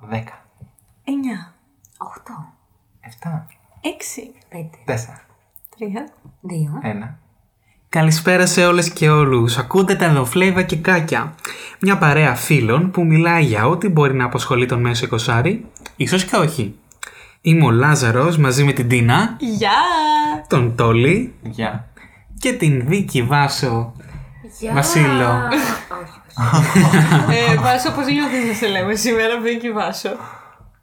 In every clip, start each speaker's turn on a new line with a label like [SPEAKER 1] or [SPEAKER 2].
[SPEAKER 1] Δέκα.
[SPEAKER 2] 9,
[SPEAKER 3] 8,
[SPEAKER 1] Εφτά.
[SPEAKER 2] 6,
[SPEAKER 3] 5,
[SPEAKER 1] Τέσσερα.
[SPEAKER 2] 3.
[SPEAKER 3] 2.
[SPEAKER 2] Ναι.
[SPEAKER 1] Ένα.
[SPEAKER 4] Καλησπέρα σε όλες και όλους. Ακούτε τα Νοφλέιβα και Κάκια. Μια παρέα φίλων που μιλάει για ό,τι μπορεί να απασχολεί τον μέσο εικοσάρι, ίσως και όχι. Είμαι ο Λάζαρος μαζί με την Τίνα,
[SPEAKER 2] Γεια!
[SPEAKER 4] τον Τόλι
[SPEAKER 1] Γεια.
[SPEAKER 4] και την Βίκη Βάσο. Βασίλο.
[SPEAKER 3] Όχι,
[SPEAKER 2] ε, Βάσο, πώς νιώθεις να σε λέμε σήμερα, Βίκυ Βάσο.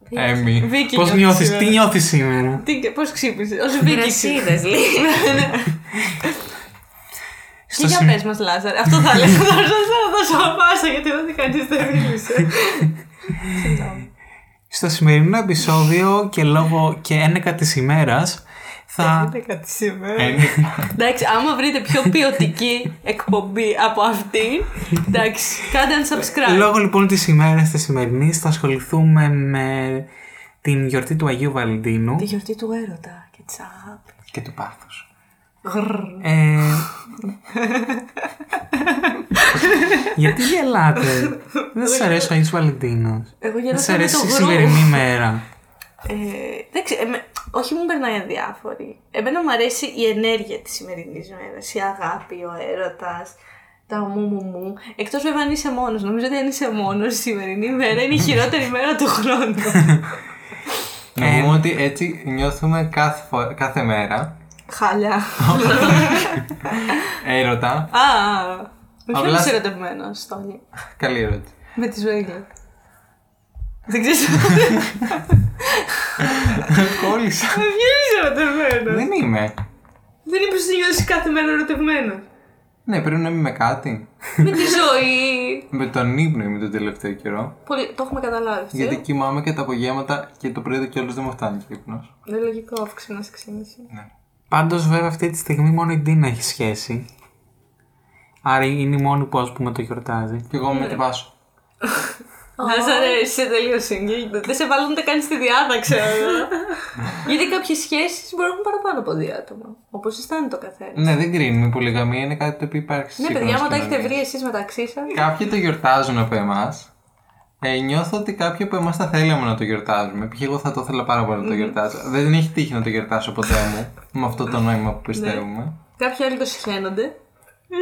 [SPEAKER 1] Έμι.
[SPEAKER 2] Βίκυ
[SPEAKER 4] Πώς
[SPEAKER 2] νιώθεις
[SPEAKER 4] νιώθεις, τι
[SPEAKER 2] σήμερα.
[SPEAKER 4] νιώθεις σήμερα.
[SPEAKER 2] Τι, πώς ξύπνησες, ως Βίκυ ξύπνησες.
[SPEAKER 3] Κρασίδες λίγο.
[SPEAKER 2] Και
[SPEAKER 4] Στο
[SPEAKER 2] για
[SPEAKER 4] σημείο-
[SPEAKER 2] πες μας, Λάζαρ. Αυτό θα λέω. Θα σας δώσω πάσα, γιατί δεν την κανείς δεν μίλησε.
[SPEAKER 4] Στο σημερινό επεισόδιο και λόγω και ένεκα της ημέρας θα... Ε.
[SPEAKER 2] Είναι κάτι σήμερα.
[SPEAKER 1] Ένι.
[SPEAKER 2] Εντάξει, άμα βρείτε πιο ποιοτική εκπομπή από αυτή, εντάξει, κάντε ένα subscribe.
[SPEAKER 4] Λόγω λοιπόν της ημέρας της σημερινής θα ασχοληθούμε με την γιορτή του Αγίου Βαλεντίνου.
[SPEAKER 2] Τη γιορτή του έρωτα και της αγάπης.
[SPEAKER 1] Και του πάθους.
[SPEAKER 4] Ε... Γιατί γελάτε. Δεν σας αρέσει ο Άγιος Βαλεντίνος.
[SPEAKER 2] Εγώ
[SPEAKER 4] Δεν
[SPEAKER 2] γελάω
[SPEAKER 4] σας
[SPEAKER 2] με
[SPEAKER 4] αρέσει
[SPEAKER 2] το
[SPEAKER 4] η
[SPEAKER 2] γρου.
[SPEAKER 4] σημερινή μέρα.
[SPEAKER 2] Ε, εντάξει, εμέ- όχι μου περνάει αδιάφορη. Εμένα μου αρέσει η ενέργεια της σημερινής μέρας, η αγάπη, ο έρωτας, τα μου μου μου. Εκτός βέβαια αν είσαι μόνος. Νομίζω ότι αν είσαι μόνος η σημερινή μέρα είναι η χειρότερη μέρα του χρόνου.
[SPEAKER 1] Νομίζω ότι έτσι νιώθουμε κάθε, φο- κάθε μέρα
[SPEAKER 2] Χάλια.
[SPEAKER 1] έρωτα.
[SPEAKER 2] Α, με ποιον
[SPEAKER 1] Απλά-
[SPEAKER 2] είσαι ερωτευμένος, Τόνι.
[SPEAKER 1] Καλή ερώτηση.
[SPEAKER 2] Με τη ζωή Δεν ξέρεις
[SPEAKER 1] Κόλλησα.
[SPEAKER 2] με ποιον είσαι ερωτευμένος.
[SPEAKER 1] Δεν είμαι.
[SPEAKER 2] Δεν είπες ότι νιώθεις κάθε μέρα ερωτευμένος.
[SPEAKER 1] Ναι, πρέπει να είμαι με κάτι.
[SPEAKER 2] Με τη ζωή.
[SPEAKER 1] Με τον ύπνο είμαι τον τελευταίο καιρό.
[SPEAKER 2] Πολύ- Το έχουμε καταλάβει. αυτό.
[SPEAKER 1] Γιατί κοιμάμαι και τα απογεύματα και το πρωί κιόλα δεν μου φτάνει και ύπνος.
[SPEAKER 2] Δεν είναι λογικό αφού ξυπνάς 6.30.
[SPEAKER 4] Πάντως βέβαια αυτή τη στιγμή μόνο η Ντίνα έχει σχέση. Άρα είναι η μόνη που ας πούμε το γιορτάζει.
[SPEAKER 1] Και εγώ
[SPEAKER 2] Ναι.
[SPEAKER 1] με τη βάσω.
[SPEAKER 2] Λάζαρε, είσαι τελείως single. Δεν σε βάλουν ούτε καν στη διάταξη όλα. Γιατί κάποιες σχέσεις μπορούν να έχουν παραπάνω από δύο άτομα. Όπως αισθάνεται το καθένα.
[SPEAKER 1] Ναι, δεν κρίνουμε. Η πολυγαμία είναι κάτι το οποίο υπάρχει
[SPEAKER 2] Ναι,
[SPEAKER 1] στις
[SPEAKER 2] παιδιά, άμα τα
[SPEAKER 1] σύγχρονες
[SPEAKER 2] έχετε βρει εσείς μεταξύ σας.
[SPEAKER 1] Κάποιοι το γιορτάζουν από εμάς. Ε, νιώθω ότι κάποιοι από εμάς θα θέλαμε να το γιορτάζουμε. Π.χ. εγώ θα το ήθελα πάρα πολύ να το γιορτάζω. Δεν έχει τύχει να το γιορτάσω ποτέ μου με αυτό το νόημα που πιστεύουμε.
[SPEAKER 2] Κάποιοι άλλοι το συχαίνονται.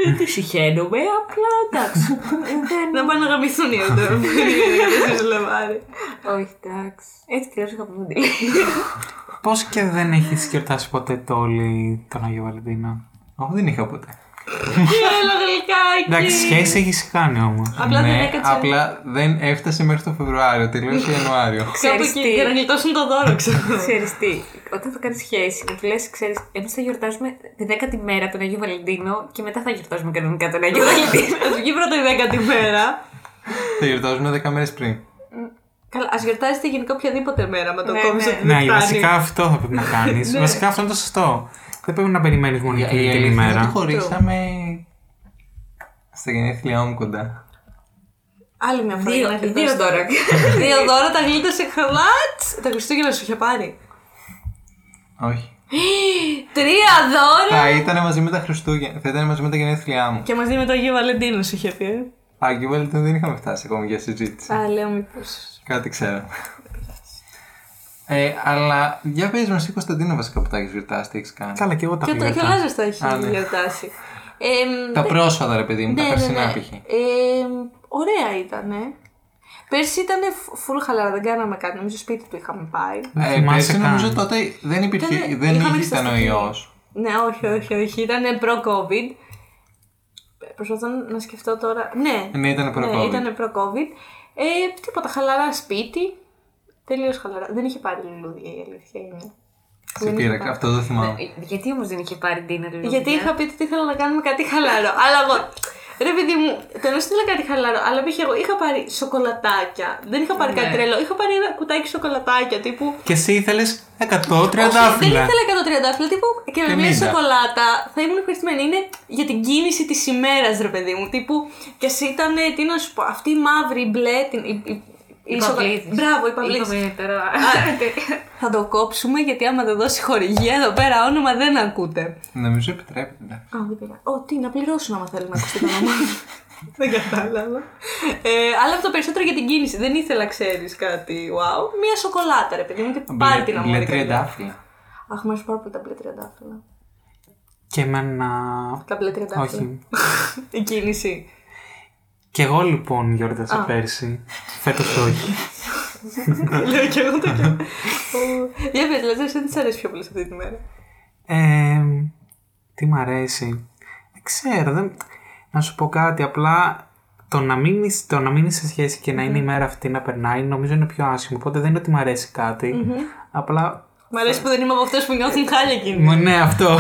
[SPEAKER 3] Δεν τη συχαίνομαι, απλά εντάξει. Δεν-
[SPEAKER 2] Να πάνε να γαμηθούν οι άνθρωποι. Είναι 14 Λεβάρι.
[SPEAKER 3] Όχι, εντάξει. Έτσι κι αλλιώς είχα πει μοντήλι.
[SPEAKER 4] Πώς και δεν έχεις γιορτάσει ποτέ το όλη τον Άγιο Βαλεντίνο.
[SPEAKER 1] Εγώ δεν είχα ποτέ.
[SPEAKER 2] Έλα, γλυκάκι.
[SPEAKER 4] Εντάξει, σχέση έχεις κάνει όμως.
[SPEAKER 2] Ε, Απλά δεν
[SPEAKER 1] ναι,
[SPEAKER 2] έκατσε.
[SPEAKER 1] απλά δεν έφτασε μέχρι το Φεβρουάριο, τελείωσε Ιανουάριο.
[SPEAKER 2] Κάπου
[SPEAKER 3] Ξέρεις
[SPEAKER 2] εκεί
[SPEAKER 3] τι.
[SPEAKER 2] για να γλιτώσουν το δώρο, ξέρω.
[SPEAKER 3] Ξέρεις τι, όταν θα κάνεις σχέση και του λες, ξέρεις, εμείς θα γιορτάζουμε την δέκατη μέρα τον Αγίου Βαλεντίνο και μετά θα γιορτάζουμε κανονικά τον Αγίου Βαλεντίνο.
[SPEAKER 2] Α βγει πρώτα η δέκατη μέρα.
[SPEAKER 1] Θα γιορτάζουμε 10 μέρες πριν.
[SPEAKER 2] Καλά, ας γιορτάζετε γενικά οποιαδήποτε μέρα με το
[SPEAKER 3] Ναι,
[SPEAKER 2] κόμμα
[SPEAKER 3] ναι.
[SPEAKER 2] σα.
[SPEAKER 4] Ναι, βασικά αυτό θα πρέπει να κάνεις.
[SPEAKER 2] Ναι.
[SPEAKER 4] βασικά αυτό είναι το σωστό. Δεν πρέπει να περιμένεις μόνο εκείνη την
[SPEAKER 1] είναι ότι
[SPEAKER 4] ημέρα.
[SPEAKER 1] χωρίσαμε στα γενέθλιά μου κοντά.
[SPEAKER 2] Άλλη μια φορά. για να
[SPEAKER 3] Δύο, δύο
[SPEAKER 2] γλιτώσετε.
[SPEAKER 3] τώρα.
[SPEAKER 2] Δύο δώρα τα γλίτωσε χαλάτ. Τα Χριστούγεννα σου είχε πάρει.
[SPEAKER 1] Όχι.
[SPEAKER 2] Τρία δώρα!
[SPEAKER 1] θα ήταν μαζί με τα Χριστούγεννα, θα ήταν μαζί με τα γενέθλιά μου.
[SPEAKER 2] Και μαζί με το Αγίου Βαλεντίνο σου είχε πει. ε.
[SPEAKER 1] Άγιο Βαλεντίνο δεν είχαμε φτάσει ακόμη για συζήτηση.
[SPEAKER 2] Α, λέω μήπως.
[SPEAKER 1] Κάτι ξέρω. ε, αλλά για πες μας, η Κωνσταντίνα βασικά που τα έχεις γιορτάσει, τι έχεις κάνει.
[SPEAKER 4] Καλά, και εγώ τα
[SPEAKER 2] Και
[SPEAKER 4] πήγα.
[SPEAKER 2] το Λάζαρ τα έχεις
[SPEAKER 1] Α, ναι.
[SPEAKER 2] διατάσει. Εμ, ναι,
[SPEAKER 1] Τα πρόσφατα ρε παιδί μου, τα περσινά π.χ.
[SPEAKER 2] Εμ, ωραία ήταν. Πέρσι ήταν full χαλαρά, δεν κάναμε κάτι. Νομίζω σπίτι του είχαμε πάει.
[SPEAKER 4] Δεν
[SPEAKER 1] Ε,
[SPEAKER 4] θυμάσαι
[SPEAKER 1] πέρσι
[SPEAKER 4] καν.
[SPEAKER 1] νομίζω τότε δεν υπήρχε,
[SPEAKER 2] Ήταν-
[SPEAKER 1] δεν
[SPEAKER 2] Ναι, είχαμε
[SPEAKER 1] είχε
[SPEAKER 2] ρίξει τα
[SPEAKER 1] κατανοϊός.
[SPEAKER 2] Ναι, όχι, όχι, όχι. Ήταν προ-COVID. Προσπαθώ να σκεφτώ τώρα. Ναι,
[SPEAKER 1] Ναι, ήταν
[SPEAKER 2] Ναι,
[SPEAKER 1] προ-COVID.
[SPEAKER 2] ήταν προ-COVID. Ε, τίποτα, χαλαρά σπίτι. Τελείως χαλαρά. Δεν είχε πάρει λουλούδια η αλήθεια είναι.
[SPEAKER 1] Σε πήρα, αυτό το θυμάμαι.
[SPEAKER 3] Ε, Γιατί όμως δεν είχε πάρει την αλληλογία.
[SPEAKER 2] Γιατί είχα πει ότι ήθελα να κάνουμε κάτι χαλαρό. αλλά εγώ. Ρε παιδί μου, το εννοώ ήθελα κάτι χαλαρό, αλλά π.χ. εγώ είχα πάρει σοκολατάκια. Δεν είχα πάρει κάτι τρελό. Είχα πάρει ένα κουτάκι σοκολατάκια τύπου.
[SPEAKER 4] Και εσύ ήθελες 100
[SPEAKER 2] Όχι, δεν
[SPEAKER 4] τριαντάφυλλα.
[SPEAKER 2] ήθελα 130 τύπου και με μια
[SPEAKER 1] 50.
[SPEAKER 2] σοκολάτα θα ήμουν ευχαριστημένη. Είναι για την κίνηση της ημέρας, ρε παιδί μου. Τύπου και εσύ ήταν, τι να σου πω, αυτή η μαύρη, η μπλε, την. Η, η, η σοκο-
[SPEAKER 3] Παυλίδης.
[SPEAKER 2] Μπράβο, η Παυλίδης.
[SPEAKER 3] Είπαμε τώρα.
[SPEAKER 2] Θα το κόψουμε γιατί άμα δεν δώσει χορηγία εδώ πέρα όνομα δεν ακούτε.
[SPEAKER 1] Ναι, Νομίζω επιτρέπεται.
[SPEAKER 2] Α, δεν πειράζει. Ω, τι, να πληρώσουν άμα θέλουν να ακουστεί το όνομα. Δεν κατάλαβα. Ε, αλλά αυτό περισσότερο για την κίνηση. Δεν ήθελα, ξέρεις κάτι. Wow. Μία σοκολάτα, ρε παιδί μου, και πάλι την αμμονία.
[SPEAKER 1] Μπλε τριαντάφυλλα.
[SPEAKER 2] Αχ, μου αρέσει πάρα πολύ τα μπλε τριαντάφυλλα.
[SPEAKER 4] Και εμένα.
[SPEAKER 2] Τα μπλε τριαντάφυλλα.
[SPEAKER 4] Όχι.
[SPEAKER 2] Η κίνηση.
[SPEAKER 4] Κι εγώ λοιπόν γιόρτασα πέρσι. Φέτος όχι.
[SPEAKER 2] Λέω και εγώ το και. Για πες, Λάζα, εσύ τι αρέσει πιο πολύ σε αυτή τη μέρα.
[SPEAKER 4] Ε, τι μ' αρέσει. Δεν ξέρω. Δεν... Να σου πω κάτι. Απλά το να μην, είσαι- το να μην είσαι σε σχέση και να είναι η μέρα αυτή να περνάει νομίζω είναι πιο άσχημο. Οπότε δεν είναι ότι μ' αρέσει κάτι. Απλά.
[SPEAKER 2] Μ' αρέσει που δεν είμαι από αυτέ που νιώθουν χάλια εκείνη.
[SPEAKER 4] Μου, ναι, αυτό.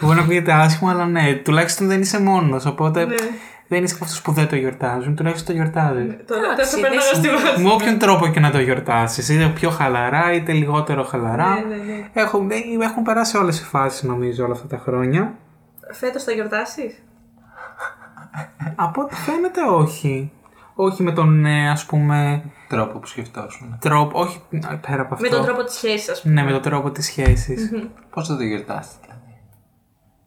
[SPEAKER 4] Μπορεί να ακούγεται άσχημο, αλλά ναι. Τουλάχιστον δεν είσαι μόνος. Οπότε
[SPEAKER 2] Ναι.
[SPEAKER 4] δεν είσαι από αυτούς που δεν το γιορτάζουν. Τουλάχιστον το γιορτάζεις.
[SPEAKER 2] Τώρα
[SPEAKER 3] Εντάξει,
[SPEAKER 2] θα
[SPEAKER 3] δεν
[SPEAKER 2] περνάω στη
[SPEAKER 3] συνέβη.
[SPEAKER 2] βάση.
[SPEAKER 4] Με όποιον τρόπο και να το γιορτάσεις, είτε πιο χαλαρά είτε λιγότερο χαλαρά.
[SPEAKER 2] Ναι, ναι, ναι.
[SPEAKER 4] Έχουν, ε, έχουν περάσει όλες οι φάσεις νομίζω όλα αυτά τα χρόνια.
[SPEAKER 2] Φέτος θα γιορτάσεις.
[SPEAKER 4] Από ό,τι φαίνεται, όχι. Όχι με τον ε, ας πούμε
[SPEAKER 1] Τρόπο που σκεφτόσουν.
[SPEAKER 4] τρόπο. Όχι α, πέρα από αυτό.
[SPEAKER 2] Με τον τρόπο της σχέσης, ας πούμε.
[SPEAKER 4] Ναι, με τον τρόπο της σχέσης.
[SPEAKER 1] Πώς θα το γιορτάσετε, δηλαδή.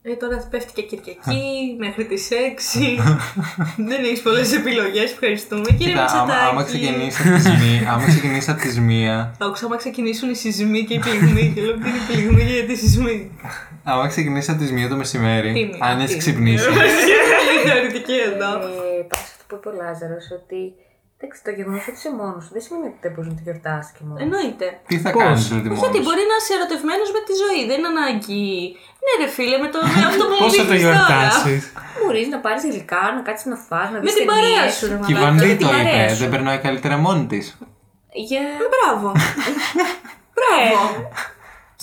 [SPEAKER 2] Ε, τώρα πέφτει και Κυριακή μέχρι τις 6. δεν έχεις πολλές επιλογές. Ευχαριστούμε. Κύριε
[SPEAKER 1] Κοίτα, άμα,
[SPEAKER 2] Μητσοτάκη.
[SPEAKER 1] άμα ξεκινήσει από τις μία- άμα ξεκινήσει από τις μία,
[SPEAKER 2] Άκουσα άμα ξεκινήσουν οι σεισμοί και οι πληγμοί. και λέω τι είναι οι πληγμοί και γιατί οι σεισμοί.
[SPEAKER 1] άμα ξεκινήσει από τις μία το μεσημέρι,
[SPEAKER 2] Τίμη.
[SPEAKER 1] αν έχει ξυπνήσει.
[SPEAKER 2] Είναι θεωρητική εδώ.
[SPEAKER 3] Ε, Πάνω σε αυτό που είπε ο Λάζαρος, ότι εντάξει, το γεγονός ότι είσαι μόνος σου δεν σημαίνει ότι δεν μπορείς να το γιορτάσεις και μόνος.
[SPEAKER 2] Εννοείται.
[SPEAKER 1] Τι θα
[SPEAKER 4] Πώς?
[SPEAKER 1] κάνεις δηλαδή μόνος.
[SPEAKER 2] Γιατί μπορεί να είσαι ερωτευμένος με τη ζωή, δεν είναι ανάγκη. Ναι, ρε φίλε, με το με αυτό που μου
[SPEAKER 4] Πώς θα
[SPEAKER 2] δείχνεις
[SPEAKER 4] το
[SPEAKER 2] τώρα.
[SPEAKER 4] γιορτάσεις.
[SPEAKER 3] Μπορείς να πάρεις γλυκά, να κάτσεις να φας, να δεις
[SPEAKER 2] την παρέα σου, ρε
[SPEAKER 1] Και η
[SPEAKER 2] μαλάκα,
[SPEAKER 1] Βανδί
[SPEAKER 2] δεν
[SPEAKER 1] το
[SPEAKER 2] την
[SPEAKER 1] είπε,
[SPEAKER 2] αρέσουν.
[SPEAKER 1] δεν περνάει καλύτερα μόνη της.
[SPEAKER 3] Για.
[SPEAKER 2] Μπράβο. Μπράβο.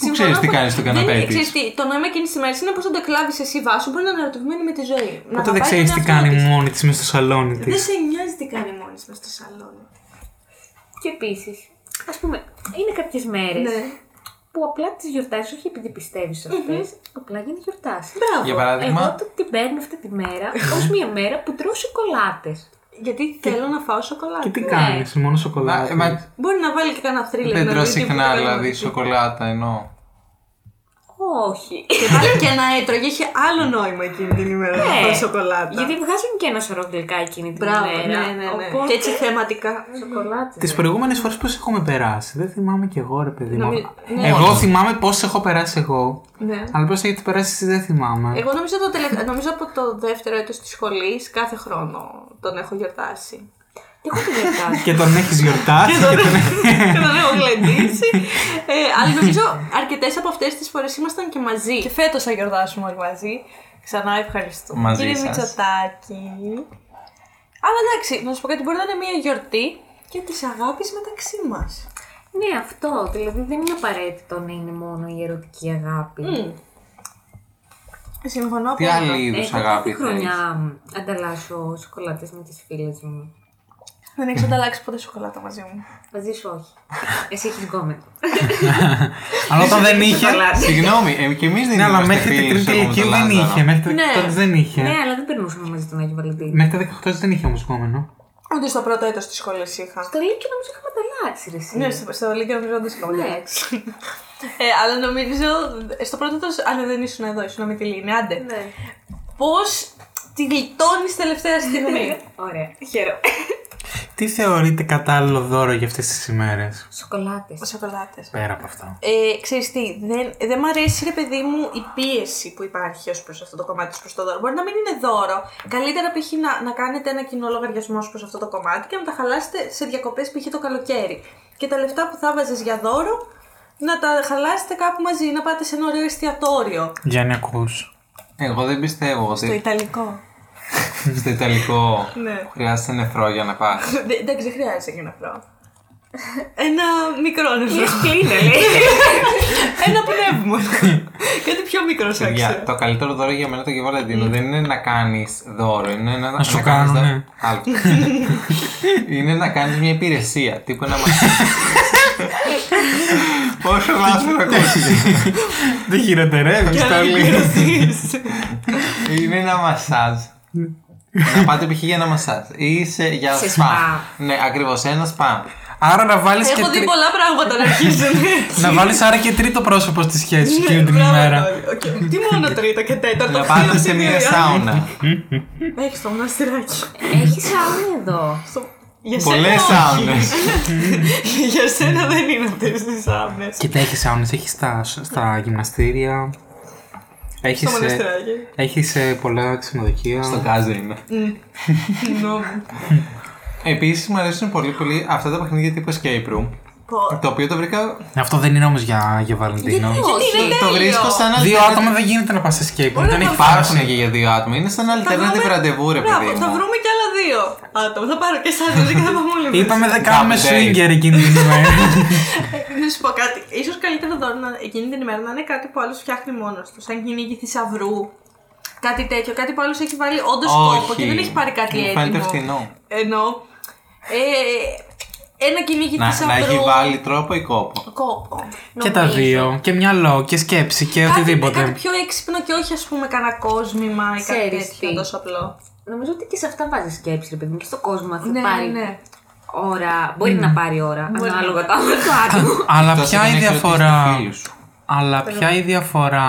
[SPEAKER 1] Πού ξέρεις τι κάνεις στο καναπέ
[SPEAKER 2] Δεν
[SPEAKER 1] τη.
[SPEAKER 2] ξέρει τι. Το νόημα εκείνης της μέρας είναι πώ θα το κλάβεις εσύ βάσου, μπορεί να είναι ερωτευμένη με τη ζωή. Να
[SPEAKER 4] Οπότε δεν
[SPEAKER 2] αγαπάει
[SPEAKER 4] ξέρει
[SPEAKER 2] τον
[SPEAKER 4] τι
[SPEAKER 2] εαυτό
[SPEAKER 4] κάνει
[SPEAKER 2] της.
[SPEAKER 4] μόνη της μες στο σαλόνι της.
[SPEAKER 2] Δεν σε νοιάζει τι κάνει μόνη μες στο σαλόνι.
[SPEAKER 3] Και επίσης, ας πούμε, είναι κάποιες
[SPEAKER 2] Ε,
[SPEAKER 3] μέρες
[SPEAKER 2] Ναι.
[SPEAKER 3] που απλά τις γιορτάζεις, όχι επειδή πιστεύεις σε αυτές, απλά για να γιορτάσεις.
[SPEAKER 2] Μπράβο.
[SPEAKER 1] Για
[SPEAKER 3] Εγώ
[SPEAKER 1] παράδειγμα,
[SPEAKER 3] το- την παίρνω αυτή τη μέρα ως μια μέρα που τρώω σοκολάτες.
[SPEAKER 2] Γιατί θέλω να φάω σοκολάτα.
[SPEAKER 4] Και τι κάνεις, μόνο σοκολάτα.
[SPEAKER 1] μα- μα-
[SPEAKER 2] Μπορεί να βάλει και κανένα θρύλο.
[SPEAKER 1] δεν τρώω συχνά δηλαδή σοκολάτα εννοώ.
[SPEAKER 3] Όχι.
[SPEAKER 2] Και πάλι και να έτρωγε, είχε άλλο νόημα εκείνη την ημέρα να
[SPEAKER 3] Ναι.
[SPEAKER 2] φάω σοκολάτα.
[SPEAKER 3] Γιατί βγάζουν και ένα σωρό γλυκά εκείνη την
[SPEAKER 2] Μπράβο, ναι,
[SPEAKER 3] μέρα.
[SPEAKER 2] ναι, ναι.
[SPEAKER 3] Οπότε...
[SPEAKER 2] Και έτσι θεματικά.
[SPEAKER 3] Σοκολάτε.
[SPEAKER 4] Τις προηγούμενες φορές πώς έχουμε περάσει. Δεν θυμάμαι κι εγώ, ρε παιδί μου.
[SPEAKER 2] Νομι- ναι.
[SPEAKER 4] Εγώ θυμάμαι πώς έχω περάσει εγώ.
[SPEAKER 2] Ναι.
[SPEAKER 4] Αλλά πώς έχετε περάσει εσείς δεν θυμάμαι.
[SPEAKER 2] Εγώ νομίζω, το τελε... νομίζω από το δεύτερο έτος της σχολής κάθε χρόνο τον έχω γιορτάσει.
[SPEAKER 3] Και εγώ τη γιορτάζω.
[SPEAKER 4] Και τον έχεις γιορτάσει. και τον...
[SPEAKER 2] και τον έχω γλεντήσει. ε, αλλά νομίζω αρκετές από αυτές τις φορές ήμασταν και μαζί. Και φέτος θα γιορτάσουμε όλοι μαζί. Ξανά ευχαριστώ.
[SPEAKER 1] Μαζί
[SPEAKER 2] Κύριε
[SPEAKER 1] σας.
[SPEAKER 2] Μητσοτάκη. Αλλά εντάξει, να σου πω κάτι, μπορεί να είναι μια γιορτή και της αγάπης μεταξύ μας.
[SPEAKER 3] ναι, αυτό. Δηλαδή δεν είναι απαραίτητο να είναι μόνο η ερωτική αγάπη.
[SPEAKER 2] Συμφωνώ
[SPEAKER 1] Τι
[SPEAKER 2] απόλυτα.
[SPEAKER 1] άλλη
[SPEAKER 3] Ε,
[SPEAKER 1] είδου
[SPEAKER 3] εγώ
[SPEAKER 1] αγάπη
[SPEAKER 3] κάθε
[SPEAKER 1] θα έχεις?
[SPEAKER 3] χρονιά ανταλλάσσω σοκολάτες με τις φίλες μου.
[SPEAKER 2] Δεν έχεις ανταλλάξει ποτέ σοκολάτα μαζί μου.
[SPEAKER 3] Μαζί σου όχι. Εσύ έχεις γκόμενα.
[SPEAKER 4] Αλλά όταν δεν είχε.
[SPEAKER 1] Συγγνώμη, ε, και εμείς δεν
[SPEAKER 4] Ναι, αλλά
[SPEAKER 1] είμαστε
[SPEAKER 4] μέχρι την
[SPEAKER 1] φίλοι
[SPEAKER 4] τρίτη
[SPEAKER 1] στο
[SPEAKER 4] ηλικία
[SPEAKER 1] Κομμωτολάζαρο.
[SPEAKER 4] δεν είχε. Μέχρι τα
[SPEAKER 2] Ναι.
[SPEAKER 4] 18 δεν
[SPEAKER 3] ναι,
[SPEAKER 4] είχε.
[SPEAKER 3] αλλά δεν περνούσαμε μαζί τον Άγιο Βαλεντίνο.
[SPEAKER 4] Μέχρι τα 18 δεν είχε όμως κόμενο.
[SPEAKER 2] Ούτε στο πρώτο έτος της σχολής είχα.
[SPEAKER 3] Στο Λύκειο νομίζω είχαμε ανταλλάξει. Ρε, εσύ.
[SPEAKER 2] Ναι, στο, στο Λίγκιο νομίζω όντως είχαμε
[SPEAKER 3] Ναι.
[SPEAKER 2] αλλάξει. ε, αλλά νομίζω στο πρώτο έτος, αν δεν ήσουν εδώ, ήσουν με τη Λίνη, άντε.
[SPEAKER 3] Ναι.
[SPEAKER 2] Πώς τη γλιτώνεις τελευταία στιγμή.
[SPEAKER 3] Ωραία. Χαίρομαι.
[SPEAKER 4] Τι θεωρείτε κατάλληλο δώρο για αυτές τις ημέρες.
[SPEAKER 3] Σοκολάτες.
[SPEAKER 2] Σοκολάτες.
[SPEAKER 4] Πέρα από αυτό.
[SPEAKER 2] Ε, ξέρεις τι, δεν, δεν μ' αρέσει ρε παιδί μου η πίεση που υπάρχει ως προς αυτό το κομμάτι, ως προς το δώρο. Μπορεί να μην είναι δώρο. Καλύτερα π.χ. να, να κάνετε ένα κοινό λογαριασμό ως προς αυτό το κομμάτι και να τα χαλάσετε σε διακοπές π.χ. το καλοκαίρι. Και τα λεφτά που θα βάζεις για δώρο να τα χαλάσετε κάπου μαζί, να πάτε σε ένα ωραίο εστιατόριο.
[SPEAKER 4] Γιάννη, ακούς.
[SPEAKER 1] Εγώ δεν πιστεύω
[SPEAKER 2] Το
[SPEAKER 1] ότι
[SPEAKER 2] Ιταλικό.
[SPEAKER 1] στο Ιταλικό
[SPEAKER 2] Ναι.
[SPEAKER 1] χρειάζεται νεφρό για να πας.
[SPEAKER 2] Δε- Ναι, Εντάξει, δεν χρειάζεται και να φράω. Ένα μικρό νεφρό.
[SPEAKER 3] Κλείνε, λέει.
[SPEAKER 2] Ένα πνεύμα. Κάτι πιο μικρό σαν
[SPEAKER 1] Παιδιά,
[SPEAKER 2] ξέρω.
[SPEAKER 1] το καλύτερο δώρο για μένα το Αγίου Βαλεντίνου δεν είναι να κάνεις δώρο. Είναι να, να
[SPEAKER 4] σου
[SPEAKER 1] κάνεις
[SPEAKER 4] κάνουν,
[SPEAKER 1] δώρο-
[SPEAKER 4] ναι.
[SPEAKER 1] Άλλο. είναι να κάνεις μια υπηρεσία. Τύπου ένα μαγαζί. Πόσο λάθο ακούστηκε.
[SPEAKER 4] Δεν χειροτερεύει,
[SPEAKER 2] Για να μην πληρωθείς.
[SPEAKER 1] είναι ένα μασάζ. να πάτε π.χ. για ένα μασάζ. Ή σε, για
[SPEAKER 3] Σε
[SPEAKER 1] σπα.
[SPEAKER 3] σπα.
[SPEAKER 1] Ναι, ακριβώς ένα σπα.
[SPEAKER 4] Άρα να βάλεις και.
[SPEAKER 2] Έχω δει
[SPEAKER 4] τρι-
[SPEAKER 2] πολλά πράγματα να αρχίζουν έτσι.
[SPEAKER 4] Να βάλεις άρα και τρίτο πρόσωπο στη σχέση σου
[SPEAKER 2] Ναι,
[SPEAKER 4] εκείνη την
[SPEAKER 2] μπράβο,
[SPEAKER 4] ημέρα.
[SPEAKER 2] Τόλι. Οκ, Τι μόνο τρίτο και τέταρτο.
[SPEAKER 1] Να πάτε σε μια σάουνα.
[SPEAKER 2] Έχεις το μοναστηράκι.
[SPEAKER 3] Έχει άλλο εδώ.
[SPEAKER 2] Στο- Για
[SPEAKER 1] Πολλέ
[SPEAKER 2] σένα όχι.
[SPEAKER 1] σάουνες.
[SPEAKER 2] Για σένα δεν είναι αυτές τις σάουνες.
[SPEAKER 4] Και τα έχεις σάουνες, έχεις στα, στα
[SPEAKER 2] Ναι.
[SPEAKER 4] γυμναστήρια. Έχεις
[SPEAKER 2] Στο μοναστηράκι.
[SPEAKER 4] έχεις, ε, πολλά ξενοδοχεία.
[SPEAKER 1] Στο κάζι είναι.
[SPEAKER 2] Νόμο.
[SPEAKER 1] Επίσης μου αρέσουν πολύ πολύ αυτά τα παιχνίδια τύπου escape room. Το οποίο το βρήκα.
[SPEAKER 4] Ναι, Αυτό δεν είναι όμως για, για Βαλεντίνο.
[SPEAKER 2] Γιατί είναι
[SPEAKER 1] Το
[SPEAKER 2] τέλειο.
[SPEAKER 1] βρίσκω σαν
[SPEAKER 4] Δύο
[SPEAKER 1] alternative-
[SPEAKER 4] άτομα δεν γίνεται να πας σε escape room. Δεν έχει
[SPEAKER 1] Υπάρχουν
[SPEAKER 4] φάση.
[SPEAKER 1] και για δύο άτομα. Είναι σαν
[SPEAKER 2] Θα
[SPEAKER 1] alternative
[SPEAKER 2] βρούμε-
[SPEAKER 1] ραντεβού, ρε
[SPEAKER 2] Μπράβο,
[SPEAKER 1] παιδί
[SPEAKER 2] θα
[SPEAKER 1] μου.
[SPEAKER 2] βρούμε κι άλλα δύο άτομα. Θα πάρω και σαν δύο και θα πάμε όλοι.
[SPEAKER 4] Είπαμε δεν κάνουμε
[SPEAKER 1] Double date.
[SPEAKER 4] swinger εκείνη την ημέρα.
[SPEAKER 2] μαζί. Ε, Να σου πω κάτι. Ίσως καλύτερα δώρο να- εκείνη την ημέρα να είναι κάτι που άλλος φτιάχνει μόνος του. Σαν κυνήγι θησαυρού. Κάτι τέτοιο. Κάτι που άλλος έχει βάλει όντως κόπο και δεν έχει πάρει κάτι
[SPEAKER 1] Μου Φαίνεται
[SPEAKER 2] έτοιμο.
[SPEAKER 1] φθηνό.
[SPEAKER 2] Ενώ. ε, ένα κυνήγι
[SPEAKER 1] Να,
[SPEAKER 2] θησαυρού.
[SPEAKER 1] να έχει βάλει τρόπο ή κόπο.
[SPEAKER 2] Κόπο.
[SPEAKER 4] και τα
[SPEAKER 2] νομίζω.
[SPEAKER 4] δύο. Και μυαλό και σκέψη
[SPEAKER 1] Ε,
[SPEAKER 4] και
[SPEAKER 2] Κάτι- Κάτι
[SPEAKER 4] οτιδήποτε.
[SPEAKER 2] πιο έξυπνο και όχι, ας πούμε, κανένα κόσμημα ή κάτι
[SPEAKER 3] Ξέρεις
[SPEAKER 2] τέτοιο
[SPEAKER 3] τι.
[SPEAKER 2] τόσο απλό.
[SPEAKER 3] Νομίζω ότι και σε αυτά βάζεις σκέψη, ρε παιδί μου. Και στον κόσμο θα
[SPEAKER 2] Ναι,
[SPEAKER 3] πάρει
[SPEAKER 2] ναι.
[SPEAKER 3] ώρα. Μπορεί να πάρει ώρα.
[SPEAKER 2] Μπορεί.
[SPEAKER 3] Ανάλογα το άλλο του άτομου.
[SPEAKER 4] Αλλά
[SPEAKER 1] Εκτός
[SPEAKER 4] ποια
[SPEAKER 1] αν
[SPEAKER 4] η
[SPEAKER 1] έχεις ρωτήσει τους
[SPEAKER 4] διαφορά.
[SPEAKER 1] φίλους σου.
[SPEAKER 4] Αλλά ποια η διαφορά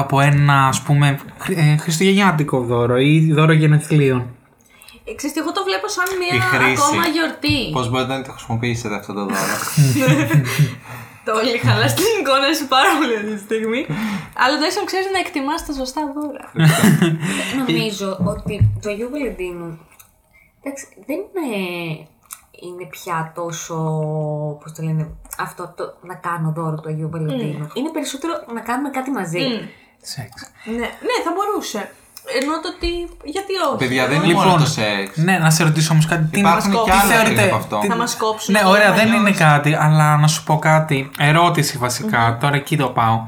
[SPEAKER 4] από ένα ας πούμε χρη- ε, χριστουγεννιάτικο δώρο ή δώρο γενεθλίων.
[SPEAKER 2] Ε, Ξέρεις, τι, εγώ το βλέπω σαν
[SPEAKER 1] Η
[SPEAKER 2] μια
[SPEAKER 1] χρήση.
[SPEAKER 2] ακόμα γιορτή.
[SPEAKER 1] Πώς μπορείτε να το χρησιμοποιήσετε αυτό το δώρο.
[SPEAKER 2] Το όλοι χαλά στην εικόνα σου πάρα πολύ αυτή τη στιγμή. Αλλά τουλάχιστον ξέρεις να εκτιμάς τα σωστά δώρα.
[SPEAKER 3] Νομίζω ότι το Αγίου Βαλεντίνου. Εντάξει, δεν είναι, είναι πια τόσο. Πώς το λένε, αυτό το να κάνω δώρο του Αγίου
[SPEAKER 2] Mm.
[SPEAKER 3] Βαλεντίνου. Είναι περισσότερο να κάνουμε κάτι μαζί.
[SPEAKER 4] Σεξ.
[SPEAKER 2] ναι, ναι, θα μπορούσε. Ενώ το ότι. Γιατί όχι.
[SPEAKER 1] Παιδιά, δεν
[SPEAKER 2] εγώ-
[SPEAKER 1] είναι μόνο
[SPEAKER 4] Λοιπόν.
[SPEAKER 1] το σεξ.
[SPEAKER 4] Ναι, να σε ρωτήσω όμως κάτι. Τι
[SPEAKER 1] Υπάρχουν
[SPEAKER 4] είναι-
[SPEAKER 1] και
[SPEAKER 4] τι
[SPEAKER 1] άλλα
[SPEAKER 4] θεωρείτε-
[SPEAKER 1] πριν από αυτό.
[SPEAKER 4] τι-
[SPEAKER 2] Θα μας κόψουν
[SPEAKER 4] Ναι,
[SPEAKER 2] το
[SPEAKER 4] ωραία,
[SPEAKER 2] δώρο,
[SPEAKER 4] δεν
[SPEAKER 2] αλλιώς.
[SPEAKER 4] είναι κάτι, αλλά να σου πω κάτι. Ερώτηση βασικά, τώρα εκεί το πάω.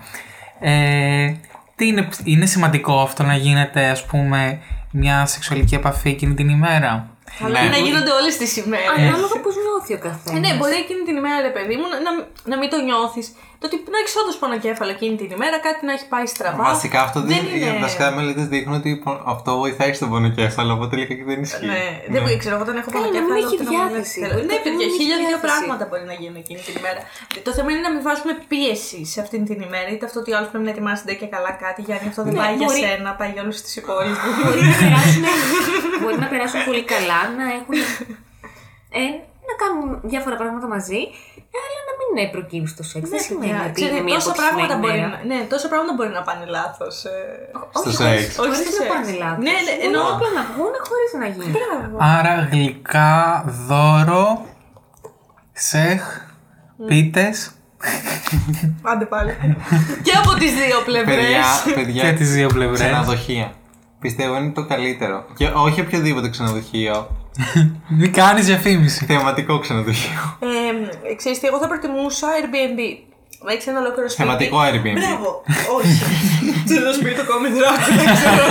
[SPEAKER 4] Ε, τι είναι, είναι σημαντικό αυτό να γίνεται, ας πούμε, μια σεξουαλική επαφή εκείνη την ημέρα.
[SPEAKER 2] Καλό
[SPEAKER 1] Ναι.
[SPEAKER 2] είναι να γίνονται όλες τις ημέρες.
[SPEAKER 3] Ανάλογα πώς νιώθει ο καθένας.
[SPEAKER 2] Ναι, μπορεί εκείνη την ημέρα, ρε παιδί μου, να, να μην το νιώθεις. Το ότι να έχεις όντως πονοκέφαλο εκείνη την ημέρα, κάτι να έχει πάει στραβά.
[SPEAKER 1] Βασικά αυτό
[SPEAKER 2] δεν
[SPEAKER 1] δεν
[SPEAKER 2] είναι.
[SPEAKER 1] οι βασικά μελέτες δείχνουν ότι πο- αυτό βοηθάει στον πονοκέφαλο, οπότε τελικά και δεν ισχύει.
[SPEAKER 2] Ναι, δεν μπορεί, ξέρω, εγώ όταν έχω
[SPEAKER 3] Καλά, να μην
[SPEAKER 2] πονοκέφαλο.
[SPEAKER 3] έχει
[SPEAKER 2] ούτε να μην
[SPEAKER 3] διάθεση.
[SPEAKER 2] θέλω. Ναι,
[SPEAKER 3] Το θέμα
[SPEAKER 2] παιδιά,
[SPEAKER 3] είναι
[SPEAKER 2] χίλια
[SPEAKER 3] η
[SPEAKER 2] δύο
[SPEAKER 3] διάθεση.
[SPEAKER 2] πράγματα μπορεί να γίνουν εκείνη την ημέρα. Το θέμα είναι να μην βάζουμε πίεση σε αυτήν την ημέρα. Είτε αυτό ότι ο άλλος πρέπει να ετοιμάσει ντε και καλά κάτι, γιατί αυτό δεν
[SPEAKER 3] Ναι,
[SPEAKER 2] πάει για
[SPEAKER 3] μπορεί.
[SPEAKER 2] σένα, πάει για όλου του υπόλοιπου.
[SPEAKER 3] μπορεί να περάσουν, μπορεί να περάσουν πολύ καλά, να έχουν. Ε, να κάνουν διάφορα πράγματα μαζί, αλλά να μην προκύψει το σεξ. Δεν σημαίνει ότι είναι μία
[SPEAKER 2] Ναι, τόσα πράγματα
[SPEAKER 3] αποτυχημένη
[SPEAKER 2] μπορεί
[SPEAKER 3] μέρα.
[SPEAKER 2] να- ναι, τόσα πράγματα μπορεί να πάνε ε, λάθο.
[SPEAKER 1] Στο
[SPEAKER 3] Όχι,
[SPEAKER 1] σεξ.
[SPEAKER 3] χωρίς-
[SPEAKER 2] Όχι
[SPEAKER 3] χωρίς
[SPEAKER 2] στο
[SPEAKER 3] να
[SPEAKER 2] σεξ.
[SPEAKER 3] πάνε λάθος.
[SPEAKER 2] Ναι, ναι,
[SPEAKER 3] Μπορεί
[SPEAKER 2] εννοώ-
[SPEAKER 3] απλά να βγουν χωρίς να γίνει.
[SPEAKER 4] Άρα γλυκά, δώρο, σεχ, πίτες
[SPEAKER 2] Άντε πάλι. και από τις δύο πλευρές.
[SPEAKER 1] Παιδιά, παιδιά.
[SPEAKER 4] και τις δύο πλευρές.
[SPEAKER 1] Ξενοδοχεία. Πιστεύω είναι το καλύτερο. Και όχι οποιοδήποτε ξενοδοχείο.
[SPEAKER 4] Μην κάνεις διαφήμιση.
[SPEAKER 1] Θεματικό ξενοδοχείο.
[SPEAKER 2] Ε, ξέρεις τι, εγώ θα προτιμούσα Airbnb. Να έχεις ένα ολόκληρο σπίτι.
[SPEAKER 1] Θεματικό Airbnb.
[SPEAKER 2] Ε, Μπράβο, όχι. Τι να σπίτι το κόμι δεν ξέρω.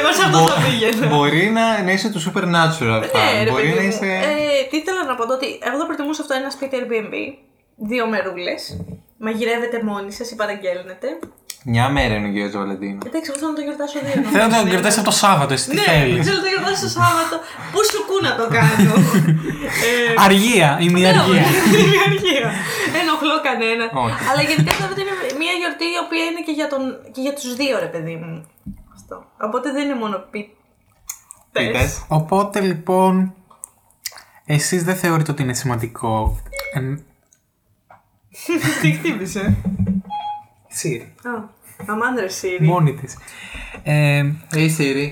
[SPEAKER 2] Εγώ σε αυτό θα πήγαινα.
[SPEAKER 1] Μπορεί να, να είσαι του supernatural
[SPEAKER 2] Ναι,
[SPEAKER 1] fan.
[SPEAKER 2] ρε
[SPEAKER 1] Μπορεί
[SPEAKER 2] παιδί
[SPEAKER 1] να
[SPEAKER 2] μου.
[SPEAKER 1] είσαι.
[SPEAKER 2] Ε, Τι ήθελα να πω τότε, εγώ θα προτιμούσα αυτό ένα σπίτι Airbnb, δύο μερούλες, μαγειρεύετε μόνοι σας ή παραγγέλνετε.
[SPEAKER 1] Μια μέρα είναι ο Γιώργο Βαλεντίνο.
[SPEAKER 2] Εντάξει, εγώ θέλω να το γιορτάσω δύο.
[SPEAKER 4] Θέλω να το γιορτάσεις από το Σάββατο, εσύ τι
[SPEAKER 2] Ναι,
[SPEAKER 4] θέλεις.
[SPEAKER 2] θέλω να το γιορτάσω Σάββατο. Πού σου κού να το κάνω. Ε,
[SPEAKER 4] Αργία, είναι η
[SPEAKER 2] Ναι,
[SPEAKER 4] αργία.
[SPEAKER 2] Είναι η αργία. Δεν ενοχλώ κανένα.
[SPEAKER 1] Όχι.
[SPEAKER 2] Αλλά γενικά αυτό είναι μια γιορτή η οποία είναι και για, τον, και για τους δύο ρε παιδί μου. Αυτό. Οπότε δεν είναι μόνο πίτες.
[SPEAKER 1] Πίτες.
[SPEAKER 4] Οπότε λοιπόν, εσείς δεν θεωρείτε ότι είναι σημαντικό. Ε,
[SPEAKER 2] Τι χτύπησε.
[SPEAKER 4] Siri,
[SPEAKER 2] Α, αμάντρε Σύρι.
[SPEAKER 4] μόνη της. Ε,
[SPEAKER 1] Hey Siri.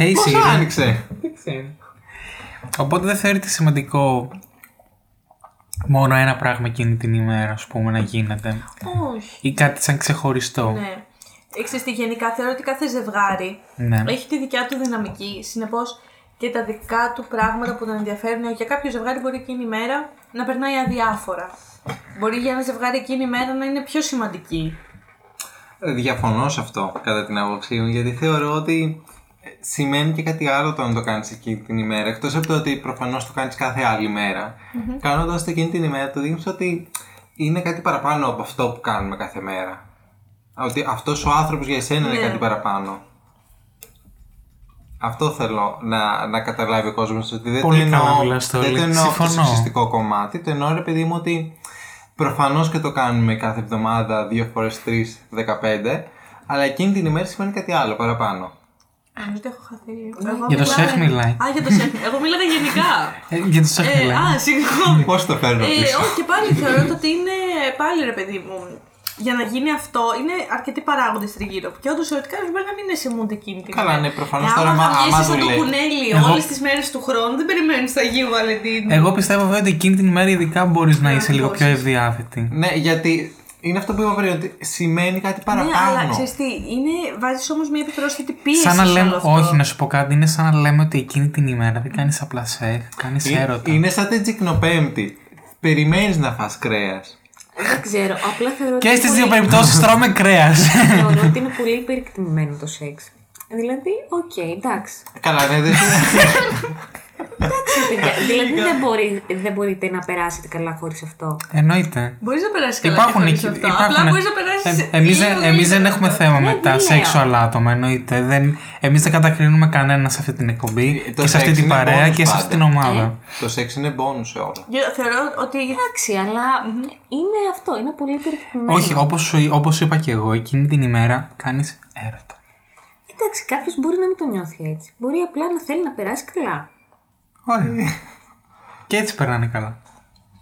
[SPEAKER 4] hey
[SPEAKER 1] Πώς
[SPEAKER 4] Siri.
[SPEAKER 1] άνοιξε.
[SPEAKER 4] Οπότε δεν θεωρείται σημαντικό μόνο ένα πράγμα εκείνη την ημέρα, ας πούμε, να γίνεται.
[SPEAKER 2] Όχι.
[SPEAKER 4] Ή κάτι σαν ξεχωριστό.
[SPEAKER 2] Ναι. Ξέρεις τι, γενικά θεωρώ ότι κάθε ζευγάρι
[SPEAKER 4] Ναι.
[SPEAKER 2] έχει τη δικιά του δυναμική. Συνεπώς και τα δικά του πράγματα που τον ενδιαφέρουν. Για κάποιο ζευγάρι μπορεί εκείνη η μέρα να περνάει αδιάφορα. Μπορεί για ένα ζευγάρι εκείνη η μέρα να είναι πιο σημαντική.
[SPEAKER 1] Διαφωνώ σε αυτό κατά την άποψή μου, γιατί θεωρώ ότι ε, σημαίνει και κάτι άλλο το να το κάνεις εκείνη την ημέρα. Εκτός από το ότι προφανώς το κάνεις κάθε άλλη μέρα. Κάνοντας το εκείνη την ημέρα, το δείχνεις ότι είναι κάτι παραπάνω από αυτό που κάνουμε κάθε μέρα. Ότι αυτός ο άνθρωπος για εσένα είναι
[SPEAKER 2] Ναι.
[SPEAKER 1] κάτι παραπάνω. Αυτό θέλω να, να καταλάβει ο κόσμος. Ότι δεν
[SPEAKER 4] Πολύ
[SPEAKER 1] το
[SPEAKER 4] καλά
[SPEAKER 1] εννοώ,
[SPEAKER 4] μιλάς, Στόλη.
[SPEAKER 1] δεν το εννοώ αυτό το
[SPEAKER 4] Συμφωνώ.
[SPEAKER 1] σεξιστικό κομμάτι. Το εννοώ, ρε παιδί μου, ότι προφανώς και το κάνουμε κάθε εβδομάδα, δύο φορές τρεις, δεκαπέντε. Αλλά εκείνη την ημέρα σημαίνει κάτι άλλο παραπάνω.
[SPEAKER 2] Νομίζω ότι έχω χαθεί.
[SPEAKER 1] Ναι.
[SPEAKER 4] Για το σεφ μιλάει.
[SPEAKER 2] Α, για το σεφ. Εγώ μίλαγα γενικά.
[SPEAKER 4] Ε, για το σεφ
[SPEAKER 2] Ε,
[SPEAKER 4] μιλάει.
[SPEAKER 2] α, συγγνώμη.
[SPEAKER 1] Πώς το
[SPEAKER 2] Ε,
[SPEAKER 1] φέρνω πίσω.
[SPEAKER 2] όχι, και πάλι θεωρώ το ότι είναι πάλι ρε παιδί μου. Για να γίνει αυτό, είναι αρκετοί παράγοντες τριγύρω. Και όντως οι ερωτικάρε μπορεί να μην εσημούνται εκείνη την
[SPEAKER 1] Καλά,
[SPEAKER 2] ημέρα.
[SPEAKER 1] ναι, προφανώς
[SPEAKER 2] Ε,
[SPEAKER 1] τώρα,
[SPEAKER 2] Άμα
[SPEAKER 1] άμα- άμα
[SPEAKER 2] βγει σαν το
[SPEAKER 1] δουλεύει.
[SPEAKER 2] κουνέλι
[SPEAKER 4] Εγώ-
[SPEAKER 2] όλες τις μέρες του χρόνου, δεν περιμένεις τα Αγίου Βαλεντίνου.
[SPEAKER 4] Εγώ πιστεύω βέβαια ότι εκείνη την ημέρα ειδικά μπορείς να είσαι λίγο πιο ευδιάθετη.
[SPEAKER 1] Ναι, γιατί είναι αυτό που είπα πριν, ότι σημαίνει κάτι
[SPEAKER 2] Ναι,
[SPEAKER 1] παραπάνω.
[SPEAKER 2] αλλά ξέρεις τι, είναι, βάζεις όμως μια επιπρόσθετη πίεση.
[SPEAKER 4] Σαν να
[SPEAKER 2] σε
[SPEAKER 4] λέμε,
[SPEAKER 2] όλο αυτό.
[SPEAKER 4] όχι ναι. να σου πω κάτι, είναι σαν να λέμε ότι εκείνη την ημέρα δεν κάνεις απλά σεφ, κάνεις
[SPEAKER 1] Ε,
[SPEAKER 4] έρωτα.
[SPEAKER 1] Είναι σαν την τσικνοπέμπτη. Περιμένεις να φας κρέας.
[SPEAKER 3] Δεν ξέρω. Απλά θεωρώ
[SPEAKER 4] Και
[SPEAKER 3] ότι
[SPEAKER 4] στις
[SPEAKER 3] είναι
[SPEAKER 4] δύο
[SPEAKER 3] πολύ-
[SPEAKER 4] περιπτώσεις τρώμε κρέας.
[SPEAKER 3] Θεωρώ ότι είναι πολύ υπερεκτιμημένο το σεξ. Δηλαδή, οκ, εντάξει.
[SPEAKER 1] Καλά, ναι, δεν
[SPEAKER 3] Παιδιά, δηλαδή δεν, μπορεί, δεν μπορείτε να περάσετε καλά χωρίς αυτό.
[SPEAKER 4] Εννοείται.
[SPEAKER 2] Μπορείς να περάσεις καλά.
[SPEAKER 4] Υπάρχουν
[SPEAKER 2] και χωρίς
[SPEAKER 4] εκεί.
[SPEAKER 2] αυτό. Απλά μπορείς να περάσεις.
[SPEAKER 4] Εμεί εμείς δεν έχουμε θέμα με
[SPEAKER 3] Ναι,
[SPEAKER 4] τα
[SPEAKER 3] ναι.
[SPEAKER 4] σεξουαλ άτομα, εννοείται. Δεν, εμείς δεν κατακρίνουμε κανένα σε αυτή την εκπομπή
[SPEAKER 1] Ε, το
[SPEAKER 4] και σε αυτή
[SPEAKER 1] σεξ
[SPEAKER 4] την
[SPEAKER 1] είναι
[SPEAKER 4] παρέα
[SPEAKER 1] bonus
[SPEAKER 4] και σε
[SPEAKER 1] πάντα.
[SPEAKER 4] αυτή την
[SPEAKER 2] Ε,
[SPEAKER 4] ομάδα.
[SPEAKER 1] Το σεξ είναι μπόνου σε όλα.
[SPEAKER 2] Θεωρώ ότι.
[SPEAKER 3] Εντάξει, αλλά είναι αυτό. Είναι πολύ υπερεκτιμημένο.
[SPEAKER 2] ναι.
[SPEAKER 4] Όχι, όπως όπως είπα και εγώ, εκείνη την ημέρα κάνεις έρωτα.
[SPEAKER 3] Εντάξει, κάποιος μπορεί να μην το νιώθει έτσι. Μπορεί απλά να θέλει να περάσει καλά.
[SPEAKER 4] Ωραία. και έτσι περνάνε καλά.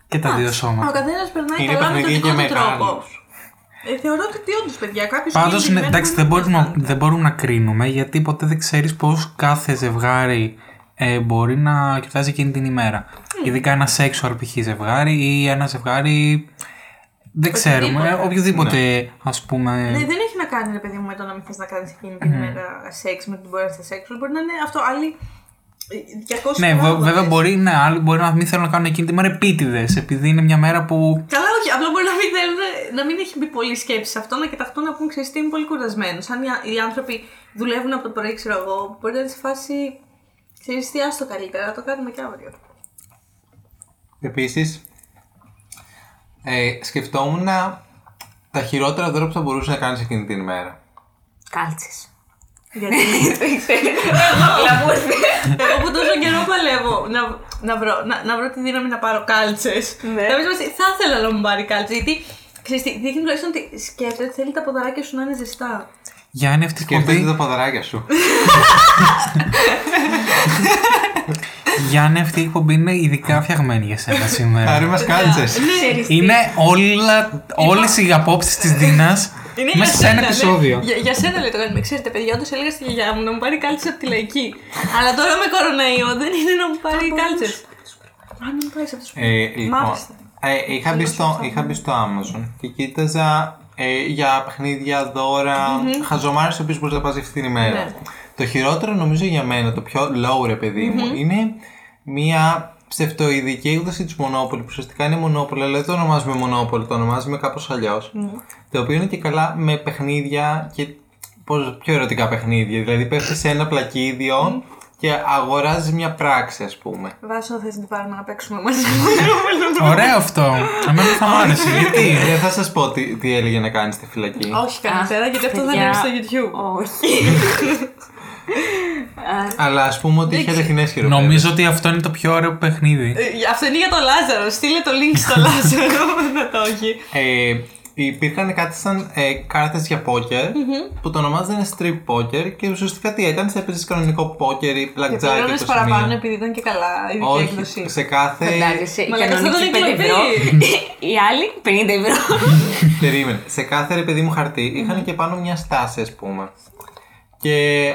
[SPEAKER 4] Και τα δύο
[SPEAKER 2] Αλλά
[SPEAKER 4] σώματα.
[SPEAKER 2] Ο καθένας περνάει
[SPEAKER 1] Είναι
[SPEAKER 2] καλά με τον
[SPEAKER 1] παιχνίδι
[SPEAKER 2] δικό
[SPEAKER 1] και
[SPEAKER 2] του τρόπο.
[SPEAKER 1] μεγάλους.
[SPEAKER 2] Ε, θεωρώ ότι τι όντως, παιδιά, κάποιος.
[SPEAKER 4] Πάντως, ναι, εντάξει, δεν μπορούμε, δεν μπορούμε να κρίνουμε γιατί ποτέ δεν ξέρεις πώς κάθε ζευγάρι ε, μπορεί να κοιτάζει εκείνη την ημέρα. Ειδικά ένα σεξουαλ π.χ. ζευγάρι ή ένα ζευγάρι. Δεν ξέρουμε. ε, Οποιοδήποτε, ας πούμε.
[SPEAKER 2] Ναι, δεν έχει να κάνει, ρε παιδί μου, με το να μην θες να κάνεις εκείνη
[SPEAKER 4] Ναι.
[SPEAKER 2] την μέρα σεξ με την μπορείς να είσαι σεξ. Μπορεί να είναι αυτό άλλοι. ε, 200
[SPEAKER 4] Ναι, βε-
[SPEAKER 2] παράγοντες.
[SPEAKER 4] βέβαια μπορεί, ναι, άλλοι μπορεί να μην θέλουν να κάνουν εκείνη τη μέρα επίτηδες, επειδή είναι μια μέρα που.
[SPEAKER 2] Καλά, όχι. Απλά μπορεί να μην, θέλουν- να μην έχει μπει πολλή σκέψη σε αυτό, να κοιταχτούν να πούν ξέρεις τι είμαι πολύ κουρασμένος. Αν οι, ά- οι άνθρωποι δουλεύουν από το πρωί, ξέρω εγώ, μπορεί να είναι σε φάση. Ξέρεις τι, άστο καλύτερα, να το κάνουμε και αύριο.
[SPEAKER 1] Επίσης, ε, σκεφτόμουν τα χειρότερα δώρα που θα μπορούσες να κάνεις εκείνη την ημέρα.
[SPEAKER 3] Κάλτσες.
[SPEAKER 2] Γιατί. Εγώ που τόσο καιρό παλεύω να, να, βρω, να, να βρω τη δύναμη να πάρω κάλτσες.
[SPEAKER 3] Ναι.
[SPEAKER 2] Να μην σημαίνει, θα ήθελα να μου πάρει κάλτσες. Γιατί ξέρεις τι, δείχνει τουλάχιστον ότι σκέφτεται ότι θέλει τα ποδαράκια σου να είναι ζεστά.
[SPEAKER 4] Γιάννη, αυτή η
[SPEAKER 1] Σκεφτείτε
[SPEAKER 4] εκπομπή,
[SPEAKER 1] τα ποδαράκια σου.
[SPEAKER 4] Γιάννη, αυτή η εκπομπή είναι ειδικά φτιαγμένη για σένα σήμερα.
[SPEAKER 1] Άρα μας κάλτσε.
[SPEAKER 2] Ναι,
[SPEAKER 4] είναι όλα, όλες οι απόψεις της Δίνας μέσα σε ένα
[SPEAKER 2] ναι.
[SPEAKER 4] επεισόδιο.
[SPEAKER 2] Για, για σένα λέει το κάνουμε. Ξέρετε, παιδιά, όντως έλεγα στη γιαγιά μου να μου πάρει κάλτσε από τη λαϊκή. Αλλά τώρα με κοροναϊό δεν είναι να μου πάρει κάλτσε. Αν μου πάρεις από του
[SPEAKER 1] Ε, λοιπόν,
[SPEAKER 2] Μάλιστα.
[SPEAKER 1] ε, είχα, μπει στο, είχα μπει στο Amazon και κοίταζα ε, για παιχνίδια, δώρα, χαζομάρες οι οποίες μπορείς να πας αυτή την ημέρα.
[SPEAKER 2] Ναι.
[SPEAKER 1] Το χειρότερο νομίζω για μένα, το πιο low ρε παιδι μου, είναι μια ψευτοειδική έκδοση της Monopoly που ουσιαστικά είναι Monopoly, αλλά δεν το ονομάζουμε Monopoly, το ονομάζουμε κάπως αλλιώς,
[SPEAKER 2] Ναι.
[SPEAKER 1] το οποίο είναι και καλά με παιχνίδια και πώς, πιο ερωτικά παιχνίδια, δηλαδή πέφτει σε ένα πλακίδιο και αγοράζεις μια πράξη ας πούμε.
[SPEAKER 2] Βάσο, θες να πάρουμε να παίξουμε μαζί.
[SPEAKER 4] Ωραίο αυτό. Εμένα θα μ' άρεσε. Γιατί.
[SPEAKER 1] Δεν θα σας πω τι, τι έλεγε να κάνει στη φυλακή.
[SPEAKER 2] Όχι καλύτερα, γιατί αυτό δεν
[SPEAKER 3] παιδιά.
[SPEAKER 2] είναι στο YouTube.
[SPEAKER 3] Όχι.
[SPEAKER 1] Αλλά ας πούμε ότι είχε αληθινέ χειροπέδες.
[SPEAKER 4] Νομίζω ότι αυτό είναι το πιο ωραίο παιχνίδι.
[SPEAKER 2] Ε, Αυτό είναι για τον Λάζαρο. Στείλε το link στο Λάζαρο να το έχει.
[SPEAKER 1] Ε, υπήρχαν κάτι σαν ε, κάρτες για πόκερ που το ονομάζανε strip poker και ουσιαστικά τι έκανε, έπαιζες κανονικό πόκερ ή blackjack.
[SPEAKER 2] Και πλήρωνε
[SPEAKER 1] το
[SPEAKER 2] παραπάνω
[SPEAKER 1] σημείο.
[SPEAKER 2] επειδή ήταν και καλά η ειδική
[SPEAKER 1] Όχι,
[SPEAKER 2] έκδοση.
[SPEAKER 1] σε κάθε.
[SPEAKER 4] Ε,
[SPEAKER 3] Φαντάζεσαι.
[SPEAKER 2] Μα λέγανε
[SPEAKER 3] Κανονική
[SPEAKER 2] αυτό
[SPEAKER 3] 5
[SPEAKER 2] ήταν
[SPEAKER 3] ευρώ. Οι άλλοι 50 ευρώ.
[SPEAKER 1] Περίμενε. Σε κάθε ρε παιδί μου χαρτί είχαν και πάνω μια στάση, ας πούμε. Και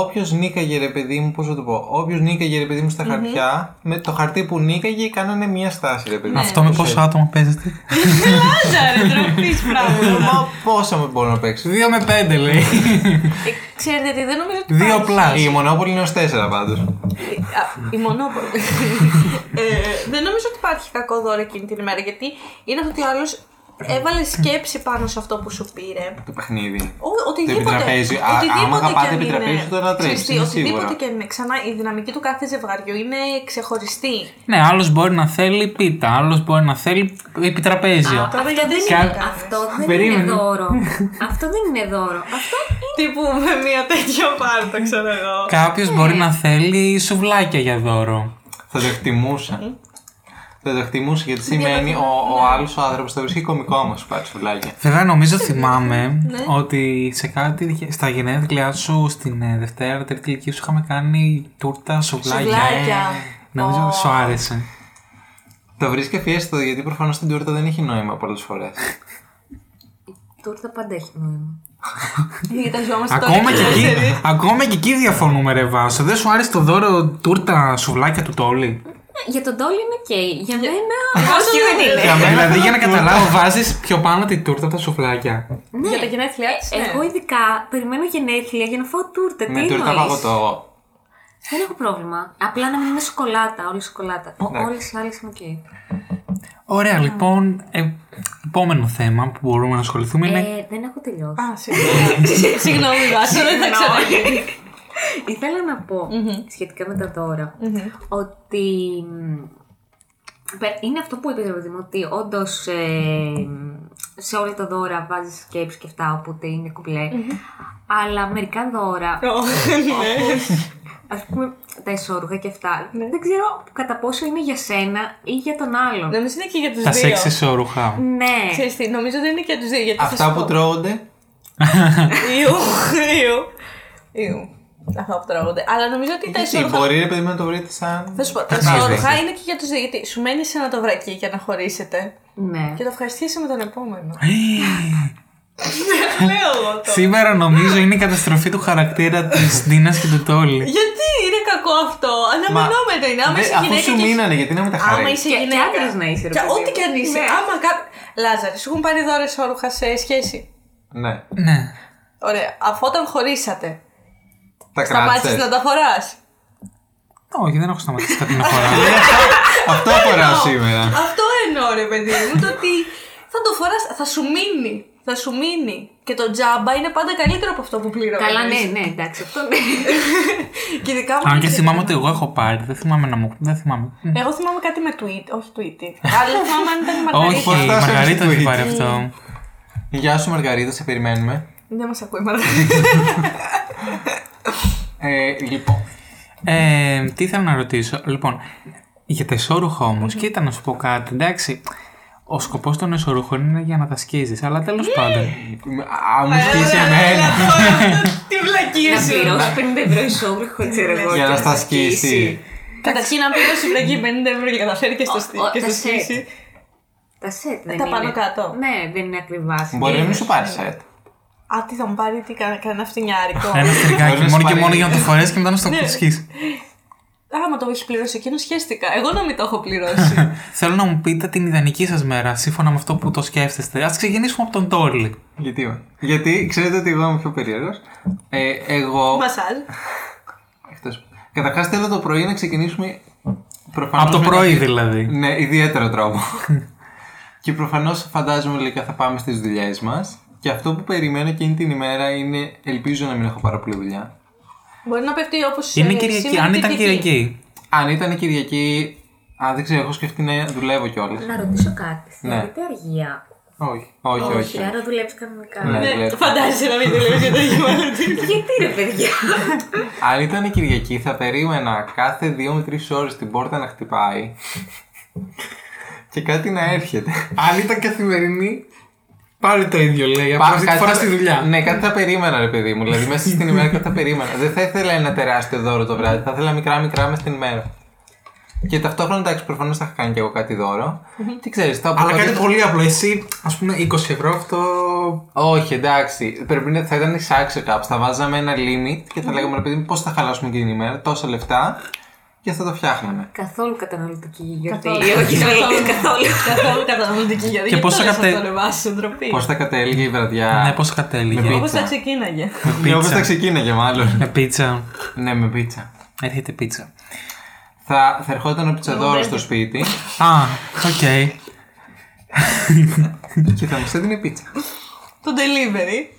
[SPEAKER 1] όποιος νίκαγε ρε παιδί μου, πώς να το πω, όποιος νίκαγε ρε παιδί μου στα χαρτιά, με το χαρτί που νίκαγε κάνανε μια στάση ρε παιδί μου.
[SPEAKER 4] Αυτό με
[SPEAKER 2] ε,
[SPEAKER 1] Όπως
[SPEAKER 4] πόσα άτομα παίζεται.
[SPEAKER 2] Λάζαρο, τροπή πράγμα.
[SPEAKER 1] Μα πόσα με μπορώ να παίξω.
[SPEAKER 4] Δύο με πέντε λέει.
[SPEAKER 2] Ε, Ξέρετε τι, δεν νομίζω ότι.
[SPEAKER 4] Δύο πλάσ.
[SPEAKER 1] Η Μονόπολη είναι ως τέσσερα πάντως.
[SPEAKER 2] Α, Η μονόπολη. ε, δεν νομίζω ότι υπάρχει κακό δώρο εκείνη την ημέρα γιατί είναι αυτό ότι ο άλλος έβαλε σκέψη πάνω σε αυτό που σου πήρε.
[SPEAKER 1] το παιχνίδι.
[SPEAKER 2] Ο,
[SPEAKER 1] Το
[SPEAKER 2] οτιδήποτε.
[SPEAKER 1] επιτραπέζι. Α, άμα αγαπάτε επιτραπέζι, τότε να τρέψει,
[SPEAKER 2] Ξέρεις τι,
[SPEAKER 1] είναι
[SPEAKER 2] Οτιδήποτε
[SPEAKER 1] σίγουρα.
[SPEAKER 2] και είναι. Ξανά, η δυναμική του κάθε ζευγαριού είναι ξεχωριστή.
[SPEAKER 4] Ναι, άλλος μπορεί να θέλει πίτα, άλλος μπορεί να θέλει επιτραπέζιο.
[SPEAKER 2] Τώρα
[SPEAKER 3] Αυτό
[SPEAKER 2] γιατί
[SPEAKER 3] δεν
[SPEAKER 2] κα-
[SPEAKER 3] είναι, αυτό δεν
[SPEAKER 4] Περίμενε.
[SPEAKER 3] είναι δώρο. αυτό δεν είναι δώρο. Αυτό
[SPEAKER 2] Τύπου με μια τέτοια πάρτα, ξέρω εγώ.
[SPEAKER 4] Κάποιος μπορεί να θέλει σουβλάκια για δώρο.
[SPEAKER 1] Θα το
[SPEAKER 2] Ε.
[SPEAKER 1] εκτιμούσα. Θα το εκτιμούσα γιατί σημαίνει ο, ο
[SPEAKER 2] Ναι.
[SPEAKER 1] άλλος ο άνθρωπος θα βρίσκει κωμικό όμως που κάτσε φουλάκια.
[SPEAKER 4] Βέβαια, νομίζω θυμάμαι
[SPEAKER 2] Ναι.
[SPEAKER 4] ότι σε κάτι, στα γενέθλιά σου στην ε, Δευτέρα, Τρίτη ηλικία σου είχαμε κάνει τούρτα σουβλάκια. ε,
[SPEAKER 2] Σουβλάκια.
[SPEAKER 4] Νομίζω
[SPEAKER 2] Ω.
[SPEAKER 4] σου άρεσε.
[SPEAKER 1] Το βρίσκει φιέστο γιατί προφανώς στην τούρτα δεν έχει νόημα πολλές φορές.
[SPEAKER 2] Ε,
[SPEAKER 3] η τούρτα πάντα έχει νόημα.
[SPEAKER 2] Κοιταζόμαστε τώρα
[SPEAKER 4] Ακόμα και,
[SPEAKER 2] ξέρεις,
[SPEAKER 4] εκεί,
[SPEAKER 2] εμείς.
[SPEAKER 4] ακόμα και εκεί διαφωνούμε, ρε Βάσο. Δεν σου άρεσε το δώρο τούρτα σουβλάκια του Τόλι.
[SPEAKER 3] Ε, Για τον Τόλι είναι οκ. Για μένα.
[SPEAKER 2] Όχι, δεν είναι.
[SPEAKER 4] Για μένα, δηλαδή,
[SPEAKER 2] ε,
[SPEAKER 4] για να καταλάβω, βάζεις πιο πάνω τη τούρτα από τα σουβλάκια.
[SPEAKER 3] Ναι.
[SPEAKER 2] Για τα γενέθλιά της, ναι.
[SPEAKER 3] Εγώ ειδικά περιμένω γενέθλια για να φάω τούρτα.
[SPEAKER 1] Με
[SPEAKER 3] Τι
[SPEAKER 1] τούρτα
[SPEAKER 3] εννοείς?
[SPEAKER 1] παγωτό.
[SPEAKER 3] Δεν έχω πρόβλημα. Απλά να μην είναι σοκολάτα, όλη η σοκολάτα. Όλες οι άλλες είναι οκ.
[SPEAKER 4] Ωραία, λοιπόν. ε, επόμενο θέμα που μπορούμε να ασχοληθούμε είναι.
[SPEAKER 3] Ε, δεν έχω τελειώσει.
[SPEAKER 2] Α, συγγνώμη. Συγγνώμη, Βάσο, δεν θα ξαναγίνει.
[SPEAKER 3] Ήθελα να πω σχετικά με τα δωρα ότι μ, πε- είναι αυτό που είπες, ρε παιδί μου, ότι όντως σε όλα τα δώρα βάζεις σκέψη και αυτά, οπότε είναι κουμπλέ. Αλλά μερικά δώρα,
[SPEAKER 2] Ναι.
[SPEAKER 3] ας πούμε τα εσόρουχα και αυτά, δεν ξέρω κατά πόσο είναι για σένα ή για τον άλλον.
[SPEAKER 2] Νομίζω είναι και για
[SPEAKER 4] Τα
[SPEAKER 2] τους δύο.
[SPEAKER 4] σεξ ισόρουχα.
[SPEAKER 3] Ναι,
[SPEAKER 2] Ξέρεις τι, νομίζω δεν είναι και για τους δύο. γιατί θα
[SPEAKER 1] Αυτά
[SPEAKER 2] σου
[SPEAKER 1] που
[SPEAKER 2] πω.
[SPEAKER 1] τρώονται.
[SPEAKER 2] Ιου, ιου. Ιου. Αυτά που τρώγονται. Αλλά νομίζω ότι τα
[SPEAKER 1] Τι
[SPEAKER 2] ισόρουχα.
[SPEAKER 1] μπορεί ρε παιδί μου, να το βρείτε σαν.
[SPEAKER 2] Θα σου πω, τα ισόρουχα είναι και για τους δύο. Γιατί σου μένει σε ένα το βρακί για να χωρίσετε.
[SPEAKER 3] ναι.
[SPEAKER 2] Και το ευχαριστήσει με τον επόμενο.
[SPEAKER 4] Ε,
[SPEAKER 2] Λέω εγώ το.
[SPEAKER 4] Σήμερα νομίζω είναι η καταστροφή του χαρακτήρα της Ντίνας και του Τόλι.
[SPEAKER 2] Γιατί είναι κακό αυτό,
[SPEAKER 1] Μα-
[SPEAKER 2] αναμενόμενο είναι. Άμα
[SPEAKER 1] Δε-
[SPEAKER 2] είσαι
[SPEAKER 1] Αφού
[SPEAKER 2] γυναίκα.
[SPEAKER 1] σου
[SPEAKER 2] και-
[SPEAKER 1] μείνανε, γιατί να μην τα
[SPEAKER 2] Άμα
[SPEAKER 1] χαρεί.
[SPEAKER 2] είσαι
[SPEAKER 3] Και- και
[SPEAKER 2] γυναίκα.
[SPEAKER 3] άντρας να είσαι, ρε
[SPEAKER 2] Και
[SPEAKER 3] παιδί μου.
[SPEAKER 2] ό,τι και αν είσαι.
[SPEAKER 3] Ναι.
[SPEAKER 2] Άμα κά... Λάζαρη, σου έχουν πάρει δώρα όρουχα σε σχέση.
[SPEAKER 1] Ναι.
[SPEAKER 4] Ναι.
[SPEAKER 2] Ωραία. Αφού όταν χωρίσατε,
[SPEAKER 1] Τα
[SPEAKER 2] σταμάτησες να
[SPEAKER 1] κράτησε.
[SPEAKER 2] τα φοράς.
[SPEAKER 4] Όχι, δεν έχω σταματήσει κάτι να φοράω.
[SPEAKER 1] Αυτό φοράω σήμερα.
[SPEAKER 2] Αυτό εννοώ, ρε παιδί μου. Το ότι θα το φοράς, θα σου μείνει. Θα σου μείνει. Και το τζάμπα είναι πάντα καλύτερο από αυτό που πληρώνει.
[SPEAKER 3] Καλά, ναι, ναι, εντάξει, αυτό ναι.
[SPEAKER 2] Και ειδικά μου
[SPEAKER 4] Αν και
[SPEAKER 2] είναι-
[SPEAKER 4] θυμάμαι ότι εγώ έχω πάρει, δεν θυμάμαι να μου. Δεν θυμάμαι.
[SPEAKER 2] Εγώ θυμάμαι κάτι με tweet, όχι tweet. Αλλά θυμάμαι αν ήταν η
[SPEAKER 4] Όχι,
[SPEAKER 2] Μαργαρίτα.
[SPEAKER 4] η
[SPEAKER 1] Φτάσαμε
[SPEAKER 4] Μαργαρίτα
[SPEAKER 1] στο
[SPEAKER 4] έχει
[SPEAKER 1] tweet.
[SPEAKER 4] πάρει αυτό.
[SPEAKER 1] Γεια σου Μαργαρίτα, σε περιμένουμε.
[SPEAKER 2] Δεν μας ακούει η Μαργαρίτα.
[SPEAKER 1] Ε, λοιπόν.
[SPEAKER 4] Ε, τι ήθελα να ρωτήσω. Λοιπόν, για τα εσόρουχα όμως, κοίτα να σου πω κάτι, εντάξει. Ο σκοπός των εσωρούχων είναι για να τα σκίζεις, αλλά τέλος πάντων.
[SPEAKER 1] Α, μου σκίσει εμένα.
[SPEAKER 2] Τι βλακίε
[SPEAKER 3] Να πληρώσει 50 ευρώ ισόβρυχο,
[SPEAKER 2] Ναι.
[SPEAKER 3] ξέρω εγώ.
[SPEAKER 1] Για
[SPEAKER 3] και
[SPEAKER 1] να στα
[SPEAKER 3] το σκίσει.
[SPEAKER 1] σκίσει.
[SPEAKER 2] Καταρχήν, αν πληρώσει
[SPEAKER 4] Ναι.
[SPEAKER 2] βλακή 50 ευρώ και καταφέρει και στο στι-
[SPEAKER 3] Ο- ο-
[SPEAKER 2] και στο
[SPEAKER 3] τα σετ.
[SPEAKER 2] σκίσει.
[SPEAKER 3] Τα σετ δεν
[SPEAKER 2] Τα
[SPEAKER 3] είναι.
[SPEAKER 2] πάνω κάτω.
[SPEAKER 3] Ναι, δεν είναι ακριβά.
[SPEAKER 1] Μπορεί να μην σου πάρει σετ.
[SPEAKER 2] Α, τι θα μου πάρει, τι κα- κανένα φτηνιάρικο.
[SPEAKER 4] Ένα
[SPEAKER 1] Μπορείς
[SPEAKER 4] στριγκάκι
[SPEAKER 1] να
[SPEAKER 4] μόνο και
[SPEAKER 1] πάρεις-
[SPEAKER 4] μόνο για να το φορέσεις και μετά να στο σκίσει.
[SPEAKER 2] Άμα το έχεις πληρώσει εκείνο, σχέστηκα. Εγώ να μην το έχω πληρώσει.
[SPEAKER 4] Θέλω να μου πείτε την ιδανική σας μέρα, σύμφωνα με αυτό που το σκέφτεστε. Ας ξεκινήσουμε από τον Τόρλι.
[SPEAKER 1] Γιατί, μα? Γιατί ξέρετε ότι εγώ είμαι πιο περίεργος. Ε, εγώ.
[SPEAKER 2] Μασάζ.
[SPEAKER 1] Εκτός- Καταρχάς θέλω το πρωί να ξεκινήσουμε. προφανώς
[SPEAKER 4] Από το
[SPEAKER 1] με
[SPEAKER 4] πρωί
[SPEAKER 1] κάτι-
[SPEAKER 4] δηλαδή.
[SPEAKER 1] Ναι, ιδιαίτερο τρόπο. και προφανώς φαντάζομαι λίγα θα πάμε στις δουλειές μας. Και αυτό που περιμένω εκείνη την ημέρα είναι. Ελπίζω να μην έχω πάρα πολύ δουλειά.
[SPEAKER 2] Μπορεί να πέφτει ε, όπω.
[SPEAKER 4] Είναι Κυριακή. Αν ήταν Κυριακή.
[SPEAKER 1] Αν ήταν Κυριακή. Α, δεν ξέρω, έχω σκεφτεί να δουλεύω κιόλας.
[SPEAKER 3] Να ρωτήσω κάτι.
[SPEAKER 1] Ναι.
[SPEAKER 3] Θεωρείται αργία.
[SPEAKER 1] Όχι, όχι, όχι. ε.
[SPEAKER 3] άρα δουλεύει κανονικά.
[SPEAKER 1] Ναι.
[SPEAKER 2] Ναι,
[SPEAKER 1] βλέπω.
[SPEAKER 2] φαντάζεσαι να μην δουλεύεις για το γυμνό.
[SPEAKER 3] Γιατί ρε παιδιά.
[SPEAKER 1] Αν ήταν Κυριακή, θα περίμενα κάθε δύο με τρεις ώρες την πόρτα να χτυπάει και κάτι να έρχεται.
[SPEAKER 4] Αν ήταν καθημερινή, πάλι το ίδιο λέει.
[SPEAKER 1] κάτι θα- Ναι, κάτι θα περίμενα, ρε παιδί μου. Δηλαδή, μέσα στην ημέρα κάτι θα περίμενα. Δεν θα ήθελα ένα τεράστιο δώρο το βράδυ. Θα ήθελα μικρά-μικρά μέσα στην ημέρα. Και ταυτόχρονα, εντάξει, προφανώς θα είχα κάνει και εγώ κάτι δώρο. Τι ξέρεις, το
[SPEAKER 4] Αλλά κάτι
[SPEAKER 1] αποκαλύπτω-
[SPEAKER 4] πολύ απλό. Εσύ, ας πούμε, 20 ευρώ αυτό.
[SPEAKER 1] Όχι, εντάξει. Πρέπει να θα ήταν εισάξιο κάπου. Θα βάζαμε ένα limit και θα λέγαμε, ρε παιδί μου, πώς θα χαλάσουμε εκείνη την ημέρα, τόσα λεφτά και θα το φτιάχναμε.
[SPEAKER 3] Καθόλου καταναλωτική γιορτή.
[SPEAKER 2] Καθόλου.
[SPEAKER 3] Όχι,
[SPEAKER 2] Καθόλου.
[SPEAKER 3] καθόλου.
[SPEAKER 2] Καθόλου καταναλωτική γιατί.
[SPEAKER 4] Και
[SPEAKER 2] Και
[SPEAKER 4] πόσο
[SPEAKER 2] πόσο
[SPEAKER 4] κατε-
[SPEAKER 2] κατέ. Βάση ντροπή.
[SPEAKER 1] Πώς θα κατέληγε η βραδιά.
[SPEAKER 4] Ε. Ναι, πώς κατέληγε.
[SPEAKER 1] Με
[SPEAKER 2] Όπως
[SPEAKER 1] πίτσα.
[SPEAKER 2] θα ξεκίναγε.
[SPEAKER 1] Ναι, όπω
[SPEAKER 4] πίτσα.
[SPEAKER 1] τα ξεκίναγε, μάλλον.
[SPEAKER 4] Με πίτσα.
[SPEAKER 1] ναι, με πίτσα.
[SPEAKER 4] Έρχεται πίτσα.
[SPEAKER 1] Θα, θα ερχόταν ο πιτσαδόρος στο σπίτι.
[SPEAKER 4] Α, οκ.
[SPEAKER 1] και θα μας έδινε πίτσα.
[SPEAKER 2] Το delivery.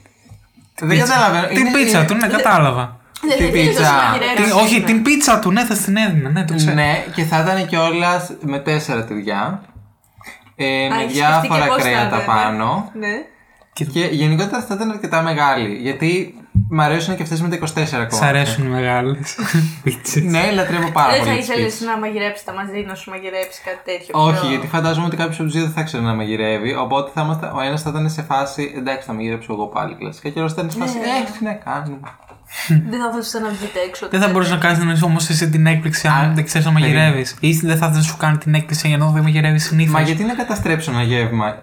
[SPEAKER 1] Δεν καταλαβαίνω.
[SPEAKER 4] Την
[SPEAKER 1] είναι-
[SPEAKER 4] πίτσα του, ναι, κατάλαβα.
[SPEAKER 2] Ε, Δεν
[SPEAKER 1] Τι
[SPEAKER 2] θα ήθελες να
[SPEAKER 1] πίτσα.
[SPEAKER 2] μαγειρεύεις.
[SPEAKER 4] Την- Ε, όχι, την πίτσα του, ναι, θα την έδινα, ναι, το ξέρω.
[SPEAKER 1] Ναι, και θα ήταν κιόλας με τέσσερα τυριά. Ε, με
[SPEAKER 2] έχεις
[SPEAKER 1] διάφορα
[SPEAKER 2] σκεφτεί και πώς θα
[SPEAKER 1] κρέατα
[SPEAKER 2] ήταν, ε?
[SPEAKER 1] πάνω.
[SPEAKER 2] Ναι.
[SPEAKER 1] Και γενικότερα θα ήταν αρκετά μεγάλη. Γιατί μ' αρέσουν και αυτές με τα 24
[SPEAKER 4] Σ'
[SPEAKER 1] κόμματα.
[SPEAKER 4] αρέσουν οι μεγάλες πίτσες.
[SPEAKER 1] Ναι, λατρεύω πάρα
[SPEAKER 2] Δεν
[SPEAKER 1] πολύ.
[SPEAKER 2] θα
[SPEAKER 1] τις
[SPEAKER 2] ήθελες
[SPEAKER 1] πίτσες.
[SPEAKER 2] να μαγειρέψεις τα μαζί, να σου μαγειρέψει κάτι τέτοιο.
[SPEAKER 1] Όχι,
[SPEAKER 2] πιο-
[SPEAKER 1] γιατί φαντάζομαι ότι κάποιος από τους δύο δεν θα ξέρει να μαγειρεύει. Οπότε θα είμαστε, ο ένας θα ήταν σε φάση εντάξει, θα μαγειρέψω εγώ πάλι κλασικά. Και ο άλλος θα ήταν σε
[SPEAKER 3] Ναι,
[SPEAKER 1] φάση ε, τι να κάνουμε.
[SPEAKER 2] Δεν θα μπορούσε να βγείτε έξω.
[SPEAKER 4] Δεν θα μπορούσε να κάνεις όμως εσύ την έκπληξη αν δεν ξέρεις να μαγειρεύεις. Ή δεν θα σου κάνει την έκπληξη ενώ δεν μαγειρεύεις συνήθως.
[SPEAKER 1] Μα γιατί να καταστρέψω ένα γεύμα.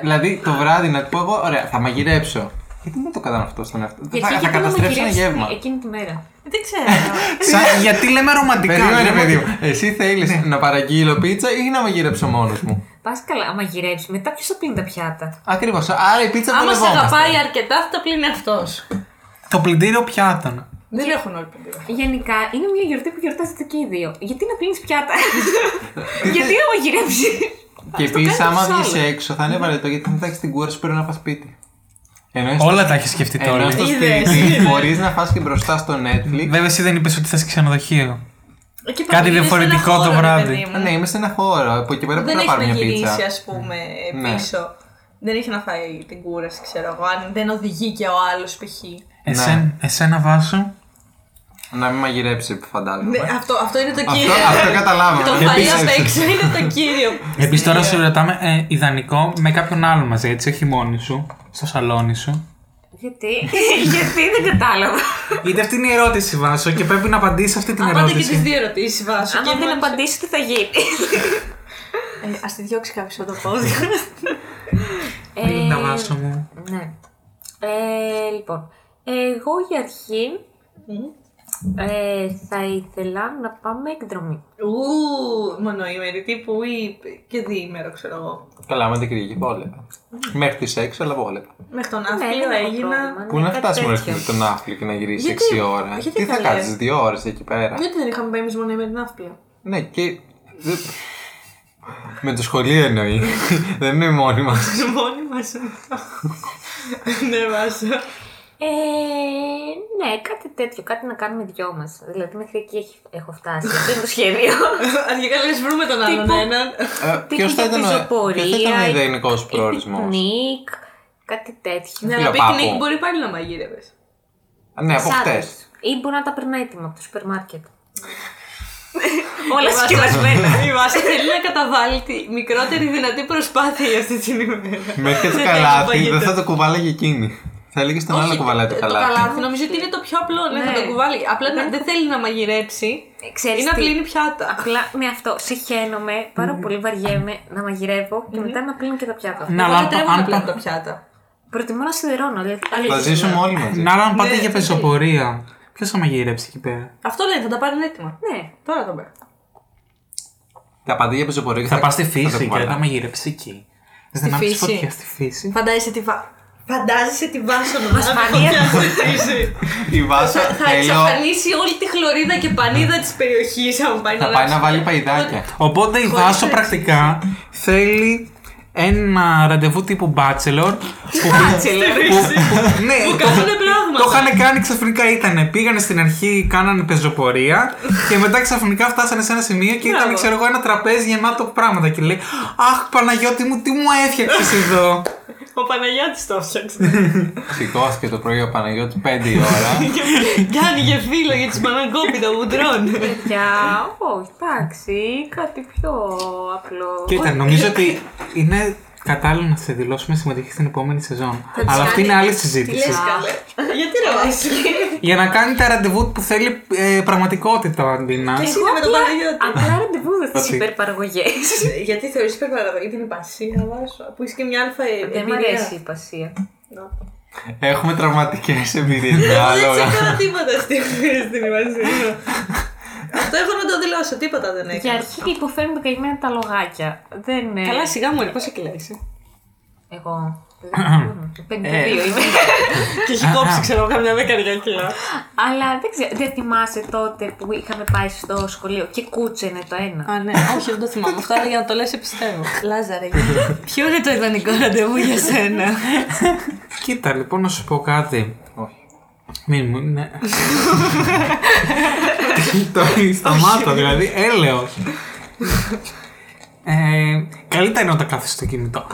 [SPEAKER 1] Δηλαδή το βράδυ να του πω εγώ, ωραία, θα μαγειρέψω. Γιατί δεν το κάνω αυτό στον εαυτό.
[SPEAKER 3] Γιατί
[SPEAKER 1] Θα, θα
[SPEAKER 3] γιατί να
[SPEAKER 1] καταστρέψω ένα γεύμα.
[SPEAKER 3] μαγειρέψεις Ε, εκείνη τη μέρα.
[SPEAKER 2] Ε, Δεν ξέρω.
[SPEAKER 4] Σαν, γιατί λέμε ρομαντικά.
[SPEAKER 1] Περίμενε,
[SPEAKER 4] λέμε
[SPEAKER 1] παιδί
[SPEAKER 4] ότι-
[SPEAKER 1] μου. Εσύ θέλεις
[SPEAKER 3] Ναι.
[SPEAKER 1] να παραγγείλω πίτσα ή να μαγειρέψω μόνος μου.
[SPEAKER 3] Πας καλά, άμα μαγειρέψεις. Μετά ποιος θα πλύνει τα πιάτα.
[SPEAKER 1] Ακριβώς. Άρα η πίτσα δεν
[SPEAKER 2] Άμα σε αγαπάει αρκετά, θα τα πλύνει αυτός.
[SPEAKER 4] Το πλυντήριο πιάτων.
[SPEAKER 2] Δεν έχουν όλοι παιδιά.
[SPEAKER 3] Γενικά είναι μια γιορτή που γιορτάζετε και οι δύο. Γιατί να πλύνεις πιάτα. γιατί να μαγειρέψει.
[SPEAKER 1] Και επίσης,
[SPEAKER 3] κάνει
[SPEAKER 1] άμα
[SPEAKER 3] το
[SPEAKER 1] βγεις
[SPEAKER 3] ψάρι.
[SPEAKER 1] έξω, θα είναι βαρετό γιατί θα έχεις την κούραση που πρέπει να πας σπίτι. Ενώ είσαι-
[SPEAKER 4] Όλα τα έχεις σκεφτεί
[SPEAKER 1] Ενώ
[SPEAKER 4] τώρα.
[SPEAKER 1] στο
[SPEAKER 2] Είδες,
[SPEAKER 1] σπίτι μπορείς να φας και μπροστά στο Netflix.
[SPEAKER 4] Ε, Βέβαια, εσύ δεν είπες ότι θα σε ξενοδοχείο.
[SPEAKER 2] Και πάλι είναι σε
[SPEAKER 4] διαφορετικό
[SPEAKER 2] ένα χώρο,
[SPEAKER 4] το
[SPEAKER 2] ρε
[SPEAKER 4] βράδυ.
[SPEAKER 2] παιδί μου.
[SPEAKER 1] Ναι, είμαι σε ένα χώρο. Από εκεί πέρα
[SPEAKER 2] Δεν
[SPEAKER 1] πρέπει να
[SPEAKER 2] έχεις να
[SPEAKER 1] πάρω μια πίτσα.
[SPEAKER 2] γυρίσει, ας πούμε,
[SPEAKER 1] Ναι.
[SPEAKER 2] πίσω. Δεν έχει να φάει την κούραση, ξέρω εγώ. Αν δεν οδηγεί και ο άλλος π.χ.
[SPEAKER 4] Εσέ- Εσένα βάσο.
[SPEAKER 1] Να μην μαγειρέψει, φαντάζομαι.
[SPEAKER 2] Ναι, αυτό, αυτό είναι το
[SPEAKER 1] Αυτό,
[SPEAKER 2] κύριο.
[SPEAKER 1] αυτό καταλάβαμε.
[SPEAKER 2] Το φάει
[SPEAKER 1] Επίσης-
[SPEAKER 2] απ' έξω είναι το κύριο.
[SPEAKER 4] Επίσης, τώρα σου ρωτάμε ε, ιδανικό με κάποιον άλλο μαζί, έτσι, όχι μόνη σου, στο σαλόνι σου.
[SPEAKER 3] γιατί. γιατί δεν κατάλαβα.
[SPEAKER 4] Γιατί αυτή είναι η ερώτηση, Βάσο, και πρέπει να απαντήσει αυτή την
[SPEAKER 2] Απάντα και τι
[SPEAKER 4] ερώτηση.
[SPEAKER 2] δύο ερωτήσεις, Βάσο.
[SPEAKER 3] Άμα δεν απαντήσει, τι θα γίνει.
[SPEAKER 2] Α Ε, τη διώξει κάποιος το podcast.
[SPEAKER 4] Μην
[SPEAKER 3] Ε,
[SPEAKER 4] τα βάσο μου.
[SPEAKER 3] Ναι. Ε, λοιπόν, εγώ για αρχή ε, θα ήθελα να πάμε εκδρομή.
[SPEAKER 2] Ου, μονοήμερη τύπου ή και διήμερο, ξέρω εγώ.
[SPEAKER 1] Καλά, με την Κυριακή πόλεπα. Μέχρι τις 6, αλλά πόλεπα.
[SPEAKER 2] Μέχρι τον
[SPEAKER 3] Ναι,
[SPEAKER 2] Αύγουστο
[SPEAKER 3] δεν έχω
[SPEAKER 2] έγινα.
[SPEAKER 3] πρόβλημα,
[SPEAKER 1] Πού
[SPEAKER 3] ναι,
[SPEAKER 1] να
[SPEAKER 3] κάτι
[SPEAKER 1] φτάσουμε να
[SPEAKER 3] τέτοιο.
[SPEAKER 1] έρθει τον Ναύπλη και να γυρίσει
[SPEAKER 2] Γιατί-
[SPEAKER 1] 6 ώρα.
[SPEAKER 2] γιατί Ναι.
[SPEAKER 1] Τι θα
[SPEAKER 2] καλέ.
[SPEAKER 1] κάτσει, 2 ώρες εκεί πέρα.
[SPEAKER 2] Γιατί δεν είχαμε πάει εμείς μονοήμερη ναύπλια.
[SPEAKER 1] Ναι, και. δε- Με το σχολείο εννοεί. Δεν είναι μόνοι μας.
[SPEAKER 2] Μόνοι μας. Ναι, Βάσο.
[SPEAKER 3] Ε, ναι, κάτι τέτοιο, κάτι να κάνουμε δυο μας. Δηλαδή, μέχρι εκεί έχει- έχω φτάσει. Αυτό είναι το σχέδιο.
[SPEAKER 2] Αρχικά λε, βρούμε τον άλλον
[SPEAKER 3] Τύπου-
[SPEAKER 2] έναν.
[SPEAKER 1] Ποιος θα ήταν ο
[SPEAKER 3] πεζοπορία,
[SPEAKER 1] Ε, ποιος θα ήταν ο
[SPEAKER 3] ή-
[SPEAKER 1] ιδανικός
[SPEAKER 3] ή
[SPEAKER 1] προορισμός.
[SPEAKER 3] Πικνίκ, κάτι τέτοιο.
[SPEAKER 2] Ναι, αλλά
[SPEAKER 1] Λαπάπο.
[SPEAKER 2] πικνίκ μπορεί πάλι να μαγείρευες.
[SPEAKER 1] Ναι, από χτε.
[SPEAKER 3] Σάντουιτς. Ή μπορεί να τα περνάει έτοιμα από το σούπερ μάρκετ. Όλα συσκευασμένα.
[SPEAKER 2] Η Βάσο θέλει να καταβάλει τη μικρότερη δυνατή προσπάθεια για αυτή την ημέρα.
[SPEAKER 1] Μέχρι
[SPEAKER 2] Δεν
[SPEAKER 1] το
[SPEAKER 2] κάνει
[SPEAKER 1] καλάθι
[SPEAKER 2] φαγητό.
[SPEAKER 1] δεν θα το κουβάλαγε εκείνη. Θα έλεγες στον άλλο κουβαλάει το καλάθι.
[SPEAKER 2] Νομίζω ότι είναι το πιο απλό. Ναι, θα το κουβάλει. Απλά να- δεν θέλει να μαγειρέψει ή
[SPEAKER 3] Ε, Ξέρεις
[SPEAKER 2] να
[SPEAKER 3] τι,
[SPEAKER 2] πλύνει πιάτα.
[SPEAKER 3] Απλά με αυτό συχαίνομαι, πάρα πολύ βαριέμαι να μαγειρεύω και μετά να πλύνω και τα πιάτα.
[SPEAKER 4] Να,
[SPEAKER 2] Εγώ
[SPEAKER 4] Ναι, αλλά αν-
[SPEAKER 2] λατρεύω
[SPEAKER 4] αν
[SPEAKER 2] να πλύνω
[SPEAKER 4] πα-
[SPEAKER 2] τα πιάτα.
[SPEAKER 3] Προτιμώ να σιδερώνω, δηλαδή
[SPEAKER 1] Θα
[SPEAKER 3] αλήθεια.
[SPEAKER 1] ζήσουμε όλοι μαζί.
[SPEAKER 4] Να, αλλά αν πάτε
[SPEAKER 2] Ναι,
[SPEAKER 4] για
[SPEAKER 2] τι
[SPEAKER 4] πεζοπορία, ποιος θα μαγειρέψει εκεί πέρα.
[SPEAKER 2] Αυτό λένε, θα τα πάρουν έτοιμα.
[SPEAKER 3] Ναι.
[SPEAKER 2] Τώρα το πέρα.
[SPEAKER 1] Θα πάτε για πεζοπορία και
[SPEAKER 4] Θα πας στη
[SPEAKER 1] τα
[SPEAKER 4] φύση και
[SPEAKER 1] κουβαλάει.
[SPEAKER 4] θα μαγειρέψεις εκεί. Δεν θα πεις
[SPEAKER 2] φύση.
[SPEAKER 4] φωτιά στη φύση.
[SPEAKER 2] Φαντάζεσαι τη βά... Φαντάζεσαι τη βάσο να μας
[SPEAKER 3] φανεί
[SPEAKER 1] Η Βάσο
[SPEAKER 2] Θα, θα
[SPEAKER 1] θέλω
[SPEAKER 2] εξαφανίσει όλη τη χλωρίδα και πανίδα της περιοχής αν πάει να
[SPEAKER 1] θα πάει
[SPEAKER 2] αλλάξει.
[SPEAKER 1] να βάλει παϊδάκια.
[SPEAKER 4] Οπότε η
[SPEAKER 2] Χωρίς
[SPEAKER 4] Βάσο
[SPEAKER 2] έτσι.
[SPEAKER 4] πρακτικά θέλει ένα ραντεβού τύπου bachelor. που- που- που- ναι,
[SPEAKER 2] Που
[SPEAKER 4] το-
[SPEAKER 2] κάνουνε πράγματα.
[SPEAKER 4] Το είχαν κάνει ξαφνικά ήταν. Πήγανε στην αρχή, κάνανε πεζοπορία και μετά ξαφνικά φτάσανε σε ένα σημείο και ήταν,
[SPEAKER 2] Μπράβο.
[SPEAKER 4] ξέρω εγώ, ένα τραπέζι γεμάτο πράγματα. Και λέει Αχ, Παναγιώτη μου, τι μου έφτιαξες εδώ.
[SPEAKER 2] Ο Παναγιώτης το έφτιαξε.
[SPEAKER 1] Σηκώθηκε το πρωί ο Παναγιώτης 5 η ώρα.
[SPEAKER 2] Κάνει γεφύλλο για τις μαναγκόπιτα ουδρών.
[SPEAKER 3] Για, όχι, εντάξει, κάτι πιο απλό.
[SPEAKER 4] Κοίτα, νομίζω ότι είναι κατάλληλο να σε δηλώσουμε συμμετοχή στην επόμενη σεζόν.
[SPEAKER 3] τις
[SPEAKER 4] Αλλά αυτή
[SPEAKER 3] κάνει-
[SPEAKER 4] είναι άλλη
[SPEAKER 2] Τι
[SPEAKER 4] συζήτηση.
[SPEAKER 2] λες καλέ. Γιατί ρε Βάσο.
[SPEAKER 4] Για να κάνει τα ραντεβού που θέλει ε, πραγματικότητα ο Αντίνα.
[SPEAKER 2] Και εσύ με τον Παναγιώτη.
[SPEAKER 3] Απλά ραντεβού δεν στις
[SPEAKER 4] Ότι-
[SPEAKER 3] υπερπαραγωγές.
[SPEAKER 2] Γιατί θεωρείς υπερπαραγωγή την υπασία Βάσο. Που είσαι και μια αλφα
[SPEAKER 3] Δεν μου αρέσει η υπασία.
[SPEAKER 1] Έχουμε τραυματικές εμπειρίες με
[SPEAKER 2] Δεν
[SPEAKER 1] άλογα.
[SPEAKER 2] ξέρω τίποτα στην στην υπασία. Αυτό έχω να το δηλώσω. Τίποτα δεν
[SPEAKER 3] Για
[SPEAKER 2] έκανα.
[SPEAKER 3] αρχή υποφέρουν τα καημένα τα λογάκια. Δεν. ε,
[SPEAKER 2] σιγά μου, ρε, πώς εκλέγεις.
[SPEAKER 3] Εγώ. 52 είμαι.
[SPEAKER 2] Και έχει κόψει, ξέρω, καμιά δεκαριά κιλά.
[SPEAKER 3] Αλλά δεν ξέρω, δεν θυμάσαι τότε που είχαμε πάει στο σχολείο και κούτσενε το ένα.
[SPEAKER 2] Α, ναι, όχι, δεν το θυμάμαι. Αυτό αλλά για να το λες, πιστεύω. Λάζαρε, ποιο είναι το ιδανικό ραντεβού για σένα.
[SPEAKER 4] Κοίτα, λοιπόν, να σου πω κάτι.
[SPEAKER 1] Όχι.
[SPEAKER 4] Μην μου, ναι. το σταμάτω, δηλαδή. Έλεω. όχι. Ε, καλύτερα είναι όταν κάθεσαι στο κινητό.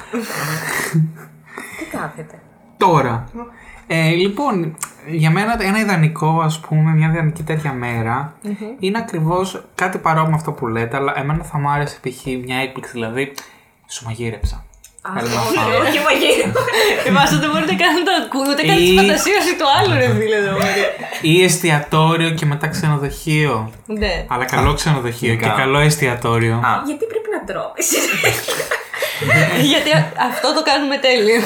[SPEAKER 3] Τι κάθεται.
[SPEAKER 4] Τώρα. Ε, λοιπόν, για μένα ένα ιδανικό, ας πούμε, μια ιδανική τέτοια μέρα, είναι ακριβώς κάτι παρόμοιο με αυτό που λέτε, αλλά εμένα θα μου άρεσε π.χ. μια έκπληξη, δηλαδή σου μαγείρεψα. Καλό να φάω.
[SPEAKER 2] Όχι, μαγείρε. Θυμάσαι, Ε, δεν μπορείτε καν να το ακούτε, ούτε καν τη
[SPEAKER 4] Ή-
[SPEAKER 2] φαντασία σου του άλλου, ρε φίλε. εδώ, μωρέ.
[SPEAKER 4] Ή εστιατόριο και μετά ξενοδοχείο.
[SPEAKER 2] Ναι.
[SPEAKER 4] Αλλά καλό ξενοδοχείο και
[SPEAKER 1] Ειδικά.
[SPEAKER 4] καλό εστιατόριο.
[SPEAKER 1] Α,
[SPEAKER 3] Γιατί πρέπει να τρώμε.
[SPEAKER 2] Γιατί α- αυτό το κάνουμε τέλειο.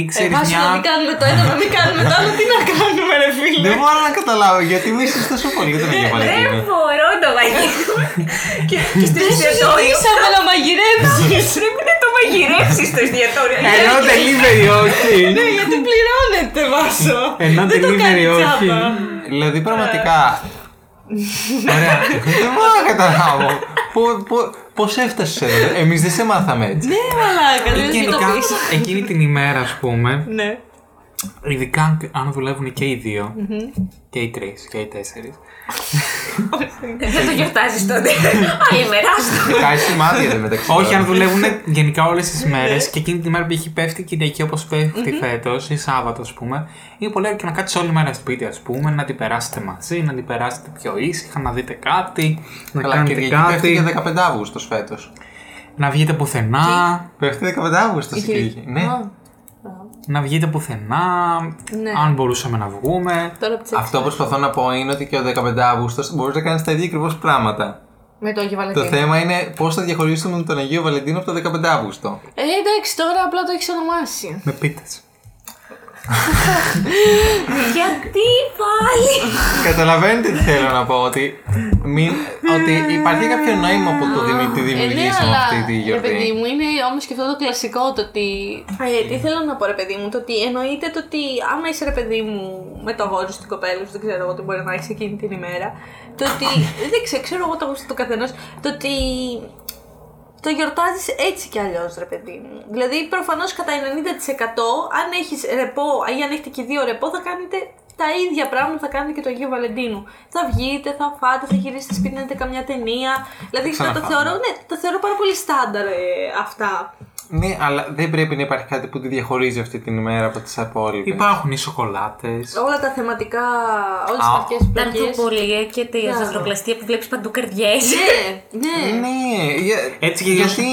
[SPEAKER 4] Ή ξέρει
[SPEAKER 2] Εμάς να μην
[SPEAKER 4] μια.
[SPEAKER 2] κάνουμε το ένα, να μην κάνουμε το άλλο, τι να κάνουμε, ρε φίλε.
[SPEAKER 1] δεν μπορώ να καταλάβω γιατί μου είσαι τόσο πολύ για τον Αγία
[SPEAKER 3] Δεν
[SPEAKER 1] Βαλεντίνα.
[SPEAKER 3] μπορώ να μαγειρεύω. Και και στο
[SPEAKER 2] Δεν
[SPEAKER 3] εστιατόριο.
[SPEAKER 2] συζητήσαμε να μαγειρέψεις.
[SPEAKER 3] Πρέπει να το μαγειρεύσει στο εστιατόριο.
[SPEAKER 4] Ενώ delivery όχι.
[SPEAKER 2] Ναι, γιατί πληρώνεται, Βάσο.
[SPEAKER 4] Ενώ
[SPEAKER 2] Δεν το κάνει
[SPEAKER 4] delivery όχι.
[SPEAKER 2] τσάπα.
[SPEAKER 1] Δηλαδή πραγματικά
[SPEAKER 4] Ωραία.
[SPEAKER 1] δεν μπορώ να καταλάβω. Πώς έφτασε εδώ, εμεί ε, δεν σε μάθαμε έτσι.
[SPEAKER 2] Ναι, μαλάκα, δεν
[SPEAKER 4] Και
[SPEAKER 2] σου το
[SPEAKER 4] Γενικά,
[SPEAKER 2] πεις.
[SPEAKER 4] εκείνη την ημέρα, ας πούμε,
[SPEAKER 2] Ναι.
[SPEAKER 4] ειδικά αν- αν δουλεύουν και οι δύο, και οι τρεις και οι τέσσερις,
[SPEAKER 3] Δεν το γιορτάζεις τότε. Άλλη μέρα. άστο.
[SPEAKER 1] Κάνει σημάδια εδώ μεταξύ.
[SPEAKER 4] Όχι,
[SPEAKER 1] τώρα.
[SPEAKER 4] αν δουλεύουν γενικά όλες τις μέρες και εκείνη την ημέρα που έχει πέφτει Κυριακή όπως πέφτει φέτος ή Σάββατο, ας πούμε, είναι πολύ ωραίο και να κάτσεις όλη μέρα σπίτι, ας πούμε, να την περάσετε μαζί, να την περάσετε πιο ήσυχα, να δείτε κάτι, να
[SPEAKER 1] Αλλά
[SPEAKER 4] κάνετε
[SPEAKER 1] Κυριακή πέφτει
[SPEAKER 4] κάτι,
[SPEAKER 1] και 15 Αύγουστος φέτος.
[SPEAKER 4] να βγείτε πουθενά,
[SPEAKER 1] Πέφτει 15 Αύγουστο η Κυριακή. Ναι.
[SPEAKER 4] να βγείτε πουθενά,
[SPEAKER 2] Ναι.
[SPEAKER 4] αν μπορούσαμε να βγούμε.
[SPEAKER 2] Τώρα ψέξτε.
[SPEAKER 1] Αυτό που προσπαθώ να πω είναι ότι και ο 15 Αύγουστος μπορείς να κάνεις τα ίδια ακριβώς πράγματα.
[SPEAKER 2] Με το
[SPEAKER 1] Το
[SPEAKER 2] Άγιο Βαλεντίνο.
[SPEAKER 1] θέμα είναι πώς θα διαχωρίσουμε τον Αγίο Βαλεντίνο από το 15 Αύγουστο.
[SPEAKER 2] Ε, εντάξει, τώρα απλά το έχεις ονομάσει.
[SPEAKER 4] Με πίτες.
[SPEAKER 3] Γιατί πάλι.
[SPEAKER 1] Καταλαβαίνετε τι θέλω να πω, ότι, μην, ότι υπάρχει κάποιο νόημα που το δημι, τη δημιουργήσαμε αυτή τη
[SPEAKER 2] Ε, ναι, ρε παιδί
[SPEAKER 1] γιορτή.
[SPEAKER 2] μου, είναι όμως και αυτό το κλασικό το ότι. Ε, τι θέλω να πω, ρε παιδί μου, το ότι εννοείται το ότι άμα είσαι ρε παιδί μου με το αγόρι σου, την κοπέλα σου, δεν ξέρω εγώ τι μπορεί να έχει εκείνη την ημέρα. Το ότι. δεν ξέρω, ξέρω εγώ το γούστο του καθενός. Το ότι. Το γιορτάζεις έτσι κι αλλιώς, ρε παιδί μου. Δηλαδή, προφανώς κατά 90% αν έχεις ρεπό ή αν έχετε και δύο ρεπό, θα κάνετε τα ίδια πράγματα θα κάνετε και το Αγίο Βαλεντίνου. Θα βγείτε, θα φάτε, θα γυρίσετε σπίτι να δείτε καμιά ταινία. Δηλαδή, αυτό το
[SPEAKER 1] Ξαναφάμε.
[SPEAKER 2] θεωρώ, ναι, το θεωρώ πάρα πολύ στάνταρ ε, αυτά.
[SPEAKER 1] Ναι, αλλά δεν πρέπει να υπάρχει κάτι που τη διαχωρίζει αυτή την ημέρα από τις απόλυτες.
[SPEAKER 4] Υπάρχουν οι σοκολάτες.
[SPEAKER 2] Όλα τα θεματικά, όλες τις
[SPEAKER 1] Α,
[SPEAKER 2] θεματικές
[SPEAKER 3] Τα
[SPEAKER 2] πλοκέ.
[SPEAKER 3] ανθρωπολία ε, και τη
[SPEAKER 2] Μπράβο.
[SPEAKER 3] ζαχαροκλαστία που βλέπεις παντού καρδιές.
[SPEAKER 2] Ναι, ναι.
[SPEAKER 1] Ναι, για...
[SPEAKER 4] Ε. Έτσι και
[SPEAKER 1] γιατί.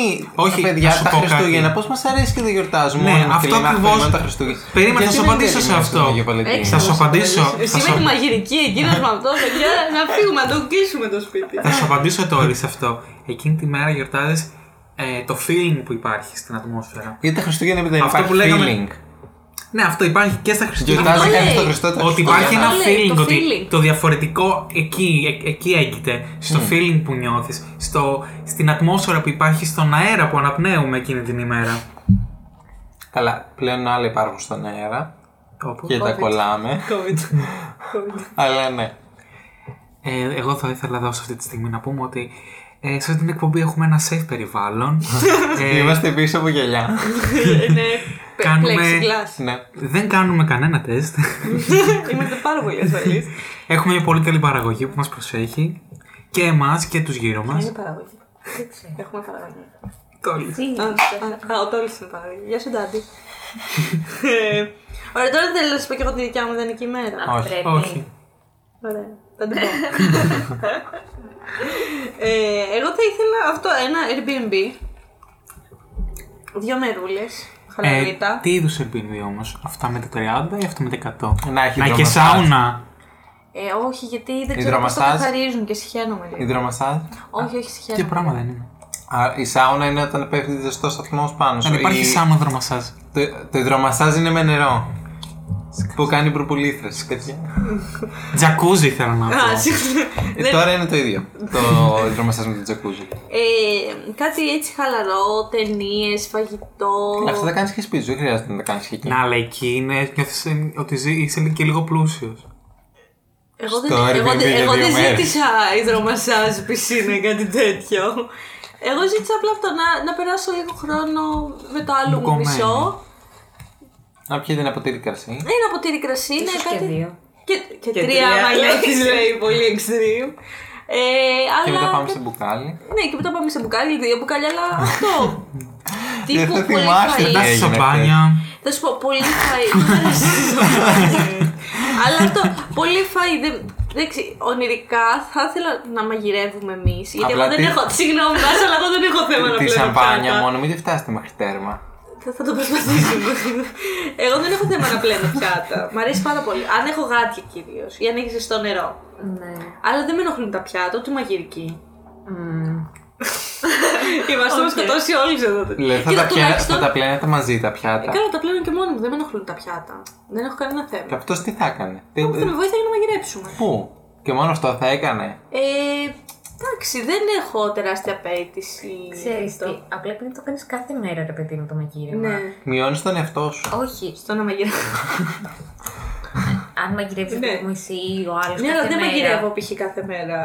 [SPEAKER 1] τα
[SPEAKER 4] όχι, να
[SPEAKER 1] παιδιά,
[SPEAKER 4] σου
[SPEAKER 1] τα
[SPEAKER 4] πω
[SPEAKER 1] Χριστούγεννα,
[SPEAKER 4] κάτι.
[SPEAKER 1] πώς μας αρέσει και δεν γιορτάζουμε.
[SPEAKER 4] Ναι,
[SPEAKER 1] όλοι με
[SPEAKER 4] αυτό
[SPEAKER 1] φιλένα,
[SPEAKER 4] ακριβώς.
[SPEAKER 1] περιμένουμε τα Χριστούγεννα.
[SPEAKER 4] Περίμενα, θα
[SPEAKER 1] Γιατί
[SPEAKER 4] σου
[SPEAKER 1] δεν
[SPEAKER 4] απαντήσω σε
[SPEAKER 1] περιμένουμε
[SPEAKER 4] αυτό.
[SPEAKER 1] τον Άγιο Βαλεντίνο?
[SPEAKER 2] Έξι
[SPEAKER 4] Θα σου απαντήσω. θα σου-
[SPEAKER 2] Σήμερα είναι μαγειρική εκείνος με αυτό, παιδιά. Να φύγουμε, να το κλείσουμε το σπίτι.
[SPEAKER 4] Θα σου απαντήσω τώρα σε αυτό. Εκείνη τη μέρα γιορτάζεις το feeling που υπάρχει στην ατμόσφαιρα.
[SPEAKER 1] Γιατί τα Χριστούγεννα δεν
[SPEAKER 4] Αυτό
[SPEAKER 1] υπάρχει
[SPEAKER 4] που λέγαμε-
[SPEAKER 1] feeling.
[SPEAKER 4] Ναι, αυτό υπάρχει και στα Χριστούγεννα.
[SPEAKER 1] Γιορτάζει
[SPEAKER 2] Αυτό
[SPEAKER 1] κανεί
[SPEAKER 2] λέει.
[SPEAKER 1] τον Χριστό τα
[SPEAKER 4] Ότι υπάρχει
[SPEAKER 1] Χριστούγεννα.
[SPEAKER 4] ένα
[SPEAKER 2] Αυτό λέει,
[SPEAKER 4] feeling,
[SPEAKER 2] Ναι, το
[SPEAKER 4] ότι
[SPEAKER 2] feeling.
[SPEAKER 4] το διαφορετικό εκεί, ε- εκεί έγκυται. Στο
[SPEAKER 1] Mm.
[SPEAKER 4] feeling που νιώθεις, στο, στην ατμόσφαιρα που υπάρχει, στον αέρα που αναπνέουμε εκείνη την ημέρα.
[SPEAKER 1] Καλά, πλέον άλλα υπάρχουν στον αέρα
[SPEAKER 4] Όπου.
[SPEAKER 1] και τα κολλάμε.
[SPEAKER 2] COVID.
[SPEAKER 1] Αλλά ναι.
[SPEAKER 4] Ε, εγώ θα ήθελα εδώ σε αυτή τη στιγμή να πούμε ότι ε, σε αυτή την εκπομπή έχουμε ένα safe περιβάλλον. ε,
[SPEAKER 1] Είμαστε πίσω από γελιά.
[SPEAKER 2] Ναι,
[SPEAKER 4] Κάνουμε-
[SPEAKER 2] plexiglass.
[SPEAKER 1] ναι.
[SPEAKER 4] δεν κάνουμε κανένα τεστ.
[SPEAKER 2] Είμαστε πάρα πολύ ασφαλείς.
[SPEAKER 4] Έχουμε μια πολύ καλή παραγωγή που μας προσέχει και εμάς και τους γύρω μας.
[SPEAKER 2] Είναι παραγωγή. Έχουμε παραγωγή.
[SPEAKER 4] Τόλις.
[SPEAKER 2] Α, α, α, ο Τόλης είναι παραγωγή. Γεια σου, Ντάντι. Ε, Ωραία, τώρα δεν θέλω να σου πω και εγώ τη δικιά μου ιδανική μέρα.
[SPEAKER 1] Όχι.
[SPEAKER 4] Όχι.
[SPEAKER 2] Ωραία, θα την πω. Ε, Εγώ θα ήθελα αυτό, ένα Airbnb. Δύο μερούλες,
[SPEAKER 4] Ε,
[SPEAKER 2] χαλαρίτσα.
[SPEAKER 4] τι είδους Airbnb όμως, αυτά με τα 30 ή αυτά με τα 100.
[SPEAKER 1] Να έχει
[SPEAKER 4] και
[SPEAKER 1] δρομοστάζ.
[SPEAKER 4] σάουνα.
[SPEAKER 2] Ε, όχι, γιατί δεν ξέρω πώς το
[SPEAKER 1] Υδρομασάζ.
[SPEAKER 2] καθαρίζουν και συχαίνομαι λίγο.
[SPEAKER 1] Υδρομασάζ.
[SPEAKER 2] Όχι, όχι, συχαίνομαι.
[SPEAKER 4] Τι πράγμα δεν είναι.
[SPEAKER 1] Α, Η σάουνα είναι όταν πέφτει ζεστό αθμό πάνω σου.
[SPEAKER 4] Δεν υπάρχει
[SPEAKER 1] Η-
[SPEAKER 4] σάουνα δρομασάζ.
[SPEAKER 1] Το, το υδρομασάζ είναι με νερό. που κάνει προπολήθρες και τέτοια.
[SPEAKER 4] Τζακούζι θέλω να πω.
[SPEAKER 2] Α, συγγνώμη.
[SPEAKER 1] Ε, Τώρα είναι το ίδιο. Το υδρομεσάζ με τον τζακούζι.
[SPEAKER 2] Ε, κάτι έτσι χαλαρό, ταινίες, φαγητό.
[SPEAKER 1] Αυτά τα κάνεις και σπίτι, σου, δεν χρειάζεται να τα κάνεις και εκεί.
[SPEAKER 4] Να, αλλά εκεί είναι, νιώθεις ε, ότι ζει- είσαι και λίγο πλούσιος.
[SPEAKER 2] Εγώ δεν,
[SPEAKER 1] Στο
[SPEAKER 2] εγώ,
[SPEAKER 1] Airbnb
[SPEAKER 2] δεν-
[SPEAKER 1] για
[SPEAKER 2] εγώ
[SPEAKER 1] δύο
[SPEAKER 2] δεν
[SPEAKER 1] μέρες.
[SPEAKER 2] ζήτησα υδρομασάζ, πισίνα, κάτι τέτοιο. Εγώ ζήτησα απλά αυτό, να, να περάσω λίγο χρόνο με το άλλο μου
[SPEAKER 4] Κομμένο.
[SPEAKER 2] μισό.
[SPEAKER 1] Να πιείτε ένα ποτήρι κρασί.
[SPEAKER 2] Ένα ποτήρι κρασί, είναι
[SPEAKER 3] Ίσως και
[SPEAKER 2] κάτι.
[SPEAKER 3] δύο.
[SPEAKER 2] Και, και, τρία,
[SPEAKER 3] τρία.
[SPEAKER 2] μαλλιά της λέει πολύ extreme. Ε,
[SPEAKER 1] Και μετά
[SPEAKER 2] αλλά-
[SPEAKER 1] πάμε σε μπουκάλι.
[SPEAKER 2] Ναι, και μετά πάμε σε μπουκάλι, δύο μπουκάλια, αλλά αυτό.
[SPEAKER 1] Δεν Ε, θα
[SPEAKER 2] Τύπου πολύ
[SPEAKER 1] θυμάστε,
[SPEAKER 2] φαΐ.
[SPEAKER 1] Τι
[SPEAKER 4] Εντάξει,
[SPEAKER 1] έγινε
[SPEAKER 4] σαμπάνια.
[SPEAKER 2] Θα σου πω, πολύ φαΐ. Δεν θα συζητήσω. Αλλά αυτό, πολύ φαΐ. Δεν, δεν ξε- ονειρικά θα ήθελα να μαγειρεύουμε εμείς. Γιατί
[SPEAKER 1] Απλά
[SPEAKER 2] εγώ δεν
[SPEAKER 1] τι-
[SPEAKER 2] έχω. Συγγνώμη, Βάζα, αλλά εγώ δεν έχω θέμα να
[SPEAKER 1] Τη
[SPEAKER 2] πλύνω
[SPEAKER 1] σαμπάνια
[SPEAKER 2] πιάτα.
[SPEAKER 1] μόνο, μην τη φτάσετε μέχρι τέρμα.
[SPEAKER 2] Θα, θα το προσπαθήσουμε. εγώ δεν έχω θέμα να πλένω πιάτα. Μ' αρέσει πάρα πολύ. Αν έχω γάτια κυρίως ή αν έχεις ζεστό νερό.
[SPEAKER 3] Ναι.
[SPEAKER 2] Αλλά δεν με ενοχλούν τα πιάτα, ούτε η μαγειρική.
[SPEAKER 3] Μμμ.
[SPEAKER 2] Είμαστε okay. σκοτώσει όλους εδώ.
[SPEAKER 1] Δηλαδή θα,
[SPEAKER 2] Κοίτα, Ε,
[SPEAKER 1] τα πιάνε, θα τα πλένετε μαζί τα πιάτα.
[SPEAKER 2] Καλά, τα πλένω και μόνο μου, δεν με ενοχλούν τα πιάτα. Δεν έχω κανένα θέμα.
[SPEAKER 1] Και αυτός τι θα έκανε. Τι-
[SPEAKER 2] Θα με βοήθαγε να μαγειρέψουμε.
[SPEAKER 1] Πού. Και μόνο αυτό θα έκανε.
[SPEAKER 2] Ε, εντάξει, δεν έχω τεράστια απέτηση.
[SPEAKER 3] Ξέρεις τι,
[SPEAKER 2] το-
[SPEAKER 3] απλά επειδή το κάνεις κάθε μέρα ρε παιδί μου το μαγείρεμα.
[SPEAKER 2] Ναι.
[SPEAKER 1] Μειώνεις τον εαυτό σου.
[SPEAKER 3] Όχι,
[SPEAKER 2] Στο να μαγειρεύω.
[SPEAKER 3] αν μαγειρεύεις
[SPEAKER 2] Ναι.
[SPEAKER 3] ναι. μου εσύ ή ο άλλος
[SPEAKER 2] ναι,
[SPEAKER 3] κάθε
[SPEAKER 2] αλλά δεν
[SPEAKER 3] μέρα.
[SPEAKER 2] μαγειρεύω π.χ. κάθε μέρα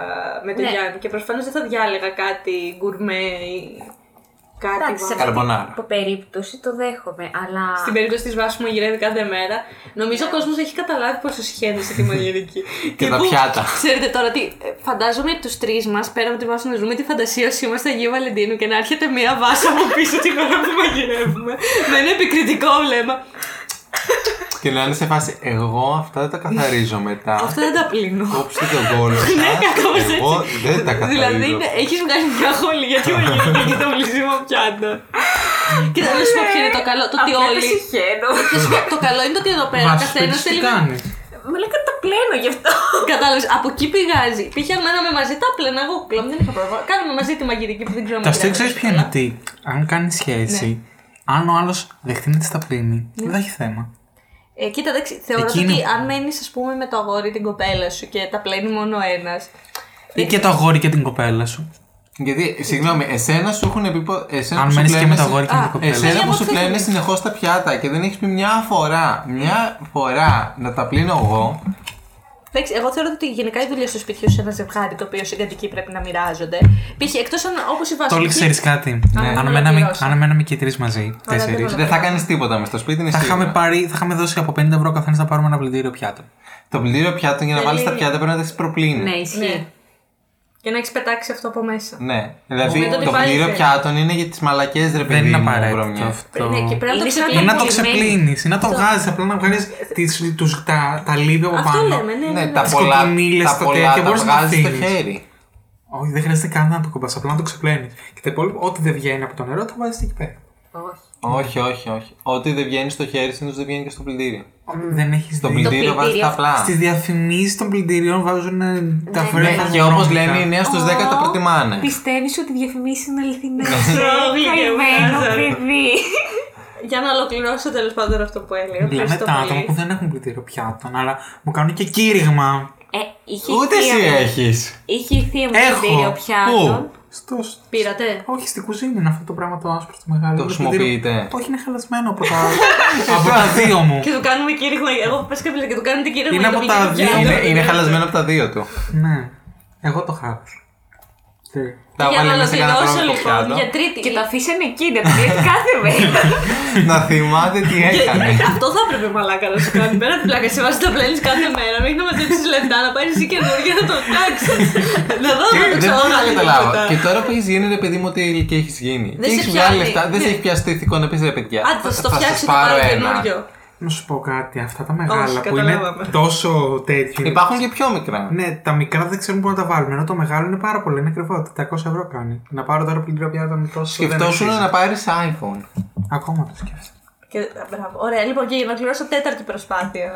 [SPEAKER 2] με τον
[SPEAKER 3] Ναι.
[SPEAKER 2] Γιάννη και προφανώς δεν θα διάλεγα κάτι γκουρμέ ή κάτι.
[SPEAKER 3] Εντάξει, σε
[SPEAKER 2] βα-
[SPEAKER 1] βα- Καρμπονάρα.
[SPEAKER 3] αυτή την περίπτωση το δέχομαι, αλλά...
[SPEAKER 2] Στην περίπτωση της βάση που μαγειρεύει κάθε μέρα, νομίζω
[SPEAKER 3] Ναι.
[SPEAKER 2] ο κόσμος έχει καταλάβει πόσο συχαίνεσαι τη μαγειρική.
[SPEAKER 1] Και τα
[SPEAKER 2] Τύπου,
[SPEAKER 1] πιάτα.
[SPEAKER 2] Ξέρετε τώρα τι. ε, Φαντάζομαι τους τρεις μας, πέρα από τη βάση που ζούμε, τη φαντασία σου είμαστε Αγίου Βαλεντίνου και να έρχεται μία βάση από πίσω την ώρα που μαγειρεύουμε. με ένα επικριτικό βλέμμα.
[SPEAKER 1] Και να είναι σε φάση, εγώ αυτά δεν τα καθαρίζω μετά.
[SPEAKER 2] Αυτά δεν τα πλύνω.
[SPEAKER 1] Κόψτε τον κόλλο σας.
[SPEAKER 2] κάπως έτσι.
[SPEAKER 1] Εγώ δεν τα καθαρίζω.
[SPEAKER 2] Δηλαδή έχεις βγάλει μια χόλη γιατί μαγειρεύει και το πλήσιμο πιάτα. Κοίτα, να σου πω ποιο είναι το καλό. Το ότι
[SPEAKER 3] Απλά
[SPEAKER 2] όλοι.
[SPEAKER 3] πεσυχαίνω.
[SPEAKER 2] Θα σου πω, Το καλό είναι το ότι εδώ πέρα ο
[SPEAKER 4] Βάζεις
[SPEAKER 2] καθένας
[SPEAKER 4] σπίτι
[SPEAKER 2] θέλει
[SPEAKER 4] τι
[SPEAKER 2] να
[SPEAKER 4] κάνεις.
[SPEAKER 3] Μα λέει τα πλένω γι' αυτό.
[SPEAKER 2] Κατάλαβες, από εκεί πηγάζει. Π.χ. αν μέναμε μαζί, τα πλένα εγώ κούκλα μου, δεν είχα πρόβλημα. Κάναμε μαζί τη μαγειρική που δεν ξέρω
[SPEAKER 4] Το αστείο
[SPEAKER 2] μαγειρεύει.
[SPEAKER 4] ξέρει ποιο είναι ότι αν κάνεις
[SPEAKER 2] Ναι.
[SPEAKER 4] σχέση, αν ο άλλος δεχτεί να τη τα πλύνει, δεν θα έχει θέμα.
[SPEAKER 2] Ε, κοίτα, εντάξει, θεωρώ
[SPEAKER 4] Εκείνο-
[SPEAKER 2] ότι αν μένεις, ας πούμε, με το αγόρι την κοπέλα σου και τα πλένει μόνο ένας. Ε,
[SPEAKER 4] Ή και το αγόρι και την κοπέλα σου.
[SPEAKER 1] Γιατί, συγγνώμη, εσένα σου έχουν πει. πο- Εσένα
[SPEAKER 4] Αν
[SPEAKER 1] που σου
[SPEAKER 4] μένεις και
[SPEAKER 1] κλαίνε
[SPEAKER 4] με Ε, το
[SPEAKER 1] σε-
[SPEAKER 4] αγόρι και με την
[SPEAKER 2] Α,
[SPEAKER 4] κοπέλα. σου.
[SPEAKER 1] Εσένα
[SPEAKER 2] Παιδιά,
[SPEAKER 1] που
[SPEAKER 2] μου
[SPEAKER 1] σου
[SPEAKER 2] φύγει.
[SPEAKER 1] κλαίνε συνεχώς τα πιάτα και δεν έχεις πει μια φορά, μια φορά να τα πλύνω εγώ.
[SPEAKER 2] Εντάξει, εγώ θεωρώ ότι γενικά η δουλειά στο σπιτιού σε ένα ζευγάρι το οποίο συγκατοικεί πρέπει να μοιράζονται. Π.χ. εκτός αν όπως η Βάσο.
[SPEAKER 4] Το όλοι ξέρεις κάτι. Αν,
[SPEAKER 2] να
[SPEAKER 4] μέναμε,
[SPEAKER 2] πληρώσω.
[SPEAKER 4] αν μέναμε και οι τρει μαζί, τέσσερι,
[SPEAKER 1] Δεν θα κάνεις τίποτα μες στο σπίτι, είναι
[SPEAKER 4] θα,
[SPEAKER 1] σίγουρα.
[SPEAKER 4] είχαμε πάρει- θα είχαμε δώσει από 50 ευρώ καθένας να πάρουμε ένα πλυντήριο πιάτο.
[SPEAKER 1] Το πλυντήριο πιάτων για να βάλεις τα πιάτα πρέπει να τα έχεις προπλύνει.
[SPEAKER 3] Ναι, ισχύει.
[SPEAKER 2] Και να έχεις πετάξει αυτό από μέσα.
[SPEAKER 1] Ναι. Δηλαδή
[SPEAKER 2] Με τον
[SPEAKER 1] το
[SPEAKER 2] Ιβάν
[SPEAKER 1] πλυντήριο
[SPEAKER 2] ήθελε.
[SPEAKER 1] πιάτων είναι για τις μαλακές ρε
[SPEAKER 4] Δεν
[SPEAKER 1] παιδί
[SPEAKER 4] είναι
[SPEAKER 1] μου,
[SPEAKER 4] απαραίτητο
[SPEAKER 1] βρωμιές.
[SPEAKER 4] αυτό.
[SPEAKER 2] Ναι, και πρέπει να το
[SPEAKER 3] Είναι σαν να
[SPEAKER 2] ξεπλύνει.
[SPEAKER 4] Ή να το
[SPEAKER 3] Κολλημένη.
[SPEAKER 4] ξεπλύνεις, ή να το βγάζεις. Απλά να βγάζει τα, τα λίπη από
[SPEAKER 2] Αυτό
[SPEAKER 4] πάνω.
[SPEAKER 2] λέμε, ναι. ναι,
[SPEAKER 1] Ναι,
[SPEAKER 2] ναι.
[SPEAKER 1] τα πολλά
[SPEAKER 4] σκοτεινίλες,
[SPEAKER 1] τα
[SPEAKER 4] τα
[SPEAKER 1] πολλά
[SPEAKER 4] τέτοια,
[SPEAKER 1] τα
[SPEAKER 4] μπορείς να
[SPEAKER 1] βγάζεις στο
[SPEAKER 4] φύγεις.
[SPEAKER 1] χέρι.
[SPEAKER 4] Όχι, δεν χρειάζεται καν να το κομπάς, απλά να το ξεπλένεις. Και τα υπόλοιπα, ό,τι δεν βγαίνει από το νερό, το βάζεις εκεί πέρα.
[SPEAKER 3] Όχι.
[SPEAKER 1] Όχι, όχι, όχι. Ό,τι δεν βγαίνει στο χέρι, συνήθως δεν βγαίνει και στο πλυντήριο.
[SPEAKER 4] Δεν έχεις
[SPEAKER 1] Στο πλυντήριο βάζει τα
[SPEAKER 3] πλυντήριο.
[SPEAKER 1] απλά.
[SPEAKER 4] Στις διαφημίσεις των πλυντηρίων βάζουν ε, τα
[SPEAKER 1] Ναι,
[SPEAKER 4] φρένα.
[SPEAKER 1] και όπως λένε, οι 9 στου 10 τα προτιμάνε.
[SPEAKER 3] Πιστεύεις ότι οι διαφημίσεις είναι αληθινές.
[SPEAKER 2] Στρόγγυλε,
[SPEAKER 3] Καημένο
[SPEAKER 2] βγάζανε.
[SPEAKER 3] παιδί.
[SPEAKER 2] ναι. Για να ολοκληρώσω τέλος πάντων αυτό που έλεγα.
[SPEAKER 4] Μιλάμε
[SPEAKER 2] Ευχαριστώ
[SPEAKER 4] τα άτομα
[SPEAKER 2] πολύ.
[SPEAKER 4] που δεν έχουν πλυντήριο πιάτων, αλλά μου κάνουν και κήρυγμα.
[SPEAKER 3] Ε, είχε
[SPEAKER 1] Ούτε
[SPEAKER 3] η θεία
[SPEAKER 1] εσύ
[SPEAKER 3] μου-
[SPEAKER 1] έχεις.
[SPEAKER 3] Είχε η θεία μου
[SPEAKER 4] Έχω.
[SPEAKER 3] πλυντήριο
[SPEAKER 1] Πού?
[SPEAKER 3] πιάτων.
[SPEAKER 4] Στο...
[SPEAKER 2] Πήρατε.
[SPEAKER 4] Όχι, στην κουζίνα είναι αυτό το πράγμα το άσπρο, το μεγάλο.
[SPEAKER 1] Το
[SPEAKER 4] πλυντήριο.
[SPEAKER 1] χρησιμοποιείτε?
[SPEAKER 4] Όχι, είναι χαλασμένο από τα, από τα δύο μου.
[SPEAKER 2] Και του κάνουμε κήρυγμα. Εγώ πες και και του κάνετε κήρυγμα.
[SPEAKER 4] Είναι
[SPEAKER 2] για το
[SPEAKER 4] από τα
[SPEAKER 2] πλυντήριο.
[SPEAKER 4] δύο.
[SPEAKER 1] Είναι, είναι χαλασμένο από τα δύο του.
[SPEAKER 4] ναι, εγώ το χάλασα. Τι.
[SPEAKER 1] Τα
[SPEAKER 2] Για να
[SPEAKER 1] βάλε μέσα σε κανένα
[SPEAKER 2] ολοκληρώσω
[SPEAKER 1] τρόπο
[SPEAKER 2] λοιπόν
[SPEAKER 1] πιάτο.
[SPEAKER 3] Ε,
[SPEAKER 2] για τρίτη.
[SPEAKER 3] Και το αφήσανε εκεί να το λέει κάθε μέρα.
[SPEAKER 1] Να θυμάται τι έκανε.
[SPEAKER 2] Αυτό θα έπρεπε μαλάκα να σου κάνει. Πέρα από την πλάκα, σε βάζει τα πλένεις κάθε μέρα. Μην να μαζέψει λεφτά, να πάρεις εσύ καινούργια να το φτιάξεις. Να δω να το
[SPEAKER 1] Δεν μπορώ να
[SPEAKER 2] ξαναβάλει
[SPEAKER 1] καταλάβω. Και
[SPEAKER 2] τίποτα.
[SPEAKER 1] τώρα που έχεις γίνει, ρε παιδί μου, ότι ηλικία έχεις γίνει.
[SPEAKER 2] Δεν
[SPEAKER 1] Και
[SPEAKER 2] σε
[SPEAKER 1] έχεις βγάλει
[SPEAKER 2] πιάνει.
[SPEAKER 1] λεφτά, δεν σε
[SPEAKER 2] Ναι.
[SPEAKER 1] έχει πιάσει το ηθικό να πεις ρε παιδιά.
[SPEAKER 2] Άντε, θα
[SPEAKER 1] θα-
[SPEAKER 2] σου το
[SPEAKER 1] θα σας
[SPEAKER 2] φτιάξω το πάρω καινούριο.
[SPEAKER 4] Να σου πω κάτι, αυτά τα μεγάλα που είναι
[SPEAKER 2] καταλάβαμε.
[SPEAKER 4] τόσο τέτοιο.
[SPEAKER 1] Υπάρχουν και πιο μικρά.
[SPEAKER 4] Ναι, τα μικρά δεν ξέρουν πού να τα βάλουν. Ενώ το μεγάλο είναι πάρα πολύ, είναι ακριβό. 400 ευρώ κάνει. Να πάρω τώρα πλυντήριο πιάτο με τόσο. δεν
[SPEAKER 1] Σκεφτόσουν
[SPEAKER 4] αξίζει.
[SPEAKER 1] να πάρεις iPhone.
[SPEAKER 4] Ακόμα το σκέφτομαι.
[SPEAKER 2] Και, μπράβο. Ωραία, λοιπόν, και για να ολοκληρώσω τέταρτη προσπάθεια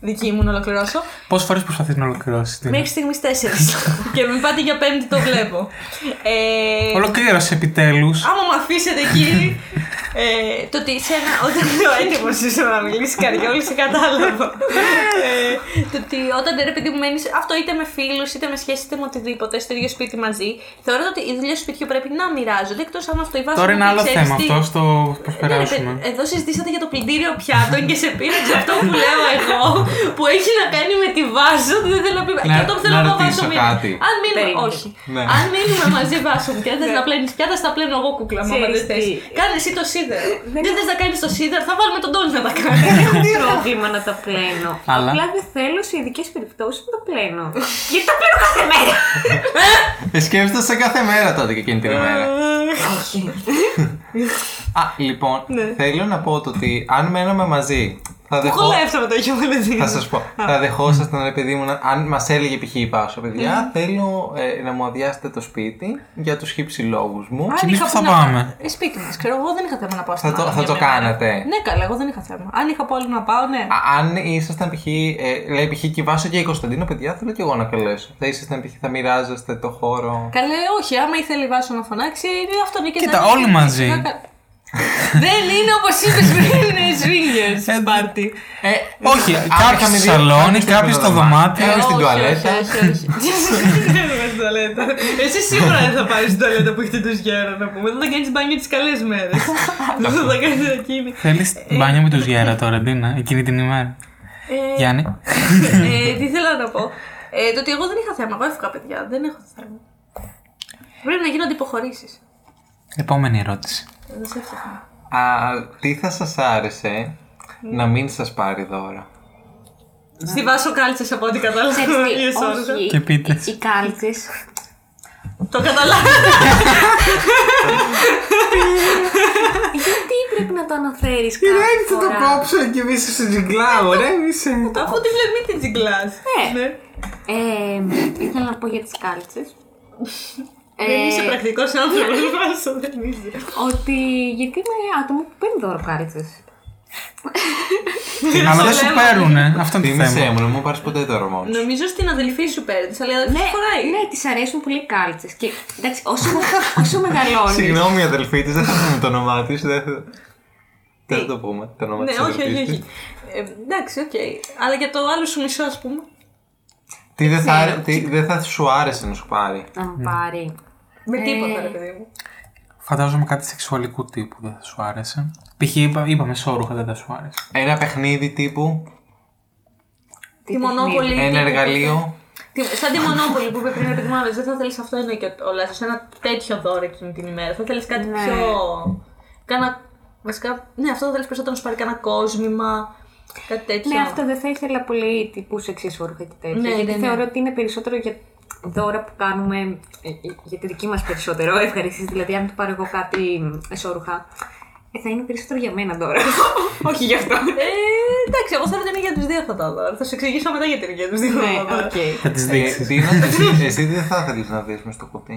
[SPEAKER 2] δική μου να ολοκληρώσω.
[SPEAKER 4] Πόσες φορές προσπαθείς να ολοκληρώσεις την.
[SPEAKER 2] Μέχρι στιγμής τέσσερις. και μην πάτε για πέμπτη, το βλέπω. Ε,
[SPEAKER 4] Ολοκλήρωσε επιτέλους.
[SPEAKER 2] Άμα μου αφήσετε, κύριε. ε, το ότι σε ένα, όταν ο έτοιμος είσαι να μιλήσεις καριόλη, σε κατάλαβα. ε, το ότι όταν ρε παιδί μου μένεις αυτό είτε με φίλους, είτε με σχέση, είτε με οτιδήποτε, στο ίδιο σπίτι μαζί, θεωρώ ότι οι δουλειέ του σπιτιού πρέπει να μοιράζονται εκτός αν αυτό η βάση
[SPEAKER 4] Τώρα
[SPEAKER 2] μου
[SPEAKER 4] είναι
[SPEAKER 2] πει,
[SPEAKER 4] άλλο
[SPEAKER 2] «Ξέρεις
[SPEAKER 4] θέμα
[SPEAKER 2] τι,
[SPEAKER 4] αυτό, στο
[SPEAKER 2] ναι, ρε,
[SPEAKER 4] προσπεράσουμε.
[SPEAKER 2] παι- εδώ συζητήσατε για το πλυντήριο πιάτων και σε πείραξε αυτό που λέω εγώ, που έχει να κάνει με τη βάζα. ότι Δεν θέλω να πει.
[SPEAKER 1] Να-
[SPEAKER 2] και όταν θέλω
[SPEAKER 1] να
[SPEAKER 2] να
[SPEAKER 1] ρωτήσω
[SPEAKER 2] βάζω μήνυμα.
[SPEAKER 1] κάτι.
[SPEAKER 2] Αν μείνουμε.
[SPEAKER 3] Περίμενε.
[SPEAKER 2] Όχι.
[SPEAKER 1] Ναι.
[SPEAKER 2] Αν μείνουμε μαζί βάζω μου και δεν θε να πλένεις πιάτα, θα πλένω εγώ κούκλα μου. άμα
[SPEAKER 3] Ξέρεις
[SPEAKER 2] Δεν θες.
[SPEAKER 3] τι.
[SPEAKER 2] Κάνε εσύ το σίδερο. Δεν θες να κάνεις το σίδερο, θα βάλουμε τον τόλι να τα κάνει.
[SPEAKER 3] Δεν έχω πρόβλημα να τα πλένω.
[SPEAKER 4] Αλλά?
[SPEAKER 3] Απλά δεν θέλω σε ειδικές περιπτώσεις να τα πλένω. Γιατί τα πλένω κάθε μέρα.
[SPEAKER 1] Ε, Σκέφτεσαι κάθε μέρα τότε και εκείνη
[SPEAKER 4] Ε.
[SPEAKER 1] την ημέρα.
[SPEAKER 3] Όχι.
[SPEAKER 1] Α, λοιπόν,
[SPEAKER 2] Ναι.
[SPEAKER 1] θέλω να πω το ότι αν μέναμε μαζί, θα δεχό...
[SPEAKER 2] Κολέψα με το χιούμορ.
[SPEAKER 1] Θα σας πω. θα δεχόσασταν, ρε παιδί μου, να- αν μας έλεγε π.χ. η Πάσο, παιδιά,
[SPEAKER 2] Ναι.
[SPEAKER 1] θέλω ε, να μου αδειάσετε το σπίτι για τους χύψη λόγους μου.
[SPEAKER 2] Αν
[SPEAKER 4] Εμείς
[SPEAKER 2] είχα
[SPEAKER 4] που θα
[SPEAKER 2] που να-
[SPEAKER 4] πάμε.
[SPEAKER 2] Ε, Σπίτι μας, ξέρω εγώ δεν είχα θέμα να πάω στην
[SPEAKER 1] Θα το-
[SPEAKER 2] άλλη
[SPEAKER 1] θα
[SPEAKER 2] μια
[SPEAKER 1] το
[SPEAKER 2] μέρα.
[SPEAKER 1] κάνατε.
[SPEAKER 2] Ναι, καλά, εγώ δεν είχα θέμα. Αν είχα πόλη να πάω, ναι.
[SPEAKER 1] Α, αν ήσασταν π.χ. Ε, λέει π.χ. και η Βάσο και η Κωνσταντίνο, παιδιά, θέλω και εγώ να καλέσω. Θα ήσασταν π.χ. θα μοιράζεστε το χώρο.
[SPEAKER 2] Καλέ, όχι, άμα ήθελε η Βάσο να φωνάξει, είναι αυτό είναι και
[SPEAKER 4] Κοίτα,
[SPEAKER 2] τα-
[SPEAKER 4] όλοι μαζί.
[SPEAKER 2] Δεν είναι όπως είπες πριν, είναι σβήνιε. Πάρτι.
[SPEAKER 1] Ε,
[SPEAKER 4] Όχι,
[SPEAKER 1] αν
[SPEAKER 4] κάποιο
[SPEAKER 1] είχαμε
[SPEAKER 4] στο
[SPEAKER 1] δει-
[SPEAKER 4] σαλόνι,
[SPEAKER 1] κάποιος
[SPEAKER 4] κάποιο στο δωμάτιο.
[SPEAKER 1] κάποιος στην
[SPEAKER 2] Ε, Όχι,
[SPEAKER 1] τουαλέτα.
[SPEAKER 2] όχι, όχι, όχι. Δεν είμαι στην τουαλέτα. Εσύ σίγουρα δεν θα πάρεις στην τουαλέτα που έχετε τους γέρα να πούμε. Δεν θα κάνεις μπάνιο τις καλές μέρες. Δεν θα κάνεις εκείνη.
[SPEAKER 4] Θέλεις μπάνιο με τους γέρα τώρα, Ντίνα, εκείνη την ημέρα.
[SPEAKER 2] Ε,
[SPEAKER 4] Γιάννη.
[SPEAKER 2] ε, Τι θέλω να πω. Ε, Το ότι εγώ δεν είχα θέμα. Εγώ έφυγα, παιδιά. Δεν έχω θέμα. Πρέπει να γίνονται υποχωρήσεις.
[SPEAKER 4] Επόμενη ερώτηση.
[SPEAKER 2] Δεν σε έφτιαχνα.
[SPEAKER 1] Α, τι θα σας άρεσε
[SPEAKER 2] Ναι.
[SPEAKER 1] να μην σας πάρει δώρα.
[SPEAKER 2] Στη βάσο κάλτσες από ό,τι κατάλαβα. Βγες όλες.
[SPEAKER 3] Όχι.
[SPEAKER 4] Και πίτες.
[SPEAKER 3] Οι κάλτσες.
[SPEAKER 2] Το καταλάβα.
[SPEAKER 3] Γιατί πρέπει να το αναφέρεις κάθε φορά.
[SPEAKER 1] κόψω και μη σε τζιγκλάω, ρε, μη σε.
[SPEAKER 2] Αφού τη βλέπεις, μην την τζιγκλάς.
[SPEAKER 3] Ναι. Ε, Ήθελα να πω για Ε, τις κάλτσες.
[SPEAKER 2] Δεν Ε, είσαι πρακτικός άνθρωπος, βάσο δεν είσαι.
[SPEAKER 3] Ότι γιατί είμαι άτομο που παίρνει δώρο κάλτσες.
[SPEAKER 4] Αλλά δεν σου παίρνουνε. Αυτό είναι το
[SPEAKER 1] Θύμησέ
[SPEAKER 4] θέμα.
[SPEAKER 1] μου, να μου πάρεις ποτέ δώρα μόνο.
[SPEAKER 2] Νομίζω στην αδελφή σου παίρνεις, αλλά δεν σου χωράει.
[SPEAKER 3] ναι, τη αρέσουν πολύ κάλτσες. Και εντάξει, όσο, όσο
[SPEAKER 2] ναι.
[SPEAKER 3] μεγαλώνεις.
[SPEAKER 1] Συγγνώμη, αδελφή της, δεν θα πούμε το όνομά της. Δεν θα... Δεν θα το πούμε. Το όνομα
[SPEAKER 2] Ναι,
[SPEAKER 1] της
[SPEAKER 2] όχι, όχι,
[SPEAKER 1] αδελφής της.
[SPEAKER 2] όχι. Ε, εντάξει, οκ. Αλλά για το άλλο σου μισό, ας πούμε.
[SPEAKER 1] Τι δεν θα, τι δεν θα σου άρεσε να σου πάρει.
[SPEAKER 3] να μου πάρει.
[SPEAKER 2] Με τίποτα, ρε παιδί μου.
[SPEAKER 4] Φαντάζομαι κάτι σεξουαλικού τύπου δεν θα σου άρεσε. Π.χ. είπα- είπαμε σόρουχα δεν θα σου άρεσε.
[SPEAKER 1] Ένα παιχνίδι τύπου,
[SPEAKER 2] Τη μονόπολη.
[SPEAKER 1] ένα εργαλείο.
[SPEAKER 2] Τι- Σαν τη μονόπολη που είπε πριν, ρε παιδί μου, άλλος, δεν θα θέλεις αυτό ένα και ο Λάσο. Ένα τέτοιο δώρο εκείνη την ημέρα. Θα θέλεις κάτι
[SPEAKER 3] Ναι.
[SPEAKER 2] πιο. Κάνα. Βασικά, ναι, αυτό θα θέλεις περισσότερο να σου πάρει κανένα κόσμημα. Κάτι τέτοιο.
[SPEAKER 3] Ναι, αυτό δεν θα ήθελα πολύ τύπου σεξισόρουχα και τέτοια.
[SPEAKER 2] Ναι,
[SPEAKER 3] γιατί
[SPEAKER 2] ναι, ναι.
[SPEAKER 3] θεωρώ ότι είναι περισσότερο για δώρα που κάνουμε ε, ε, για τη δική μας περισσότερο ευχαρίστηση. Δηλαδή, αν του πάρω εγώ κάτι ε, σόρουχα, ε, θα είναι περισσότερο για μένα Ναι, δώρα. Όχι γι' αυτό.
[SPEAKER 2] Ε, εντάξει, εγώ θέλω ότι είναι για τους δύο αυτά τα δώρα. Θα σου εξηγήσω μετά γιατί είναι για τους δύο
[SPEAKER 3] ναι,
[SPEAKER 2] αυτά τα δώρα.
[SPEAKER 3] οκ.
[SPEAKER 4] Θα τις
[SPEAKER 1] Ε,
[SPEAKER 4] δείξεις.
[SPEAKER 1] Ντίνα, εσύ, εσύ τι δεν θα θέλεις να δεις μες στο κουτί.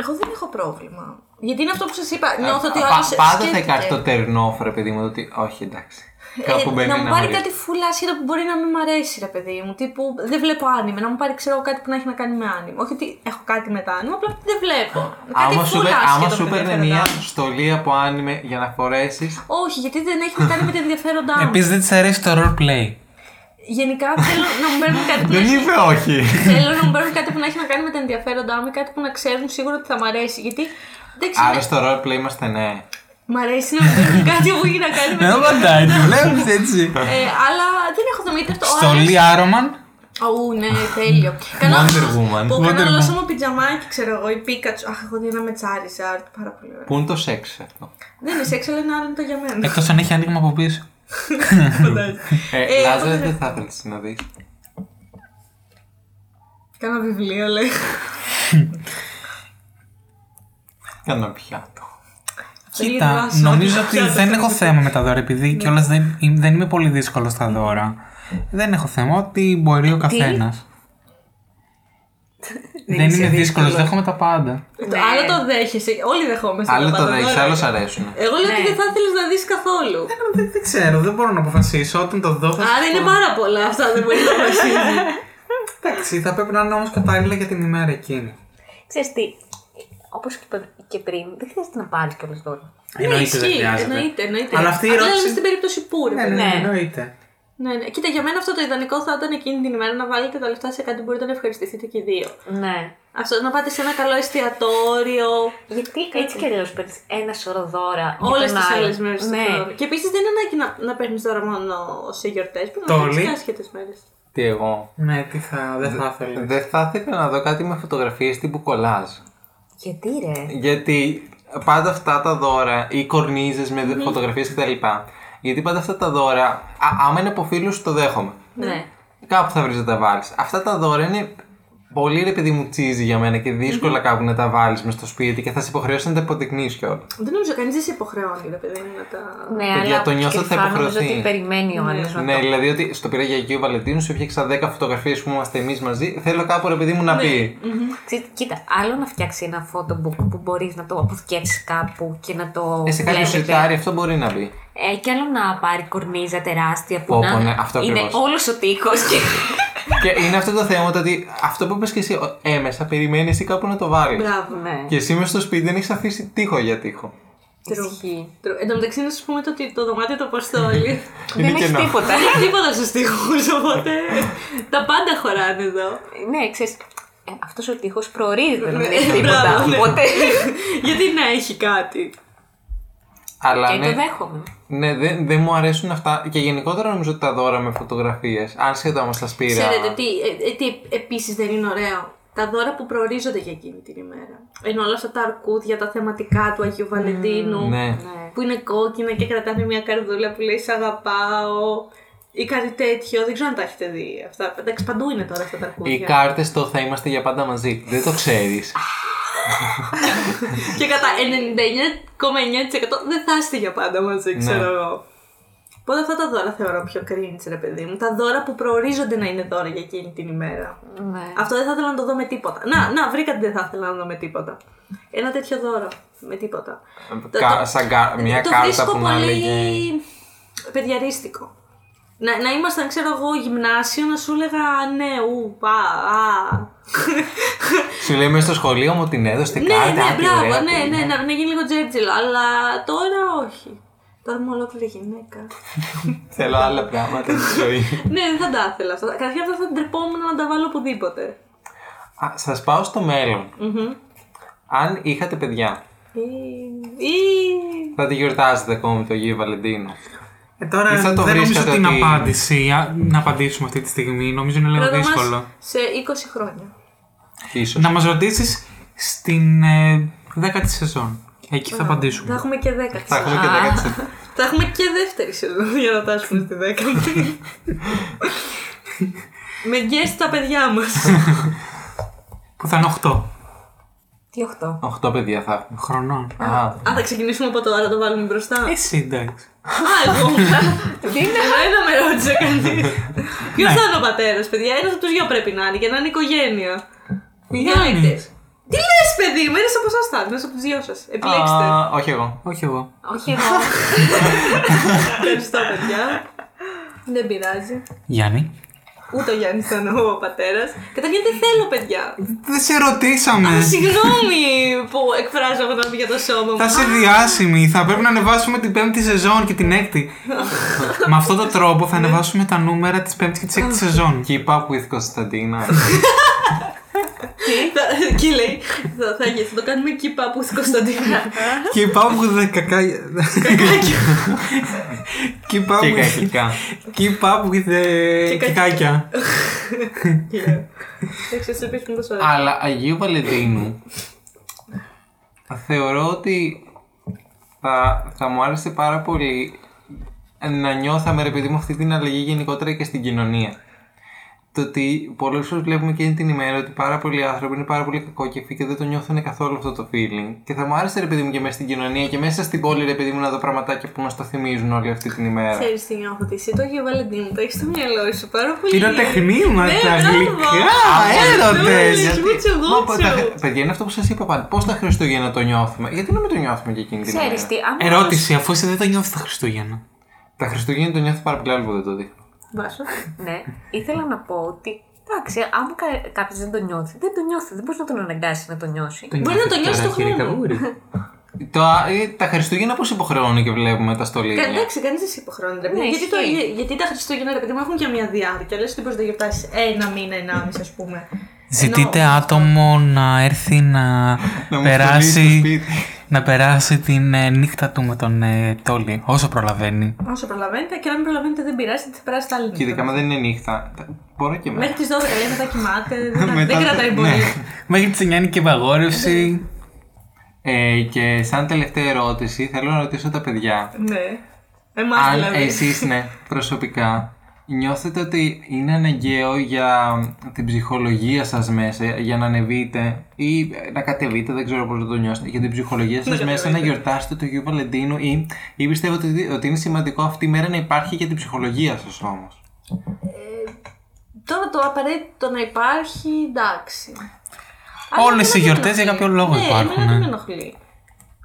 [SPEAKER 2] Εγώ δεν έχω πρόβλημα. Γιατί είναι αυτό που σας είπα. Νιώθω ότι ο
[SPEAKER 1] Πα-
[SPEAKER 2] άλλος
[SPEAKER 1] Πάντα θα
[SPEAKER 2] σκέφτεται.
[SPEAKER 1] υπάρχει το turn off, ρε παιδί μου, το ότι όχι, εντάξει.
[SPEAKER 2] Ε,
[SPEAKER 1] Κάπου μπαίνει
[SPEAKER 2] να μου πάρει
[SPEAKER 1] μυρίζει.
[SPEAKER 2] κάτι φουλ άσχετο που μπορεί να μην μ' αρέσει, ρε παιδί μου. Τύπου δεν βλέπω άνιμε. Να μου πάρει, ξέρω, κάτι που να έχει να κάνει με άνιμε. Όχι ότι έχω κάτι με τα άνιμε, απλά δεν βλέπω. Κάτι
[SPEAKER 1] Άμα σου,
[SPEAKER 2] φουλ
[SPEAKER 1] πε-
[SPEAKER 2] άσχετο
[SPEAKER 1] άμα
[SPEAKER 2] που
[SPEAKER 1] σου
[SPEAKER 2] δεν Ναι.
[SPEAKER 1] παίρνει
[SPEAKER 2] ενδιαφέρον
[SPEAKER 1] μία
[SPEAKER 2] άνιμε.
[SPEAKER 1] στολή από άνιμε για να φορέσεις.
[SPEAKER 2] Όχι, γιατί δεν έχει να κάνει με τα ενδιαφέροντά μου.
[SPEAKER 4] Επίσης δεν της αρέσει το role play.
[SPEAKER 2] Γενικά θέλω να μου παίρνουν κάτι που να
[SPEAKER 1] Δεν
[SPEAKER 2] έχει-
[SPEAKER 1] είπε όχι.
[SPEAKER 2] Θέλω να μου παίρνουν κάτι που να έχει να κάνει με τα ενδιαφέροντά μου ή κάτι που να ξέρουν σίγουρα ότι θα μ' αρέσει. Γιατί δεν ξέρω.
[SPEAKER 1] Άρα στο roleplay είμαστε ναι.
[SPEAKER 2] Μ' αρέσει να μου παίρνουν κάτι που έχει να κάνει με.
[SPEAKER 4] Δεν απαντάει, τη βλέπεις έτσι.
[SPEAKER 2] ε, αλλά δεν έχω θέμα γιατί αυτό. ο άλλος-
[SPEAKER 4] Στολή Άρωμαν.
[SPEAKER 2] Ου, ναι, τέλειο.
[SPEAKER 1] Wonder Woman.
[SPEAKER 2] Που
[SPEAKER 4] Wonder
[SPEAKER 2] κάνω
[SPEAKER 4] Woman.
[SPEAKER 2] όλο μου πιτζαμάκι, ξέρω εγώ, η Πίκατσου. Αχ, έχω δει ένα με Charizard, πάρα πολύ ωραίο.
[SPEAKER 1] Πού είναι το σεξ σε αυτό.
[SPEAKER 2] Δεν είναι σεξ, αλλά είναι άρρητο για μένα.
[SPEAKER 4] Εκτός αν έχει άνοιγμα από πίσω.
[SPEAKER 2] Φαντάζεσαι.
[SPEAKER 1] Ε,
[SPEAKER 2] Ε,
[SPEAKER 1] Λάζα,
[SPEAKER 2] οπότε-
[SPEAKER 1] δεν θα θέλει να δεις.
[SPEAKER 2] Κάνα βιβλίο, λέει.
[SPEAKER 1] Κάνω πιάτο.
[SPEAKER 4] Κοίτα, νομίζω ότι Ναι. δεν έχω θέμα με τα δώρα, επειδή κιόλας δεν, είμαι- δεν είμαι πολύ δύσκολος στα δώρα. Δεν έχω θέμα, ό,τι μπορεί ο καθένα. Δεν είναι δύσκολο, δέχομαι τα πάντα.
[SPEAKER 2] Το άλλο το δέχεσαι. Όλοι δεχόμαστε.
[SPEAKER 1] Άλλοι
[SPEAKER 2] τα
[SPEAKER 1] το
[SPEAKER 2] πάντα,
[SPEAKER 1] δέχεσαι,
[SPEAKER 2] τώρα.
[SPEAKER 1] άλλος αρέσουν.
[SPEAKER 2] Εγώ λέω ότι
[SPEAKER 3] Ναι.
[SPEAKER 2] δεν θα ήθελες να δεις καθόλου.
[SPEAKER 4] Δεν, δεν ξέρω, δεν μπορώ να αποφασίσω. Όταν το δω, θα σου
[SPEAKER 2] Άρα
[SPEAKER 4] πω.
[SPEAKER 2] είναι πάρα πολλά αυτά, δεν μπορεί να αποφασίζεις.
[SPEAKER 4] Εντάξει, θα πρέπει να είναι όμως κατάλληλα για την ημέρα εκείνη.
[SPEAKER 3] Ξέρεις τι, όπως και είπα και πριν, δεν χρειάζεται να πάρεις κιόλας τώρα.
[SPEAKER 4] Ναι, Εννοείται, δεν
[SPEAKER 2] Ναι, ισχύει,
[SPEAKER 4] χρειάζεται.
[SPEAKER 2] Εννοείται, εννοείται.
[SPEAKER 4] Αλλά αυτή η
[SPEAKER 2] Απλά
[SPEAKER 4] ερώτηση-
[SPEAKER 2] λέμε στην περίπτωση που. ρε
[SPEAKER 4] Ναι,
[SPEAKER 2] παιδί.
[SPEAKER 4] ναι, ναι,
[SPEAKER 3] Ναι.
[SPEAKER 4] εννοείται.
[SPEAKER 2] Ναι, ναι. Κοίτα, για μένα αυτό το ιδανικό θα ήταν εκείνη την ημέρα να βάλετε τα λεφτά σε κάτι που μπορείτε να ευχαριστηθείτε και οι δύο.
[SPEAKER 3] Ναι.
[SPEAKER 2] Αυτό να πάτε σε ένα καλό εστιατόριο.
[SPEAKER 3] Γιατί έτσι κι αλλιώς παίρνεις ένα σωρό δώρα. για
[SPEAKER 2] Όλε
[SPEAKER 3] τον
[SPEAKER 2] τι
[SPEAKER 3] άλλο.
[SPEAKER 2] άλλες μέρες του
[SPEAKER 3] Ναι.
[SPEAKER 2] χρόνου. Και επίσης δεν είναι ανάγκη να, να παίρνεις τώρα μόνο σε γιορτές. Πρέπει
[SPEAKER 4] Τόλι.
[SPEAKER 2] να παίρνει και άσχετες μέρες.
[SPEAKER 1] Τι εγώ.
[SPEAKER 4] Ναι, τι θα, δεν θα ήθελα.
[SPEAKER 1] Δεν θα ήθελα να δω κάτι με φωτογραφίες τύπου κολλάζ.
[SPEAKER 3] Γιατί ρε.
[SPEAKER 1] Γιατί πάντα αυτά τα δώρα ή κορνίζες με mm. φωτογραφίε κτλ. Γιατί πάντα αυτά τα δώρα, α- άμα είναι από φίλους, το δέχομαι.
[SPEAKER 3] Ναι.
[SPEAKER 1] Κάπου θα βρεις να τα βάλεις. Αυτά τα δώρα είναι πολύ ρε παιδί μου τσίζι για μένα και δύσκολα κάπου να τα βάλεις μες στο σπίτι και θα σε υποχρεώσει να τα υποδεικνύει κιόλας.
[SPEAKER 2] Δεν νομίζω κανείς δεν σε υποχρεώνει, ρε παιδί μου, να τα.
[SPEAKER 3] Ναι,
[SPEAKER 1] Παιδιά,
[SPEAKER 3] αλλά
[SPEAKER 1] το νιώθω ότι θα
[SPEAKER 3] κρυφά νομίζω
[SPEAKER 1] υποχρεωθεί.
[SPEAKER 3] ότι περιμένει ο άλλος να
[SPEAKER 1] Ναι,
[SPEAKER 3] το
[SPEAKER 1] δηλαδή ότι στο πήρα για Αγίου Βαλεντίνου, σου έφτιαξα 10 φωτογραφίες που είμαστε εμείς μαζί. Θέλω κάπου ρε παιδί μου να πει.
[SPEAKER 3] Ξέρετε, Κοίτα, άλλο να φτιάξει ένα photobook που μπορείς να το αποθηκεύσεις κάπου και να το.
[SPEAKER 1] Ε, σε κάποιο
[SPEAKER 3] βλέπετε.
[SPEAKER 1] σιρτάρι αυτό μπορεί να μπει.
[SPEAKER 3] Ε, και άλλο να πάρει κορνίζα τεράστια που
[SPEAKER 1] Πω,
[SPEAKER 3] να
[SPEAKER 1] πω, ναι, αυτό
[SPEAKER 3] είναι
[SPEAKER 1] ακριβώς.
[SPEAKER 3] όλος ο τείχος. Και...
[SPEAKER 1] και είναι αυτό το θέμα το ότι αυτό που είπες και εσύ, ο- ε, έμεσα περιμένεις εσύ κάπου να το βάλεις.
[SPEAKER 2] Μπράβο.
[SPEAKER 3] ναι.
[SPEAKER 1] Και εσύ μες στο σπίτι δεν έχεις αφήσει τείχο για τείχο.
[SPEAKER 3] Ισχύει.
[SPEAKER 2] True. Εν τω μεταξύ, να σα πούμε το ότι το δωμάτιο το Παστόλι.
[SPEAKER 1] Είναι
[SPEAKER 3] Δεν έχεις
[SPEAKER 1] κενό.
[SPEAKER 3] τίποτα.
[SPEAKER 2] Δεν έχεις τίποτα στους τοίχου, οπότε. τα πάντα χωράνε εδώ.
[SPEAKER 3] ναι, ξέρεις. Ε, Αυτός ο τείχος προορίζεται να μην
[SPEAKER 2] Ναι,
[SPEAKER 3] έχει
[SPEAKER 2] μπράβο,
[SPEAKER 3] τίποτα.
[SPEAKER 2] ναι.
[SPEAKER 3] Οπότε.
[SPEAKER 2] Γιατί να έχει κάτι.
[SPEAKER 1] Αλλά
[SPEAKER 3] Και
[SPEAKER 1] ναι,
[SPEAKER 3] το δέχομαι.
[SPEAKER 1] ναι δεν δεν μου αρέσουν αυτά. Και γενικότερα νομίζω ότι τα δώρα με φωτογραφίες, άσχετα όμω τα σπήρα.
[SPEAKER 2] Ξέρετε τι, ε, ε, τι επίσης δεν είναι ωραίο. Τα δώρα που προορίζονται για εκείνη την ημέρα. Ενώ όλα αυτά τα αρκούδια, τα θεματικά του Αγίου Βαλεντίνου.
[SPEAKER 1] Ναι.
[SPEAKER 3] Ναι.
[SPEAKER 2] Που είναι κόκκινα και κρατάνε μια καρδούλα που λέει Σ' αγαπάω. Ή κάτι τέτοιο. Δεν ξέρω αν τα έχετε δει αυτά. Εντάξει, παντού είναι τώρα αυτά τα
[SPEAKER 1] Οι
[SPEAKER 2] αρκούδια.
[SPEAKER 1] κάρτε το θα είμαστε για πάντα μαζί. Δεν το ξέρεις.
[SPEAKER 2] και κατά 99,9% δεν θα είστε για πάντα
[SPEAKER 1] Ναι.
[SPEAKER 2] μαζί, ξέρω εγώ. Οπότε αυτά τα δώρα θεωρώ πιο cringe, ρε παιδί μου. Τα δώρα που προορίζονται να είναι δώρα για εκείνη την ημέρα.
[SPEAKER 3] ναι.
[SPEAKER 2] Αυτό δεν θα ήθελα να το δω με τίποτα. Να, να, βρήκα τι δεν θα ήθελα να δω με τίποτα. Ένα τέτοιο δώρο. Με τίποτα.
[SPEAKER 1] Κα- σαν κα- μια
[SPEAKER 2] το
[SPEAKER 1] κάρτα
[SPEAKER 2] βρίσκω
[SPEAKER 1] που να
[SPEAKER 2] πολύ
[SPEAKER 1] λέγει.
[SPEAKER 2] παιδιαρίστικο. Να, να ήμασταν, ξέρω εγώ, γυμνάσιο να σου έλεγα ναι, ου, πα, α.
[SPEAKER 1] Σου λέει μέσα στο σχολείο μου την έδωσε την
[SPEAKER 2] ναι,
[SPEAKER 1] κάρτα.
[SPEAKER 2] ναι,
[SPEAKER 1] άντε, ωραία
[SPEAKER 2] μπράβο,
[SPEAKER 1] που
[SPEAKER 2] ναι,
[SPEAKER 1] είναι.
[SPEAKER 2] ναι, να, να γίνει λίγο τζέρτζιλο. Αλλά τώρα όχι. Τώρα είμαι ολόκληρη γυναίκα.
[SPEAKER 1] Θέλω άλλα πράγματα στη ζωή.
[SPEAKER 2] ναι, δεν θα τα ήθελα αυτά. Καταρχήν δεν θα ντρεπόμουν να τα βάλω οπουδήποτε.
[SPEAKER 1] Σας πάω στο μέλλον. Αν είχατε παιδιά,
[SPEAKER 2] Ή, ή-
[SPEAKER 1] θα τη γιορτάζετε ακόμη το Αγίου Βαλεντίνου.
[SPEAKER 4] Ε, τώρα
[SPEAKER 1] Ή θα
[SPEAKER 4] δεν
[SPEAKER 1] το
[SPEAKER 4] νομίζω
[SPEAKER 1] βρίσκατε
[SPEAKER 4] την
[SPEAKER 1] ότι-
[SPEAKER 4] απάντηση α, να απαντήσουμε αυτή τη στιγμή. Νομίζω είναι λίγο
[SPEAKER 2] Πρέπει να μας
[SPEAKER 4] δύσκολο.
[SPEAKER 2] Σε 20 χρόνια.
[SPEAKER 1] Ίσως.
[SPEAKER 4] Να μας ρωτήσεις στην ε, δέκατη σεζόν. Εκεί θα
[SPEAKER 2] Θα
[SPEAKER 4] απαντήσουμε.
[SPEAKER 2] έχουμε και 10.
[SPEAKER 1] Θα έχουμε και
[SPEAKER 3] Α.
[SPEAKER 1] δέκα της-
[SPEAKER 2] Θα έχουμε και δεύτερη σεζόν για να τάσουμε στη δέκατη. Με guest τα παιδιά μας.
[SPEAKER 4] Που θα είναι 8
[SPEAKER 3] Τι οχτώ.
[SPEAKER 1] Οχτώ παιδιά θα έχουμε.
[SPEAKER 4] χρονών.
[SPEAKER 1] Α,
[SPEAKER 2] Α, θα ξεκινήσουμε από τώρα, το βάλουμε μπροστά. Α,
[SPEAKER 4] Εσύ εντάξει.
[SPEAKER 2] εγώ. Εμένα με ρώτησε κανείς. Ποιο θα είναι ο πατέρας, παιδιά. Ένας από τους δυο πρέπει να είναι και να είναι οικογένεια. Γιάννη. Τι λες, παιδί μου, ένας από εσάς θα είναι, ένας από τους δυο σας. Επιλέξτε.
[SPEAKER 1] Α, όχι εγώ.
[SPEAKER 4] Όχι εγώ.
[SPEAKER 3] Όχι εγώ.
[SPEAKER 2] Ευχαριστώ, παιδιά. Δεν πειράζει.
[SPEAKER 4] Γιάννη.
[SPEAKER 2] Ούτε ο Γιάννης θα είναι ο πατέρας. Καταρχήν δεν θέλω παιδιά.
[SPEAKER 4] Δεν σε ρωτήσαμε.
[SPEAKER 2] Συγγνώμη που εκφράζω γνώμη για το σώμα μου.
[SPEAKER 4] Θα είσαι διάσημη. Θα πρέπει να ανεβάσουμε την πέμπτη σεζόν και την έκτη. Με αυτόν τον τρόπο θα ανεβάσουμε τα νούμερα της πέμπτης και της έκτη σεζόν.
[SPEAKER 1] Keep up with Κωνσταντίνα.
[SPEAKER 2] Θα- Και λέει, θα, θα, θα το κάνουμε keep up with Κωνσταντίνα.
[SPEAKER 4] Και υπάρχουν δεκακά. Και
[SPEAKER 1] και
[SPEAKER 4] υπάρχουν.
[SPEAKER 1] κακικά.
[SPEAKER 4] Keep up with the κικάκια.
[SPEAKER 2] Εντάξει, εσύ πεις μου τόσο ωραία.
[SPEAKER 1] Αλλά Αγίου Βαλεντίνου θεωρώ ότι θα, θα μου άρεσε πάρα πολύ να νιώθαμε ρε παιδί μου αυτή την αλλαγή γενικότερα και στην κοινωνία. το ότι πολλές φορές βλέπουμε εκείνη την ημέρα ότι πάρα πολλοί άνθρωποι είναι πάρα πολύ κακόκεφοι και δεν το νιώθουν καθόλου αυτό το feeling. Και θα μου άρεσε ρε παιδί μου και μέσα στην κοινωνία και μέσα στην πόλη ρε παιδί μου να δω πραγματάκια που μας το θυμίζουν όλη αυτή την ημέρα.
[SPEAKER 2] Ξέρεις τι νιώθω ότι εσύ το Αγίου Βαλεντίνου το έχεις στο μυαλό σου πάρα πολύ.
[SPEAKER 4] Πυροτεχνήματα,
[SPEAKER 2] Ναι, μπράβο.
[SPEAKER 4] γλυκά,
[SPEAKER 2] Ναι,
[SPEAKER 4] έρωτες.
[SPEAKER 2] ναι. Τσιγούτσου.
[SPEAKER 1] Μα, πα- τα- Παιδιά, είναι αυτό που σας είπα πάντα. Πώς τα Χριστούγεννα το νιώθουμε, Γιατί να μην το νιώθουμε και εκείνη την ημέρα.
[SPEAKER 3] Ξέρεις τι, άμα
[SPEAKER 4] Ερώτηση, αφού εσύ δεν το νιώθεις τα Χριστούγεννα.
[SPEAKER 1] Τα Χριστούγεννα το νιώθω πάρα πολύ άλλο που δεν το δείχνω.
[SPEAKER 2] Βάσο.
[SPEAKER 3] Ναι, ήθελα να πω ότι εντάξει, αν κάποιος δεν το νιώθει, δεν το νιώθει. Δεν μπορείς να τον αναγκάσεις να το νιώσει.
[SPEAKER 2] Μπορεί να το νιώσεις το χρόνο.
[SPEAKER 1] Το, ε, τα Χριστούγεννα πώς υποχρεώνουν και βλέπουμε τα στολίδια.
[SPEAKER 2] Εντάξει, κανείς δεν σε υποχρεώνει. ρε παιδί.
[SPEAKER 3] Ναι,
[SPEAKER 2] γιατί, το,
[SPEAKER 3] ισχύει.
[SPEAKER 2] για- γιατί τα Χριστούγεννα ρε παιδί μου έχουν και μια διάρκεια. Λες ότι μπορείς να γιορτάσεις ένα μήνα, ενάμιση, ας πούμε.
[SPEAKER 4] Ζητείτε
[SPEAKER 2] Ενώ-
[SPEAKER 4] άτομο να έρθει να,
[SPEAKER 1] Να μου στολίσει το
[SPEAKER 4] περάσει,
[SPEAKER 1] σπίτι.
[SPEAKER 4] να περάσει την ε, νύχτα του με τον ε, Τόλι, όσο προλαβαίνει.
[SPEAKER 2] Όσο προλαβαίνετε και να μην προλαβαίνετε δεν πειράζει, γιατί θα περάσει τα άλλη.
[SPEAKER 1] Και ειδικά άμα
[SPEAKER 2] νύχτα.
[SPEAKER 1] δεν είναι νύχτα. τα- Μπορώ και
[SPEAKER 2] Μέχρι
[SPEAKER 1] μέρα.
[SPEAKER 2] τι 12 λέει μετά κοιμάται. δεν- δεν
[SPEAKER 1] Μετά-
[SPEAKER 2] κρατάει
[SPEAKER 1] ναι.
[SPEAKER 2] πολύ.
[SPEAKER 4] Μέχρι τη Σενιάνικη Παγόρευση.
[SPEAKER 1] Ε, και σαν τελευταία ερώτηση, θέλω να ρωτήσω τα παιδιά.
[SPEAKER 2] Ναι. Εμάς
[SPEAKER 1] Αν
[SPEAKER 2] δηλαδή.
[SPEAKER 1] εσείς, ναι, προσωπικά, νιώθετε ότι είναι αναγκαίο για την ψυχολογία σας μέσα, για να ανεβείτε ή να κατεβείτε, δεν ξέρω πώς να το νιώσετε, για την ψυχολογία σας μέσα να γιορτάσετε το Γιου Βαλεντίνου ή, ή πιστεύετε ότι, ότι είναι σημαντικό αυτή η μέρα να υπάρχει για την ψυχολογία σας όμως.
[SPEAKER 2] Τώρα το απαραίτητο να υπάρχει, εντάξει. Αλλά
[SPEAKER 4] Όλες
[SPEAKER 2] εμένα δεν
[SPEAKER 4] οι γιορτές για
[SPEAKER 2] ενοχλεί.
[SPEAKER 4] κάποιο λόγο
[SPEAKER 2] ναι,
[SPEAKER 4] υπάρχουν,
[SPEAKER 2] εμένα δεν
[SPEAKER 4] ναι.
[SPEAKER 2] με ενοχλεί.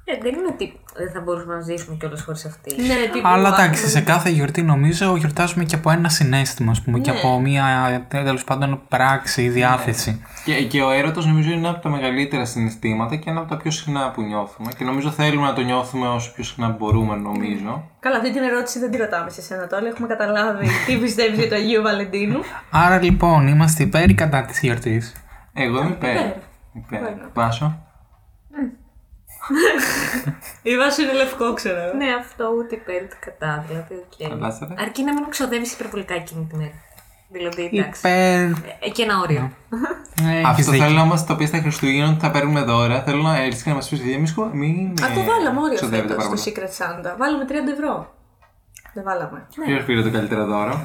[SPEAKER 3] Ε, δεν είναι ότι δεν θα μπορούσαμε να ζήσουμε κιόλας χωρίς αυτή.
[SPEAKER 2] Ναι, τύπου,
[SPEAKER 4] Αλλά
[SPEAKER 2] α,
[SPEAKER 4] εντάξει, σε κάθε γιορτή νομίζω γιορτάζουμε και από ένα συνέστημα, ας πούμε, και
[SPEAKER 2] Ναι.
[SPEAKER 4] από μια τέλος πάντων πράξη ή διάθεση.
[SPEAKER 1] Και, και ο έρωτος νομίζω είναι ένα από τα μεγαλύτερα συναισθήματα και ένα από τα πιο συχνά που νιώθουμε και νομίζω θέλουμε να το νιώθουμε όσο πιο συχνά μπορούμε νομίζω.
[SPEAKER 2] Καλά, αυτή την ερώτηση δεν τη ρωτάμε σε σένα τώρα. Έχουμε καταλάβει τι πιστεύεις για το Αγίου Βαλεντίνου.
[SPEAKER 4] Άρα λοιπόν, είμαστε υπέρ ή κατά της γιορτής.
[SPEAKER 1] Εγώ είμαι υπέρ.
[SPEAKER 2] Υπέρ.
[SPEAKER 1] Υπέρ. Πάσο.
[SPEAKER 2] Η βάση είναι λευκό, ξέρω.
[SPEAKER 3] Ναι, αυτό ούτε υπέρ ούτε κατά. Δηλαδή, οκ.
[SPEAKER 1] Λάζαρε.
[SPEAKER 3] Αρκεί να μην ξοδεύεις υπερβολικά εκείνη τη μέρα. Δηλαδή, εντάξει.
[SPEAKER 4] Υπέρ.
[SPEAKER 3] Ε, και ένα όριο.
[SPEAKER 4] Ε, έχεις
[SPEAKER 1] Αυτό
[SPEAKER 4] δίκιο.
[SPEAKER 1] θέλω να μα το πει στα Χριστούγεννα ότι θα παίρνουμε δώρα. Θέλω να έρθεις να μας πεις ότι μην.
[SPEAKER 2] Αυτό βάλαμε όριο
[SPEAKER 1] ξοδεύετε
[SPEAKER 2] φέτος
[SPEAKER 1] Ναι, πάρα
[SPEAKER 2] στο Secret Santa. Βάλαμε 30 ευρώ. Δεν βάλαμε.
[SPEAKER 1] πολύ. Ποιο πήρε το καλύτερο δώρο.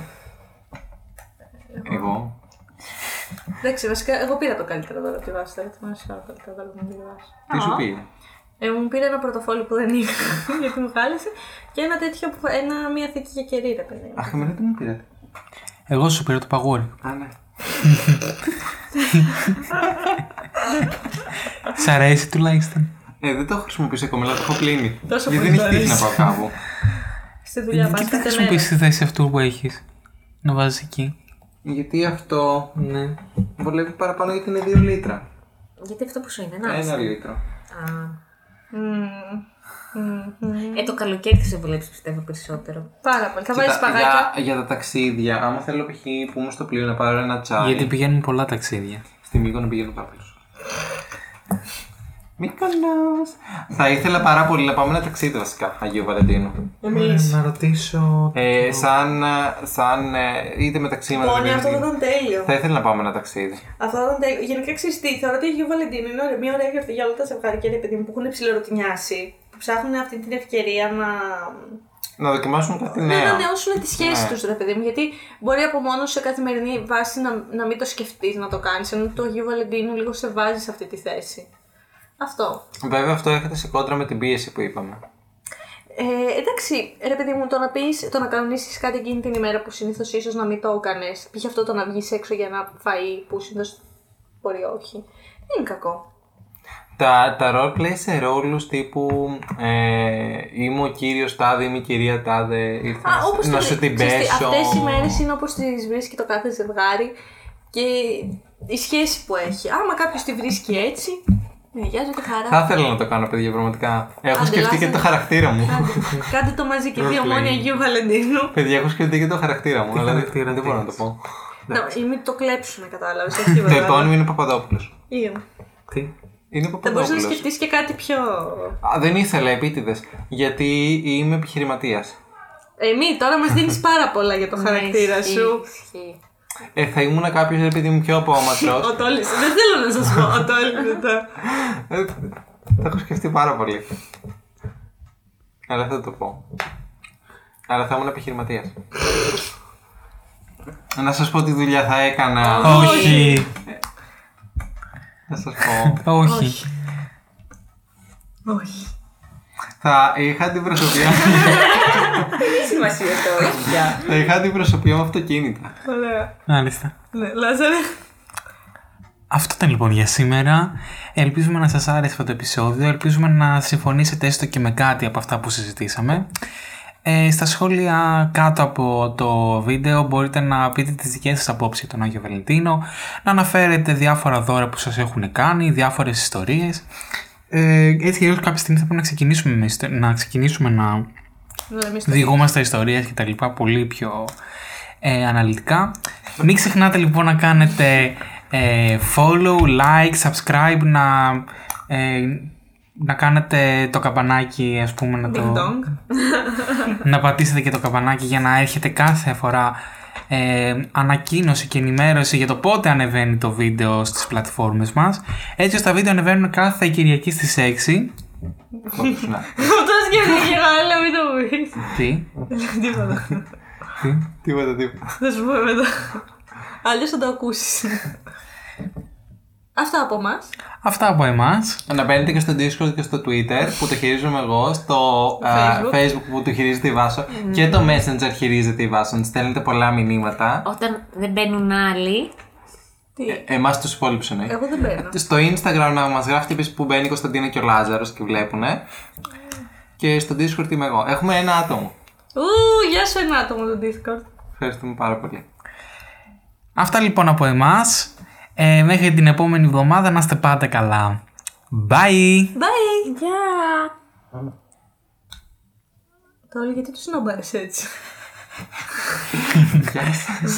[SPEAKER 1] Εγώ.
[SPEAKER 2] Εντάξει, βασικά εγώ πήρα το καλύτερο δώρο από τη βάση. Δεν θυμάσαι άλλο καλύτερο δώρο που μου πήρε η βάση.
[SPEAKER 1] Τι σου πήρε.
[SPEAKER 2] Ε, μου πήρε ένα πορτοφόλι που δεν είχα γιατί μου χάλασε και ένα τέτοιο, που- ένα, μια θήκη για κερί, ρε παιδί. μου.
[SPEAKER 1] Αχ, εμένα δεν μου πήρε.
[SPEAKER 4] Εγώ σου πήρα το παγόρι.
[SPEAKER 1] Α, ναι.
[SPEAKER 4] Σ' αρέσει τουλάχιστον.
[SPEAKER 1] Ε, δεν το έχω χρησιμοποιήσει ακόμα, αλλά το έχω πλύνει.
[SPEAKER 2] Τόσο
[SPEAKER 1] Γιατί
[SPEAKER 2] πολύ
[SPEAKER 1] δεν έχει
[SPEAKER 2] το
[SPEAKER 1] τύχει να
[SPEAKER 2] αρέσει.
[SPEAKER 1] πάω κάπου.
[SPEAKER 2] Στη
[SPEAKER 1] Ε,
[SPEAKER 2] δουλειά
[SPEAKER 4] Γιατί
[SPEAKER 2] μας
[SPEAKER 4] δεν
[SPEAKER 2] κάθε
[SPEAKER 4] χρησιμοποιήσεις
[SPEAKER 2] μέρα.
[SPEAKER 4] τη θέση αυτού που έχεις. Να βάζεις εκεί.
[SPEAKER 1] Γιατί αυτό
[SPEAKER 4] Ναι.
[SPEAKER 1] βολεύει παραπάνω γιατί είναι 2 λίτρα.
[SPEAKER 3] Γιατί αυτό που σου είναι, να.
[SPEAKER 1] Ένα λίτρο.
[SPEAKER 3] Α.
[SPEAKER 2] Μμμ.
[SPEAKER 3] Ε, το καλοκαίρι θα σε βολέψει πιστεύω περισσότερο.
[SPEAKER 2] Πάρα πολύ. Θα βάλει
[SPEAKER 1] Κοίτα,
[SPEAKER 2] σπαγάκια.
[SPEAKER 1] για, για τα ταξίδια, άμα θέλω π.χ. που είμαι στο πλοίο να πάρω ένα τσάι.
[SPEAKER 4] Γιατί πηγαίνουν πολλά ταξίδια.
[SPEAKER 1] Στη Μύκονο πηγαίνω πάρα πολύ. Μύκονος. Θα ήθελα πάρα πολύ να πάμε ένα ταξίδι βασικά, Αγίου Βαλεντίνου.
[SPEAKER 4] να ρωτήσω.
[SPEAKER 1] Ε, σαν, ε, σαν ε, είτε μεταξύ μας...
[SPEAKER 2] Πόνι,
[SPEAKER 1] δεν
[SPEAKER 2] Λοιπόν, ναι, αυτό θα
[SPEAKER 1] είναι-
[SPEAKER 2] ήταν τέλειο.
[SPEAKER 1] Θα ήθελα να πάμε ένα ταξίδι.
[SPEAKER 2] Αυτό θα ήταν τέλειο. Γενικά ξέρεις τι, θεωρώ ότι η Αγίου Βαλεντίνου είναι ωραία- μια ωραία γιορτή για όλα τα ζευγάρια ρε παιδί μου, που έχουν ψιλορωτινιάσει, που ψάχνουν αυτή την ευκαιρία να.
[SPEAKER 1] Να δοκιμάσουμε κάτι
[SPEAKER 2] να
[SPEAKER 1] νέο.
[SPEAKER 2] ανανεώσουν τη σχέση τους, τους, ρε παιδί μου. Γιατί μπορεί από μόνο σου σε καθημερινή βάση να, να μην το σκεφτείς να το κάνεις, ενώ το Αγίου Βαλεντίνου λίγο σε βάζει σε αυτή τη θέση. Αυτό.
[SPEAKER 1] Βέβαια αυτό έρχεται σε κόντρα με την πίεση που είπαμε.
[SPEAKER 2] Ε, εντάξει, ρε παιδί μου, το να, πεις, το να κανονίσεις κάτι εκείνη την ημέρα που συνήθως ίσως να μην το έκανες. Π.χ. αυτό το να βγεις έξω για ένα φαΐ που συνήθως μπορεί όχι. Δεν είναι κακό.
[SPEAKER 1] Τα, τα role play σε ρόλους τύπου ε, είμαι ο κύριος τάδε, είμαι η κυρία τάδε, ήρθα να
[SPEAKER 2] Α,
[SPEAKER 1] σε-
[SPEAKER 2] όπως
[SPEAKER 1] να σου την πέσω.
[SPEAKER 2] Αυτές οι μέρες είναι όπως τις βρίσκει το κάθε ζευγάρι και η σχέση που έχει. Άμα κάποιος τη βρίσκει έτσι, ναι, γεια σου και χαρά.
[SPEAKER 1] Θα ήθελα να το κάνω παιδιά πραγματικά. Έχω
[SPEAKER 2] Άντε,
[SPEAKER 1] σκεφτεί και
[SPEAKER 2] Λάζαρε.
[SPEAKER 1] το χαρακτήρα μου.
[SPEAKER 2] Κάντε- Κάντε το μαζί και δύο
[SPEAKER 1] Role
[SPEAKER 2] μόνοι
[SPEAKER 1] playing.
[SPEAKER 2] Αγίου Βαλεντίνου.
[SPEAKER 1] Παιδιά, έχω σκεφτεί και το χαρακτήρα μου, αλλά δεν-
[SPEAKER 4] χαρακτήρα
[SPEAKER 1] δεν μπορώ να το
[SPEAKER 4] θέλεις.
[SPEAKER 1] πω.
[SPEAKER 2] Να, ή μην το κλέψουμε, κατάλαβες.
[SPEAKER 1] Το επώνυμο είναι Παπαδόπουλος.
[SPEAKER 4] Τι.
[SPEAKER 1] Είναι
[SPEAKER 2] Θα μπορούσες να
[SPEAKER 1] Παπαδόπουλος.
[SPEAKER 2] σκεφτείς και κάτι πιο.
[SPEAKER 1] Δεν ήθελα επίτηδες. Γιατί είμαι επιχειρηματίας.
[SPEAKER 2] Εμεί Ε, τώρα μας δίνεις πάρα πολλά για
[SPEAKER 3] Ναι,
[SPEAKER 1] Ναι,
[SPEAKER 2] το χαρακτήρα σου.
[SPEAKER 1] Ε, θα ήμουν κάποιο επειδή μου πιο απόμακρος.
[SPEAKER 2] Ο Τόλης. Δεν θέλω να σας πω. Ο Τόλης μετά.
[SPEAKER 1] ε, το έχω σκεφτεί πάρα πολύ. Αλλά δεν θα το πω. Αλλά θα ήμουν επιχειρηματίας. Να σας πω τι δουλειά θα έκανα.
[SPEAKER 4] Όχι.
[SPEAKER 1] Να σας πω.
[SPEAKER 4] Όχι.
[SPEAKER 2] Όχι.
[SPEAKER 1] θα είχα την προσωπία,
[SPEAKER 3] Τι σημασία το έχει πια.
[SPEAKER 1] θα είχα την προσωπία μου αυτοκίνητα.
[SPEAKER 2] Ωραία.
[SPEAKER 4] Μάλιστα.
[SPEAKER 2] Ναι, Λάζαρε.
[SPEAKER 4] Αυτό ήταν λοιπόν για σήμερα. Ελπίζουμε να σας άρεσε αυτό το επεισόδιο. Ελπίζουμε να συμφωνήσετε έστω και με κάτι από αυτά που συζητήσαμε. Ε, στα σχόλια κάτω από το βίντεο μπορείτε να πείτε τις δικές σας απόψεις για τον Άγιο Βαλεντίνο, να αναφέρετε διάφορα δώρα που σας έχουν κάνει, διάφορες ιστορίες. Ε, έτσι και κάποια στιγμή θα πρέπει να ξεκινήσουμε, με ιστο- να, ξεκινήσουμε να
[SPEAKER 2] Ναι, εμείς το-
[SPEAKER 4] διηγούμαστε ιστορίες και τα λοιπά πολύ πιο ε, αναλυτικά. Μην ξεχνάτε λοιπόν να κάνετε ε, follow, like, subscribe, να, ε, να κάνετε το καμπανάκι ας πούμε να
[SPEAKER 2] Ding
[SPEAKER 4] το,
[SPEAKER 2] dong.
[SPEAKER 4] να πατήσετε και το καμπανάκι για να έρχεται κάθε φορά ε, ανακοίνωση και ενημέρωση για το πότε ανεβαίνει το βίντεο στις πλατφόρμες μας έτσι ώστε τα βίντεο ανεβαίνουν κάθε Κυριακή στις 6
[SPEAKER 1] Κόψουνα.
[SPEAKER 2] Αυτό σκέφτηκε αλλά μην το πεις.
[SPEAKER 4] Τι?
[SPEAKER 2] Τίποτα.
[SPEAKER 1] Τίποτα, τίποτα.
[SPEAKER 2] Θα σου πω μετά. Αλλιώς θα το ακούσεις. Αυτά από εμάς.
[SPEAKER 4] Αυτά από εμάς
[SPEAKER 1] Να μπαίνετε και στο Discord και στο Twitter που το χειρίζομαι εγώ, στο ε,
[SPEAKER 2] Facebook. Mm.
[SPEAKER 1] Facebook που το χειρίζεται η Βάσο και το Messenger χειρίζεται η Βάσο. της Στέλνετε πολλά μηνύματα.
[SPEAKER 3] Όταν δεν μπαίνουν άλλοι,
[SPEAKER 2] Τι.
[SPEAKER 1] Εμάς τους υπόλοιπους εννοεί.
[SPEAKER 2] Εγώ δεν μπαίνω.
[SPEAKER 1] Στο Instagram να μας γράφετε επίσης που μπαίνει η Κωνσταντίνα και ο Λάζαρος και βλέπουνε.
[SPEAKER 2] Mm.
[SPEAKER 1] Και στο Discord είμαι εγώ. Έχουμε ένα άτομο.
[SPEAKER 2] Ου, γεια σου ένα άτομο το Discord.
[SPEAKER 1] Ευχαριστούμε πάρα πολύ.
[SPEAKER 4] Αυτά λοιπόν από εμάς. Ε, μέχρι την επόμενη εβδομάδα να είστε πάντα καλά.
[SPEAKER 2] Bye!
[SPEAKER 4] Bye!
[SPEAKER 3] γεια!
[SPEAKER 2] Τώρα γιατί του συνόμπαρες έτσι.
[SPEAKER 1] Γεια σας.